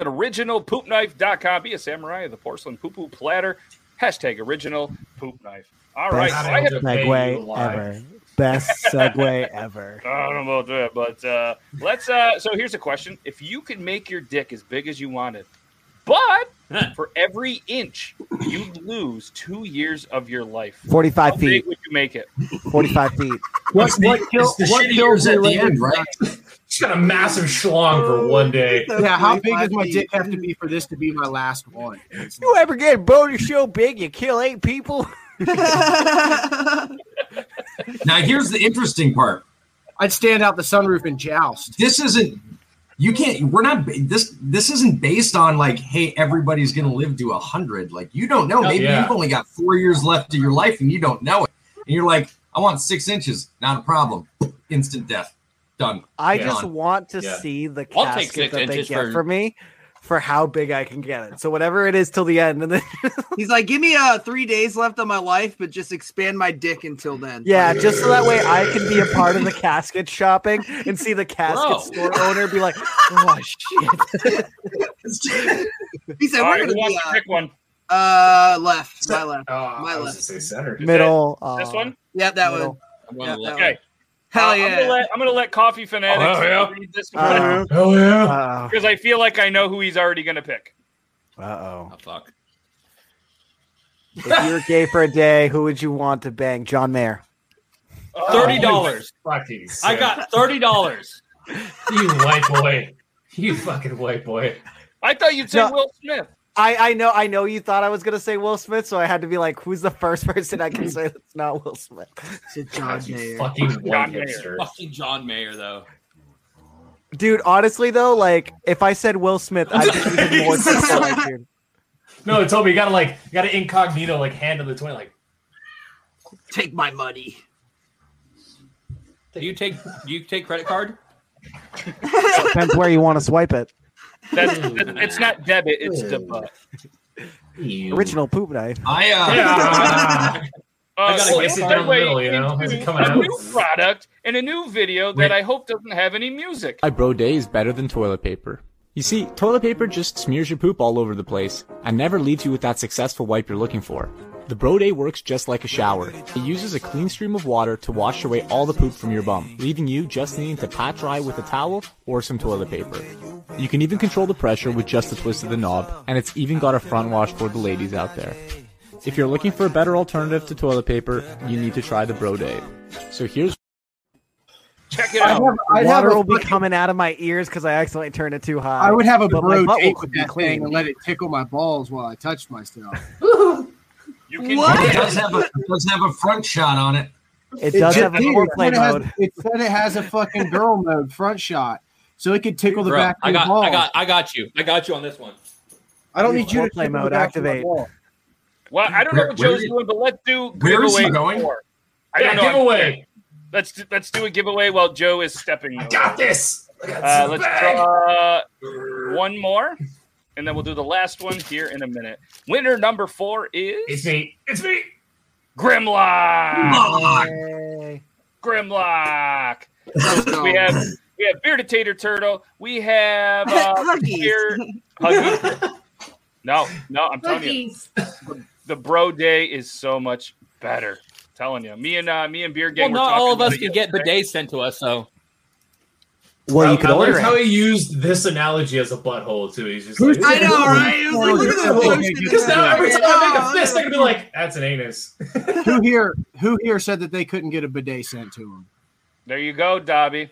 [SPEAKER 1] at originalpoopknife.com. Be a samurai of the porcelain poo poo platter. Hashtag original poop knife. All right.
[SPEAKER 4] Best
[SPEAKER 1] so I have-
[SPEAKER 4] segue ever. Best
[SPEAKER 7] *laughs*
[SPEAKER 4] segue ever.
[SPEAKER 1] I don't know about that, but uh, let's. Uh, so here's a question: If you could make your dick as big as you wanted, but for every inch you'd lose two years of your life,
[SPEAKER 4] 45
[SPEAKER 1] how
[SPEAKER 4] feet.
[SPEAKER 1] big would you make it?
[SPEAKER 4] 45 feet.
[SPEAKER 3] What, what, kill, what kills at the end, right? She's got a massive schlong for one day.
[SPEAKER 12] Yeah, how big does my dick have to be for this to be my last one?
[SPEAKER 4] You ever get a boner so big you kill eight people? *laughs*
[SPEAKER 7] Now here's the interesting part.
[SPEAKER 12] I'd stand out the sunroof and joust.
[SPEAKER 7] This isn't. You can't. We're not. This this isn't based on like, hey, everybody's gonna live to a hundred. Like you don't know.
[SPEAKER 12] Oh,
[SPEAKER 3] No,
[SPEAKER 7] Maybe
[SPEAKER 3] yeah.
[SPEAKER 7] you've only got four years left of your life and you don't know it. And you're like, I want six inches. Not a problem. Instant death. Done.
[SPEAKER 4] I
[SPEAKER 7] Done.
[SPEAKER 4] just want to
[SPEAKER 7] Yeah.
[SPEAKER 4] see the
[SPEAKER 7] I'll take
[SPEAKER 4] casket
[SPEAKER 7] six
[SPEAKER 4] that they
[SPEAKER 7] inches
[SPEAKER 4] get
[SPEAKER 7] for-
[SPEAKER 4] for me for how big I can get it. So whatever it is till the end, and then *laughs*
[SPEAKER 6] *laughs* He's like, give me uh three days left on my life, but just expand my dick until then.
[SPEAKER 4] yeah, just so that way I can be a part of the casket shopping and see the casket
[SPEAKER 6] Whoa.
[SPEAKER 4] store owner be
[SPEAKER 7] *laughs*
[SPEAKER 4] like, "Oh shit."
[SPEAKER 6] He said,
[SPEAKER 4] All
[SPEAKER 6] "We're
[SPEAKER 4] right,
[SPEAKER 6] gonna be
[SPEAKER 4] who wants to
[SPEAKER 6] uh,
[SPEAKER 1] pick one."
[SPEAKER 6] uh left, my left, my
[SPEAKER 3] I was
[SPEAKER 6] left."
[SPEAKER 3] gonna say center.
[SPEAKER 4] middle. Uh,
[SPEAKER 1] This one?
[SPEAKER 6] Yeah, that
[SPEAKER 4] middle.
[SPEAKER 6] one. Yeah, that
[SPEAKER 1] Okay.
[SPEAKER 6] one. Hell
[SPEAKER 1] Uh, I'm
[SPEAKER 6] yeah. Uh-huh.
[SPEAKER 1] gonna let, I'm gonna let Coffee Fanatics
[SPEAKER 3] Oh, hell yeah.
[SPEAKER 1] read this one
[SPEAKER 4] Uh,
[SPEAKER 3] Hell yeah.
[SPEAKER 1] because I feel like I know who he's already gonna pick.
[SPEAKER 7] *laughs*
[SPEAKER 4] Uh oh.
[SPEAKER 8] Fuck.
[SPEAKER 4] If you were gay for a day, who would you want to bang? John Mayer.
[SPEAKER 8] Thirty dollars.
[SPEAKER 3] Fucking sick.
[SPEAKER 8] I got thirty dollars.
[SPEAKER 3] you white boy. You fucking white boy.
[SPEAKER 1] I thought you'd say
[SPEAKER 4] No.
[SPEAKER 1] Will Smith.
[SPEAKER 4] I, I know I know you thought I was gonna say Will Smith, so I had to be like, who's the first *laughs* person I can say that's not Will Smith?
[SPEAKER 6] John
[SPEAKER 8] Mayer.
[SPEAKER 3] Fucking white
[SPEAKER 8] John Mayer.
[SPEAKER 3] hipster.
[SPEAKER 8] Fucking John Mayer though.
[SPEAKER 4] Dude, honestly though, like if I said Will Smith, I'd be even
[SPEAKER 12] *laughs*
[SPEAKER 4] more disappointed. dude.
[SPEAKER 3] No, Toby, you gotta like, you gotta incognito, like hand to the toilet, like
[SPEAKER 6] Take
[SPEAKER 1] *laughs*
[SPEAKER 6] my money.
[SPEAKER 8] Do you take do you take credit card?
[SPEAKER 4] Depends where you want to swipe it.
[SPEAKER 8] *laughs*
[SPEAKER 1] That's, that's- it's not debit,
[SPEAKER 6] *laughs*
[SPEAKER 1] it's debit.
[SPEAKER 4] Original poop knife.
[SPEAKER 7] I uh,
[SPEAKER 1] Uh,
[SPEAKER 3] I gotta
[SPEAKER 1] so
[SPEAKER 3] guess it
[SPEAKER 1] that
[SPEAKER 3] down the
[SPEAKER 1] way
[SPEAKER 3] middle, you know? Is it
[SPEAKER 1] into
[SPEAKER 3] coming
[SPEAKER 1] a
[SPEAKER 3] out?
[SPEAKER 1] new product and a new video that I hope doesn't have any music.
[SPEAKER 9] I Bro Day is better than toilet paper. You see, toilet paper just smears your poop all over the place and never leaves you with that successful wipe you're looking for. The Bro Day works just like a shower. It uses a clean stream of water to wash away all the poop from your bum, leaving you just needing to
[SPEAKER 8] *laughs*
[SPEAKER 9] pat dry with a towel or some toilet paper. You can even control the pressure with just a twist of the knob, and it's even got a front wash for the ladies out there. If you're looking for a better alternative to toilet paper, you need to try the Bro Day. So here's
[SPEAKER 1] Check it
[SPEAKER 12] I'd
[SPEAKER 1] out.
[SPEAKER 12] have- I'd have
[SPEAKER 4] Water
[SPEAKER 12] a
[SPEAKER 4] will be coming out of my ears because I accidentally turned it too high.
[SPEAKER 12] I would have a
[SPEAKER 4] But my
[SPEAKER 12] bro
[SPEAKER 4] butt will
[SPEAKER 12] date with
[SPEAKER 4] be
[SPEAKER 12] that thing and let it tickle my balls while I touched myself.
[SPEAKER 1] You can
[SPEAKER 7] It does have a it does have a front shot on it.
[SPEAKER 4] It does
[SPEAKER 12] just
[SPEAKER 4] have a
[SPEAKER 12] did.
[SPEAKER 4] foreplay
[SPEAKER 12] It has-
[SPEAKER 4] mode.
[SPEAKER 12] It said it has a fucking girl mode front shot, so it could tickle the
[SPEAKER 8] Bro,
[SPEAKER 12] back of
[SPEAKER 8] I
[SPEAKER 12] your
[SPEAKER 8] got
[SPEAKER 12] balls.
[SPEAKER 8] I got I got you. I got you on this one.
[SPEAKER 12] I don't
[SPEAKER 4] Dude,
[SPEAKER 12] need you to
[SPEAKER 4] foreplay
[SPEAKER 12] tickle the
[SPEAKER 4] mode
[SPEAKER 12] back of my
[SPEAKER 4] activate.
[SPEAKER 12] ball.
[SPEAKER 1] Well, I don't know
[SPEAKER 7] Where-
[SPEAKER 1] what
[SPEAKER 7] where
[SPEAKER 1] Joe's
[SPEAKER 7] is-
[SPEAKER 1] doing, but let's do
[SPEAKER 7] where is he
[SPEAKER 1] giveaway.
[SPEAKER 7] going?
[SPEAKER 1] four. I
[SPEAKER 3] Yeah,
[SPEAKER 1] don't know. I'm
[SPEAKER 3] giveaway.
[SPEAKER 1] scared. Let's do, let's do a giveaway while Joe is stepping. I
[SPEAKER 3] got this. I got
[SPEAKER 1] Uh,
[SPEAKER 3] this
[SPEAKER 1] let's
[SPEAKER 3] bag.
[SPEAKER 1] draw one more, and then we'll do the last one here in a minute. Winner number four is
[SPEAKER 3] It's me. It's me.
[SPEAKER 1] Grimlock.
[SPEAKER 4] Yay.
[SPEAKER 1] Grimlock. So we have we have bearded tater turtle. We have uh,
[SPEAKER 6] *laughs* Huggies.
[SPEAKER 1] Beard, Huggies. No, no, I'm telling you, the bro day is so much better. telling you, me and uh, me and Beard
[SPEAKER 8] Well,
[SPEAKER 1] Gang. were
[SPEAKER 8] not
[SPEAKER 1] talking
[SPEAKER 8] all of us
[SPEAKER 1] about
[SPEAKER 8] can
[SPEAKER 1] it
[SPEAKER 8] get
[SPEAKER 1] yesterday.
[SPEAKER 8] bidets sent to us, so
[SPEAKER 4] Well, you could
[SPEAKER 3] I liked
[SPEAKER 4] order
[SPEAKER 3] how
[SPEAKER 4] it.
[SPEAKER 3] he used this analogy as a butthole too. He's just
[SPEAKER 4] Who's-
[SPEAKER 3] like,
[SPEAKER 6] I
[SPEAKER 3] *laughs*
[SPEAKER 6] know, right? It was like, look at the
[SPEAKER 3] Because now every time I make a fist,
[SPEAKER 6] Oh,
[SPEAKER 3] I can be like, "That's an anus." *laughs*
[SPEAKER 12] who here? Who here said that they couldn't get a bidet sent to them?
[SPEAKER 1] There you go, Dobby.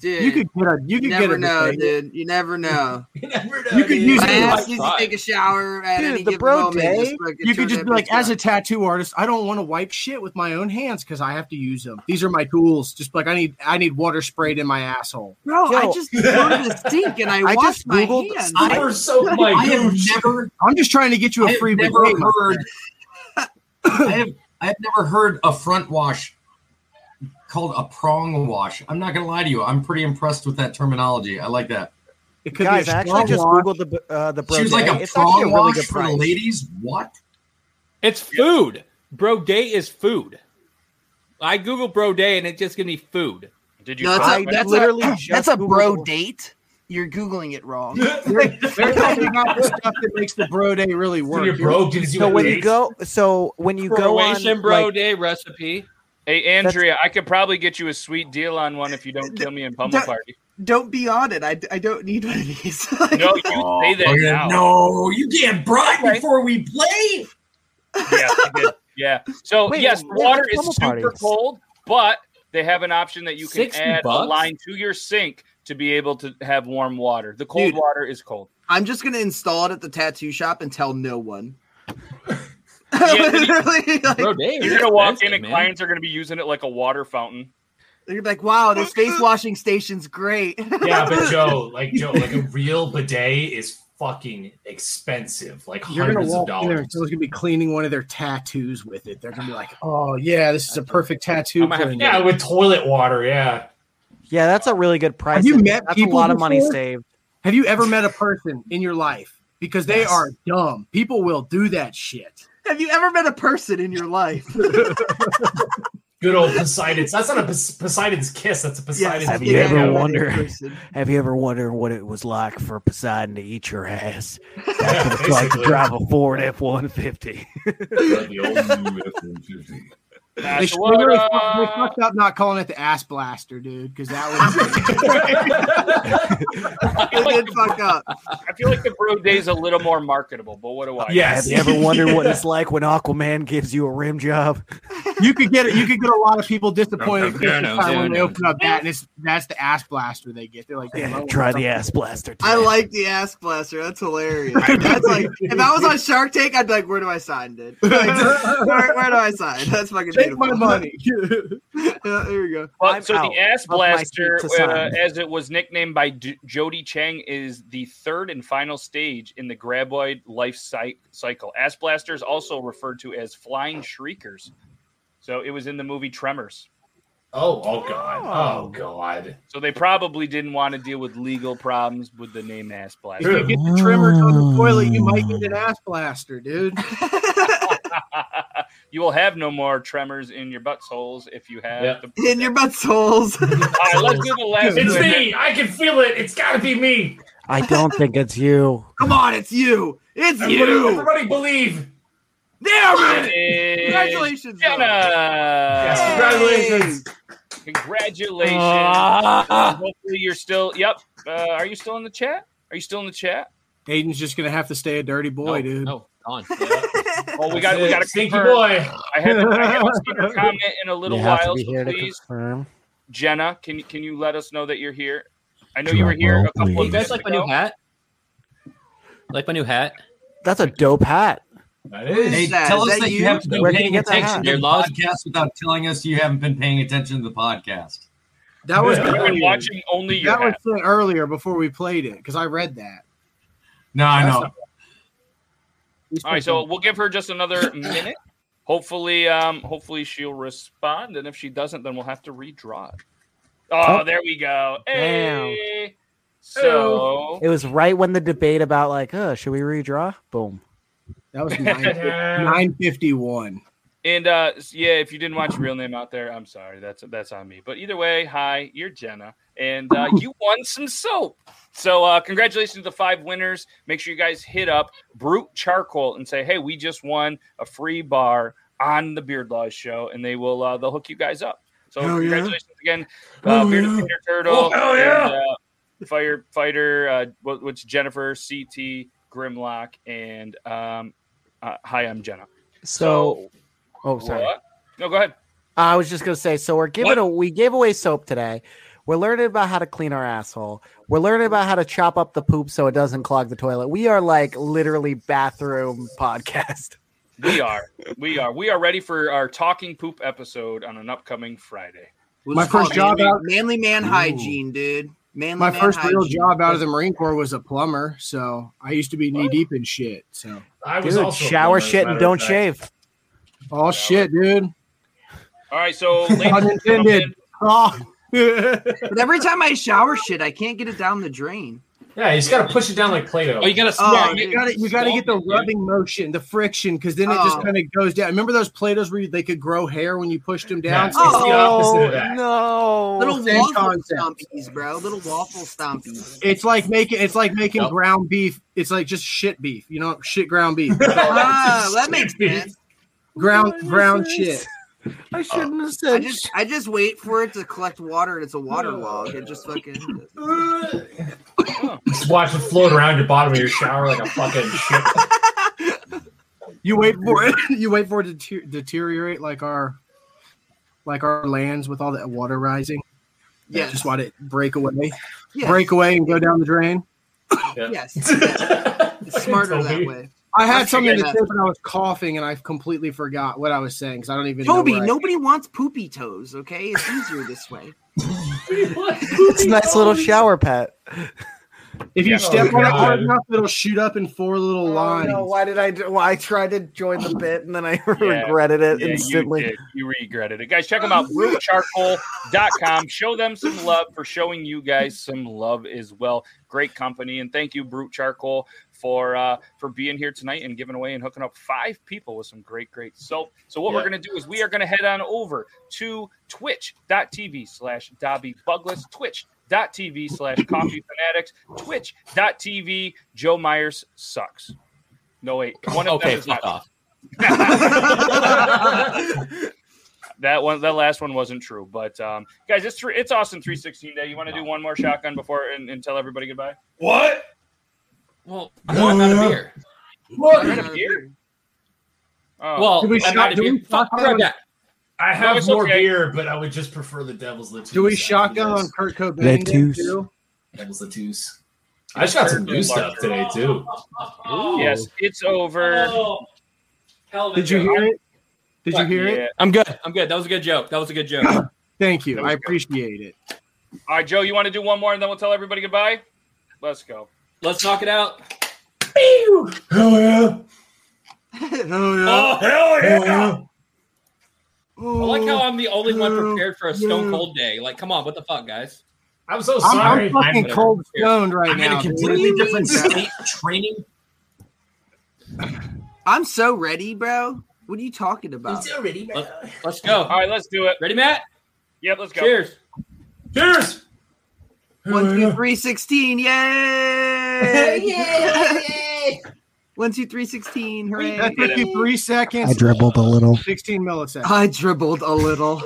[SPEAKER 6] Dude,
[SPEAKER 12] You could get a. You
[SPEAKER 6] you
[SPEAKER 12] could get
[SPEAKER 6] never
[SPEAKER 12] a
[SPEAKER 6] know,
[SPEAKER 12] bidet.
[SPEAKER 6] dude. You never know.
[SPEAKER 3] you never
[SPEAKER 12] You could use
[SPEAKER 6] My
[SPEAKER 12] it.
[SPEAKER 6] ass needs to take a shower at any
[SPEAKER 4] Dude, the
[SPEAKER 6] given
[SPEAKER 4] bro
[SPEAKER 6] moment.
[SPEAKER 4] day,
[SPEAKER 6] just fucking
[SPEAKER 12] You could
[SPEAKER 6] turn
[SPEAKER 12] just
[SPEAKER 6] that
[SPEAKER 12] be like,
[SPEAKER 6] bitch
[SPEAKER 12] as
[SPEAKER 6] on.
[SPEAKER 12] a tattoo artist, I don't want to wipe shit with my own hands because I have to use them. These are my tools. Just like I need, I need water sprayed in my asshole.
[SPEAKER 6] bro, I
[SPEAKER 4] Yo.
[SPEAKER 6] just go
[SPEAKER 12] *laughs*
[SPEAKER 6] to the sink and I,
[SPEAKER 4] I
[SPEAKER 6] wash
[SPEAKER 4] just
[SPEAKER 6] my
[SPEAKER 4] Googled
[SPEAKER 6] hands.
[SPEAKER 4] I-
[SPEAKER 3] Super soap my
[SPEAKER 7] I
[SPEAKER 3] *laughs*
[SPEAKER 7] have
[SPEAKER 3] gooch.
[SPEAKER 7] never
[SPEAKER 12] I'm just trying to get you
[SPEAKER 7] I
[SPEAKER 12] a
[SPEAKER 7] have
[SPEAKER 12] free bidet.
[SPEAKER 7] never
[SPEAKER 12] my
[SPEAKER 7] heard. I have I have never heard a front wash called a prong wash. I'm not gonna lie to you. I'm pretty impressed with that terminology. I like that.
[SPEAKER 4] It Guys, I actually just googled the uh, the bro.
[SPEAKER 7] She was like
[SPEAKER 4] day.
[SPEAKER 7] a
[SPEAKER 4] it's actually
[SPEAKER 7] prong
[SPEAKER 4] a really
[SPEAKER 7] wash
[SPEAKER 4] good
[SPEAKER 7] for the
[SPEAKER 4] price.
[SPEAKER 7] ladies. What?
[SPEAKER 8] It's food. Bro day is food. I Google bro day and it just gives me food.
[SPEAKER 1] Did
[SPEAKER 6] No, that's a, that's
[SPEAKER 8] literally
[SPEAKER 6] *clears throat* a,
[SPEAKER 8] just
[SPEAKER 6] that's a bro
[SPEAKER 8] Googled-
[SPEAKER 6] date. You're googling it wrong. *laughs*
[SPEAKER 12] They're talking about the stuff that makes the bro day really work.
[SPEAKER 6] your bro gives
[SPEAKER 4] So when you go, so when you go on,
[SPEAKER 8] Croatian bro
[SPEAKER 4] like,
[SPEAKER 8] day recipe.
[SPEAKER 1] Hey Andrea, I could probably get you a sweet deal on one if you don't kill me in pummel
[SPEAKER 6] Don't-
[SPEAKER 1] party.
[SPEAKER 6] Don't be on it. I, I don't need one of these. *laughs*
[SPEAKER 1] No, you
[SPEAKER 3] Oh,
[SPEAKER 1] say
[SPEAKER 6] Oh,
[SPEAKER 1] that
[SPEAKER 7] Okay,
[SPEAKER 1] now.
[SPEAKER 7] No, you can't bribe before we play.
[SPEAKER 1] Yeah, I did. yeah. So
[SPEAKER 7] Wait,
[SPEAKER 1] yes,
[SPEAKER 7] wait,
[SPEAKER 1] water
[SPEAKER 7] what's
[SPEAKER 1] is
[SPEAKER 7] pummel
[SPEAKER 1] super
[SPEAKER 7] parties?
[SPEAKER 1] cold, but they have an option that you can
[SPEAKER 6] 60
[SPEAKER 1] add a
[SPEAKER 6] bucks?
[SPEAKER 1] line to your sink to be able to have warm water. The cold
[SPEAKER 6] Dude.
[SPEAKER 1] water is cold.
[SPEAKER 6] I'm just gonna install it at the tattoo shop and tell no one. *laughs* Literally, like-
[SPEAKER 8] Bro, Dave,
[SPEAKER 1] You're gonna walk in
[SPEAKER 8] expensive,
[SPEAKER 1] and
[SPEAKER 8] man.
[SPEAKER 1] clients are gonna be using it like a water fountain.
[SPEAKER 6] They're gonna be like, "Wow, this face washing station's great." *laughs*
[SPEAKER 3] Yeah, but Joe, like Joe, like
[SPEAKER 12] *laughs*
[SPEAKER 3] a real bidet is fucking expensive, like
[SPEAKER 12] You're gonna
[SPEAKER 3] hundreds of
[SPEAKER 12] walk in there
[SPEAKER 3] dollars.
[SPEAKER 12] and someone's gonna be cleaning one of their tattoos with it. They're gonna be like, "Oh yeah, this is a perfect tattoo." cleaner."
[SPEAKER 3] yeah, with toilet water. Yeah,
[SPEAKER 4] yeah, that's a really good price.
[SPEAKER 12] Have you met
[SPEAKER 4] that's
[SPEAKER 12] people
[SPEAKER 4] a lot of money
[SPEAKER 12] before?
[SPEAKER 4] saved.
[SPEAKER 12] Have you ever met a person in your life? Because they
[SPEAKER 4] Yes.
[SPEAKER 12] are dumb. People will do that shit.
[SPEAKER 6] Have you ever met a person in your life?
[SPEAKER 3] Good old Poseidon's. That's not a Pos- Poseidon's kiss. That's a Poseidon's.
[SPEAKER 4] Have you
[SPEAKER 3] Yeah. *laughs*
[SPEAKER 4] ever wondered? Have you ever wondered what it was like for Poseidon to eat your ass? That's
[SPEAKER 12] *laughs*
[SPEAKER 4] what it's like to
[SPEAKER 3] basically.
[SPEAKER 4] drive a Ford F one fifty.
[SPEAKER 12] they,
[SPEAKER 1] That's
[SPEAKER 12] sh-
[SPEAKER 1] what,
[SPEAKER 12] they really
[SPEAKER 1] uh,
[SPEAKER 12] fucked, they fucked up not calling it the ass blaster, dude, because that
[SPEAKER 6] they did fuck up.
[SPEAKER 1] I feel like the bro day is a little more marketable, but what do I?
[SPEAKER 12] Yes.
[SPEAKER 4] Have you ever wondered what
[SPEAKER 3] *laughs*
[SPEAKER 12] Yeah.
[SPEAKER 4] it's like when Aquaman gives you a rim
[SPEAKER 12] *laughs*
[SPEAKER 4] job?
[SPEAKER 12] was *laughs* you could get you could get a lot of people disappointed
[SPEAKER 4] Okay,
[SPEAKER 12] at
[SPEAKER 4] no,
[SPEAKER 12] Christmas time
[SPEAKER 4] no,
[SPEAKER 12] when they
[SPEAKER 4] no.
[SPEAKER 12] open up that and it's that's the ass blaster they get. They're like,
[SPEAKER 4] *laughs* Yeah,
[SPEAKER 12] "Damn, I want
[SPEAKER 4] try the
[SPEAKER 12] something."
[SPEAKER 4] ass blaster. *laughs*
[SPEAKER 6] I like the ass blaster. That's hilarious. That's like if I was on Shark Tank, I'd be like, "Where do I sign, dude? *laughs* Like, where, where do I sign? That's fucking
[SPEAKER 12] Take
[SPEAKER 6] beautiful.
[SPEAKER 12] my money.
[SPEAKER 6] yeah, there you go.
[SPEAKER 1] But so the ass
[SPEAKER 6] Up my
[SPEAKER 1] blaster,
[SPEAKER 6] seat to
[SPEAKER 1] uh,
[SPEAKER 6] sign.
[SPEAKER 1] as it was nicknamed by D- Jody Chang, is the third and final stage in the graboid life cy- cycle. Ass blaster is also referred to as flying shriekers. So it was in the movie Tremors.
[SPEAKER 3] Oh, oh god. Oh god.
[SPEAKER 1] So they probably didn't want to deal with legal problems with the name ass
[SPEAKER 12] *laughs* If
[SPEAKER 1] blaster.
[SPEAKER 12] you get the trimmers on the toilet, you might get an ass blaster, dude.
[SPEAKER 1] you will have no more tremors in your butt holes if you have. The-
[SPEAKER 6] *laughs* In your butt holes. *laughs*
[SPEAKER 1] All right, let's do the last.
[SPEAKER 3] It's
[SPEAKER 1] one.
[SPEAKER 3] me. I can feel it. It's got to be me.
[SPEAKER 4] I don't
[SPEAKER 12] *laughs*
[SPEAKER 4] think it's you.
[SPEAKER 6] Come on, it's you. It's
[SPEAKER 3] Everybody-
[SPEAKER 6] you.
[SPEAKER 3] Everybody believe.
[SPEAKER 6] There it
[SPEAKER 1] is.
[SPEAKER 6] Congratulations,
[SPEAKER 1] Jenna.
[SPEAKER 3] Yes, congratulations.
[SPEAKER 1] Congratulations.
[SPEAKER 12] Ah.
[SPEAKER 1] Hopefully you're still. Yep. Uh, are you still in the chat? Are you still in the chat?
[SPEAKER 12] Aiden's just gonna have to stay a dirty boy, dude.
[SPEAKER 8] No, on.
[SPEAKER 1] Oh, we got we
[SPEAKER 3] That's it.
[SPEAKER 1] got a
[SPEAKER 3] Stinky boy.
[SPEAKER 1] I had I haven't seen her comment in a little
[SPEAKER 4] you have
[SPEAKER 1] while.
[SPEAKER 4] to be here
[SPEAKER 1] So
[SPEAKER 4] to
[SPEAKER 1] please,
[SPEAKER 4] confirm.
[SPEAKER 1] Jenna, can you can you let us know that you're here? I know you were here a
[SPEAKER 4] Drum roll,
[SPEAKER 1] couple of
[SPEAKER 4] please.
[SPEAKER 8] You guys
[SPEAKER 1] minutes
[SPEAKER 8] like my new
[SPEAKER 1] ago.
[SPEAKER 8] hat? Like my new hat?
[SPEAKER 4] That's a dope hat.
[SPEAKER 3] That
[SPEAKER 8] is.
[SPEAKER 7] Hey,
[SPEAKER 8] Is that-
[SPEAKER 7] tell
[SPEAKER 8] is
[SPEAKER 7] us
[SPEAKER 8] that
[SPEAKER 7] that you
[SPEAKER 8] you?
[SPEAKER 7] haven't been
[SPEAKER 8] Where can you
[SPEAKER 7] paying
[SPEAKER 8] get that
[SPEAKER 7] attention
[SPEAKER 8] hat?
[SPEAKER 7] to the
[SPEAKER 8] Your last-
[SPEAKER 7] podcast without telling us you haven't been paying attention to the podcast.
[SPEAKER 12] That was
[SPEAKER 1] You've been
[SPEAKER 12] earlier.
[SPEAKER 1] watching only your
[SPEAKER 12] that was
[SPEAKER 1] hat.
[SPEAKER 12] sent earlier before we played it because I read that.
[SPEAKER 7] No, I know.
[SPEAKER 1] All right, so we'll give her just another minute. Hopefully, um, hopefully she'll respond, and if she doesn't, then we'll have to redraw it. Oh,
[SPEAKER 4] Oh.
[SPEAKER 1] there we go.
[SPEAKER 4] Damn.
[SPEAKER 1] Hey. So
[SPEAKER 4] It was right when the debate about like, oh, should we redraw? Boom.
[SPEAKER 12] That was nine fifty one.
[SPEAKER 1] and uh, s- yeah, if you didn't watch real name out there, I'm sorry. That's that's on me. But either way, hi, you're Jenna, and uh,
[SPEAKER 9] *laughs*
[SPEAKER 1] you won some soap. So uh, congratulations to the five winners. Make sure you guys hit up Brute Charcoal and say, hey, we just won a free bar on the Beard Laws show, and they will uh, they'll hook you guys up. So
[SPEAKER 9] Hell yeah.
[SPEAKER 1] congratulations again, uh,
[SPEAKER 9] Hell
[SPEAKER 1] Bearded
[SPEAKER 9] yeah.
[SPEAKER 1] Peter Turtle,
[SPEAKER 9] Oh, hell yeah.
[SPEAKER 1] and, uh, firefighter. Uh, what, what's Jennifer CT Grimlock and um, uh, hi, I'm Jenna.
[SPEAKER 4] So, oh, sorry.
[SPEAKER 1] What? No, go ahead.
[SPEAKER 4] I was just gonna say, so we're giving a, we gave away soap today. We're learning about how to clean our asshole. We're learning about how to chop up the poop so it doesn't clog the toilet. We are like literally bathroom podcast.
[SPEAKER 1] We are, we are, we are ready for our talking poop episode on an upcoming Friday.
[SPEAKER 6] We'll
[SPEAKER 12] My
[SPEAKER 6] just call
[SPEAKER 12] first
[SPEAKER 6] it
[SPEAKER 12] job
[SPEAKER 6] manly,
[SPEAKER 12] out-
[SPEAKER 6] manly man hygiene, dude. Manly
[SPEAKER 12] My
[SPEAKER 6] man
[SPEAKER 12] first real
[SPEAKER 6] hygiene.
[SPEAKER 12] job out of the Marine Corps was a plumber, so I used to be knee deep in shit. So
[SPEAKER 3] I was
[SPEAKER 4] Dude,
[SPEAKER 3] also
[SPEAKER 4] shower
[SPEAKER 3] as a
[SPEAKER 4] shit and
[SPEAKER 3] matter of
[SPEAKER 4] don't
[SPEAKER 3] fact.
[SPEAKER 4] shave.
[SPEAKER 12] all Oh, shit, dude.
[SPEAKER 1] All right, so ladies and
[SPEAKER 12] Unintended. *laughs*
[SPEAKER 1] gentlemen,
[SPEAKER 12] Oh.
[SPEAKER 6] but every time I shower shit, I can't get it down the drain.
[SPEAKER 3] Yeah, you just gotta push it down like Play-Doh.
[SPEAKER 8] Oh, you gotta
[SPEAKER 6] Oh,
[SPEAKER 12] Yeah, you got to you got to get the rubbing motion, the friction, because then it just
[SPEAKER 6] Oh.
[SPEAKER 12] kind of goes down. Remember those Play-Dohs where you- they could grow hair when you pushed them down?
[SPEAKER 6] Yeah,
[SPEAKER 3] Oh.
[SPEAKER 6] it's the opposite
[SPEAKER 4] of *laughs* that. no!
[SPEAKER 6] Little
[SPEAKER 12] Same
[SPEAKER 6] waffle
[SPEAKER 12] concept.
[SPEAKER 6] stompies, bro. Little waffle *laughs* stompies.
[SPEAKER 12] It's like making it's like making
[SPEAKER 6] Yep.
[SPEAKER 12] ground beef. It's like just shit beef, you know, shit ground beef.
[SPEAKER 6] *laughs* ah, that makes sense.
[SPEAKER 12] ground ground shit.
[SPEAKER 6] I
[SPEAKER 12] shouldn't
[SPEAKER 6] have said. I just, I just wait for it to collect water, and it's a water log. It just fucking.
[SPEAKER 3] Just watch it float around your bottom of your shower like a fucking
[SPEAKER 6] *laughs*
[SPEAKER 3] shit.
[SPEAKER 12] You wait for it. *laughs* You wait for it to te- deteriorate like our like our lands with all that water rising.
[SPEAKER 6] Yes.
[SPEAKER 12] Just want it break away.
[SPEAKER 6] Yes.
[SPEAKER 12] Break away and go down the drain.
[SPEAKER 6] *laughs* Yes. It's smarter that way.
[SPEAKER 12] I had
[SPEAKER 6] Let's
[SPEAKER 12] something to
[SPEAKER 6] figure
[SPEAKER 12] say,
[SPEAKER 6] it out.
[SPEAKER 12] but I was coughing and I completely forgot what I was saying because I don't even. know
[SPEAKER 6] Toby,
[SPEAKER 12] where I-
[SPEAKER 6] nobody wants poopy toes. Okay, it's easier this *laughs* way.
[SPEAKER 4] It's a nice little shower pet.
[SPEAKER 12] If you
[SPEAKER 4] Yeah.
[SPEAKER 12] step
[SPEAKER 4] Oh,
[SPEAKER 12] on it
[SPEAKER 4] God.
[SPEAKER 12] hard enough, it'll shoot up in four little
[SPEAKER 4] Oh,
[SPEAKER 12] lines.
[SPEAKER 4] no, why did I? Do, well, I tried to join the bit and then I *laughs*
[SPEAKER 1] Yeah.
[SPEAKER 4] regretted it
[SPEAKER 1] Yeah, you
[SPEAKER 4] instantly.
[SPEAKER 1] did. You, regretted it. Guys, check them out. BruteCharcoal.com. Show them some love for showing you guys some love as well. Great company. And thank you, Brute Charcoal, for uh, for being here tonight and giving away and hooking up five people with some great, great soap. So what
[SPEAKER 13] Yeah.
[SPEAKER 1] we're gonna do is we are gonna head on over to twitch.tv slash Dobby Bugless, twitch.tv slash coffee fanatics, twitch.tv Joe Myers sucks. No wait, one of
[SPEAKER 8] Okay,
[SPEAKER 1] them is not
[SPEAKER 8] fuck off.
[SPEAKER 1] that one that last one wasn't true but um guys it's three, it's austin 316 day you want to do one more shotgun before and, and tell everybody goodbye
[SPEAKER 16] What?
[SPEAKER 8] Well, I'm out of beer.
[SPEAKER 1] what beer? Oh.
[SPEAKER 8] Well, I'm out of beer. Fuck, I'll be right back.
[SPEAKER 3] I
[SPEAKER 1] No,
[SPEAKER 3] have
[SPEAKER 1] it's
[SPEAKER 3] more
[SPEAKER 1] okay.
[SPEAKER 3] beer, but I would just prefer the Devil's Lettuce.
[SPEAKER 12] Do we shotgun on Kurt Cobain?
[SPEAKER 3] Lettuce.
[SPEAKER 12] then, too?
[SPEAKER 3] Devil's Lettuce. I just got some new stuff today too.
[SPEAKER 1] yes it's over
[SPEAKER 8] Oh.
[SPEAKER 12] Did you hear it? Did you hear it?
[SPEAKER 8] I'm good. I'm good. That was a good joke. That was a good joke.
[SPEAKER 12] Thank you. I appreciate it.
[SPEAKER 1] all right joe you want to do one more and then we'll tell everybody goodbye let's go
[SPEAKER 8] Let's knock it out.
[SPEAKER 12] Hell yeah.
[SPEAKER 6] *laughs*
[SPEAKER 8] Oh,
[SPEAKER 1] hell
[SPEAKER 8] yeah. Oh, I like how I'm the only one prepared for a stone cold day. Like, come on, what the fuck, guys?
[SPEAKER 3] I'm so
[SPEAKER 12] I'm-
[SPEAKER 3] sorry.
[SPEAKER 12] I'm fucking
[SPEAKER 8] Whatever.
[SPEAKER 12] cold stoned right
[SPEAKER 8] I'm in a
[SPEAKER 12] now. dude.
[SPEAKER 8] completely
[SPEAKER 6] different state
[SPEAKER 12] training.
[SPEAKER 6] I'm so ready, bro. What are you talking about? I'm so ready, bro.
[SPEAKER 8] Let's go.
[SPEAKER 1] all right let's do it
[SPEAKER 8] ready matt
[SPEAKER 1] yep let's go
[SPEAKER 8] Cheers.
[SPEAKER 3] Cheers.
[SPEAKER 6] One, two, three, sixteen. *laughs* Yay! Yay! One, two, three, sixteen. Hooray!
[SPEAKER 12] That took you three seconds.
[SPEAKER 17] I dribbled a little.
[SPEAKER 12] 16 milliseconds.
[SPEAKER 6] I dribbled a little.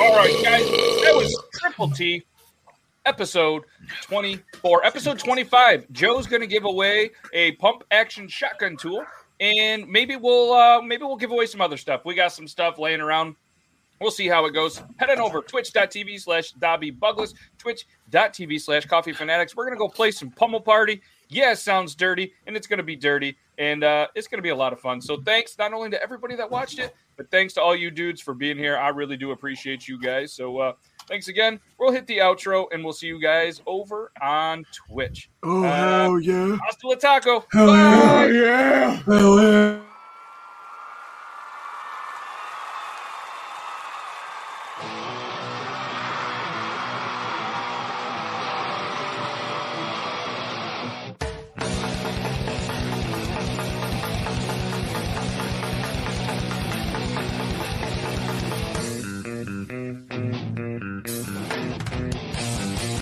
[SPEAKER 1] all right guys that was triple t episode 24 episode 25 joe's gonna give away a pump action shotgun tool and maybe we'll uh maybe we'll give away some other stuff we got some stuff laying around We'll see how it goes. Head on over twitch.tv slash Dobby Bugless, twitch.tv slash coffee fanatics. We're going to go play some pummel party. Yeah, it sounds dirty, and it's going to be dirty, and uh, it's going to be a lot of fun. So thanks not only to everybody that watched it, but thanks to all you dudes for being here. I really do appreciate you guys. So uh, thanks again. We'll hit the outro, and we'll see you guys over on Twitch.
[SPEAKER 5] Oh,
[SPEAKER 1] Uh,
[SPEAKER 5] hell yeah.
[SPEAKER 1] Hasta la taco.
[SPEAKER 5] Hell
[SPEAKER 1] Bye.
[SPEAKER 5] yeah. Hell yeah.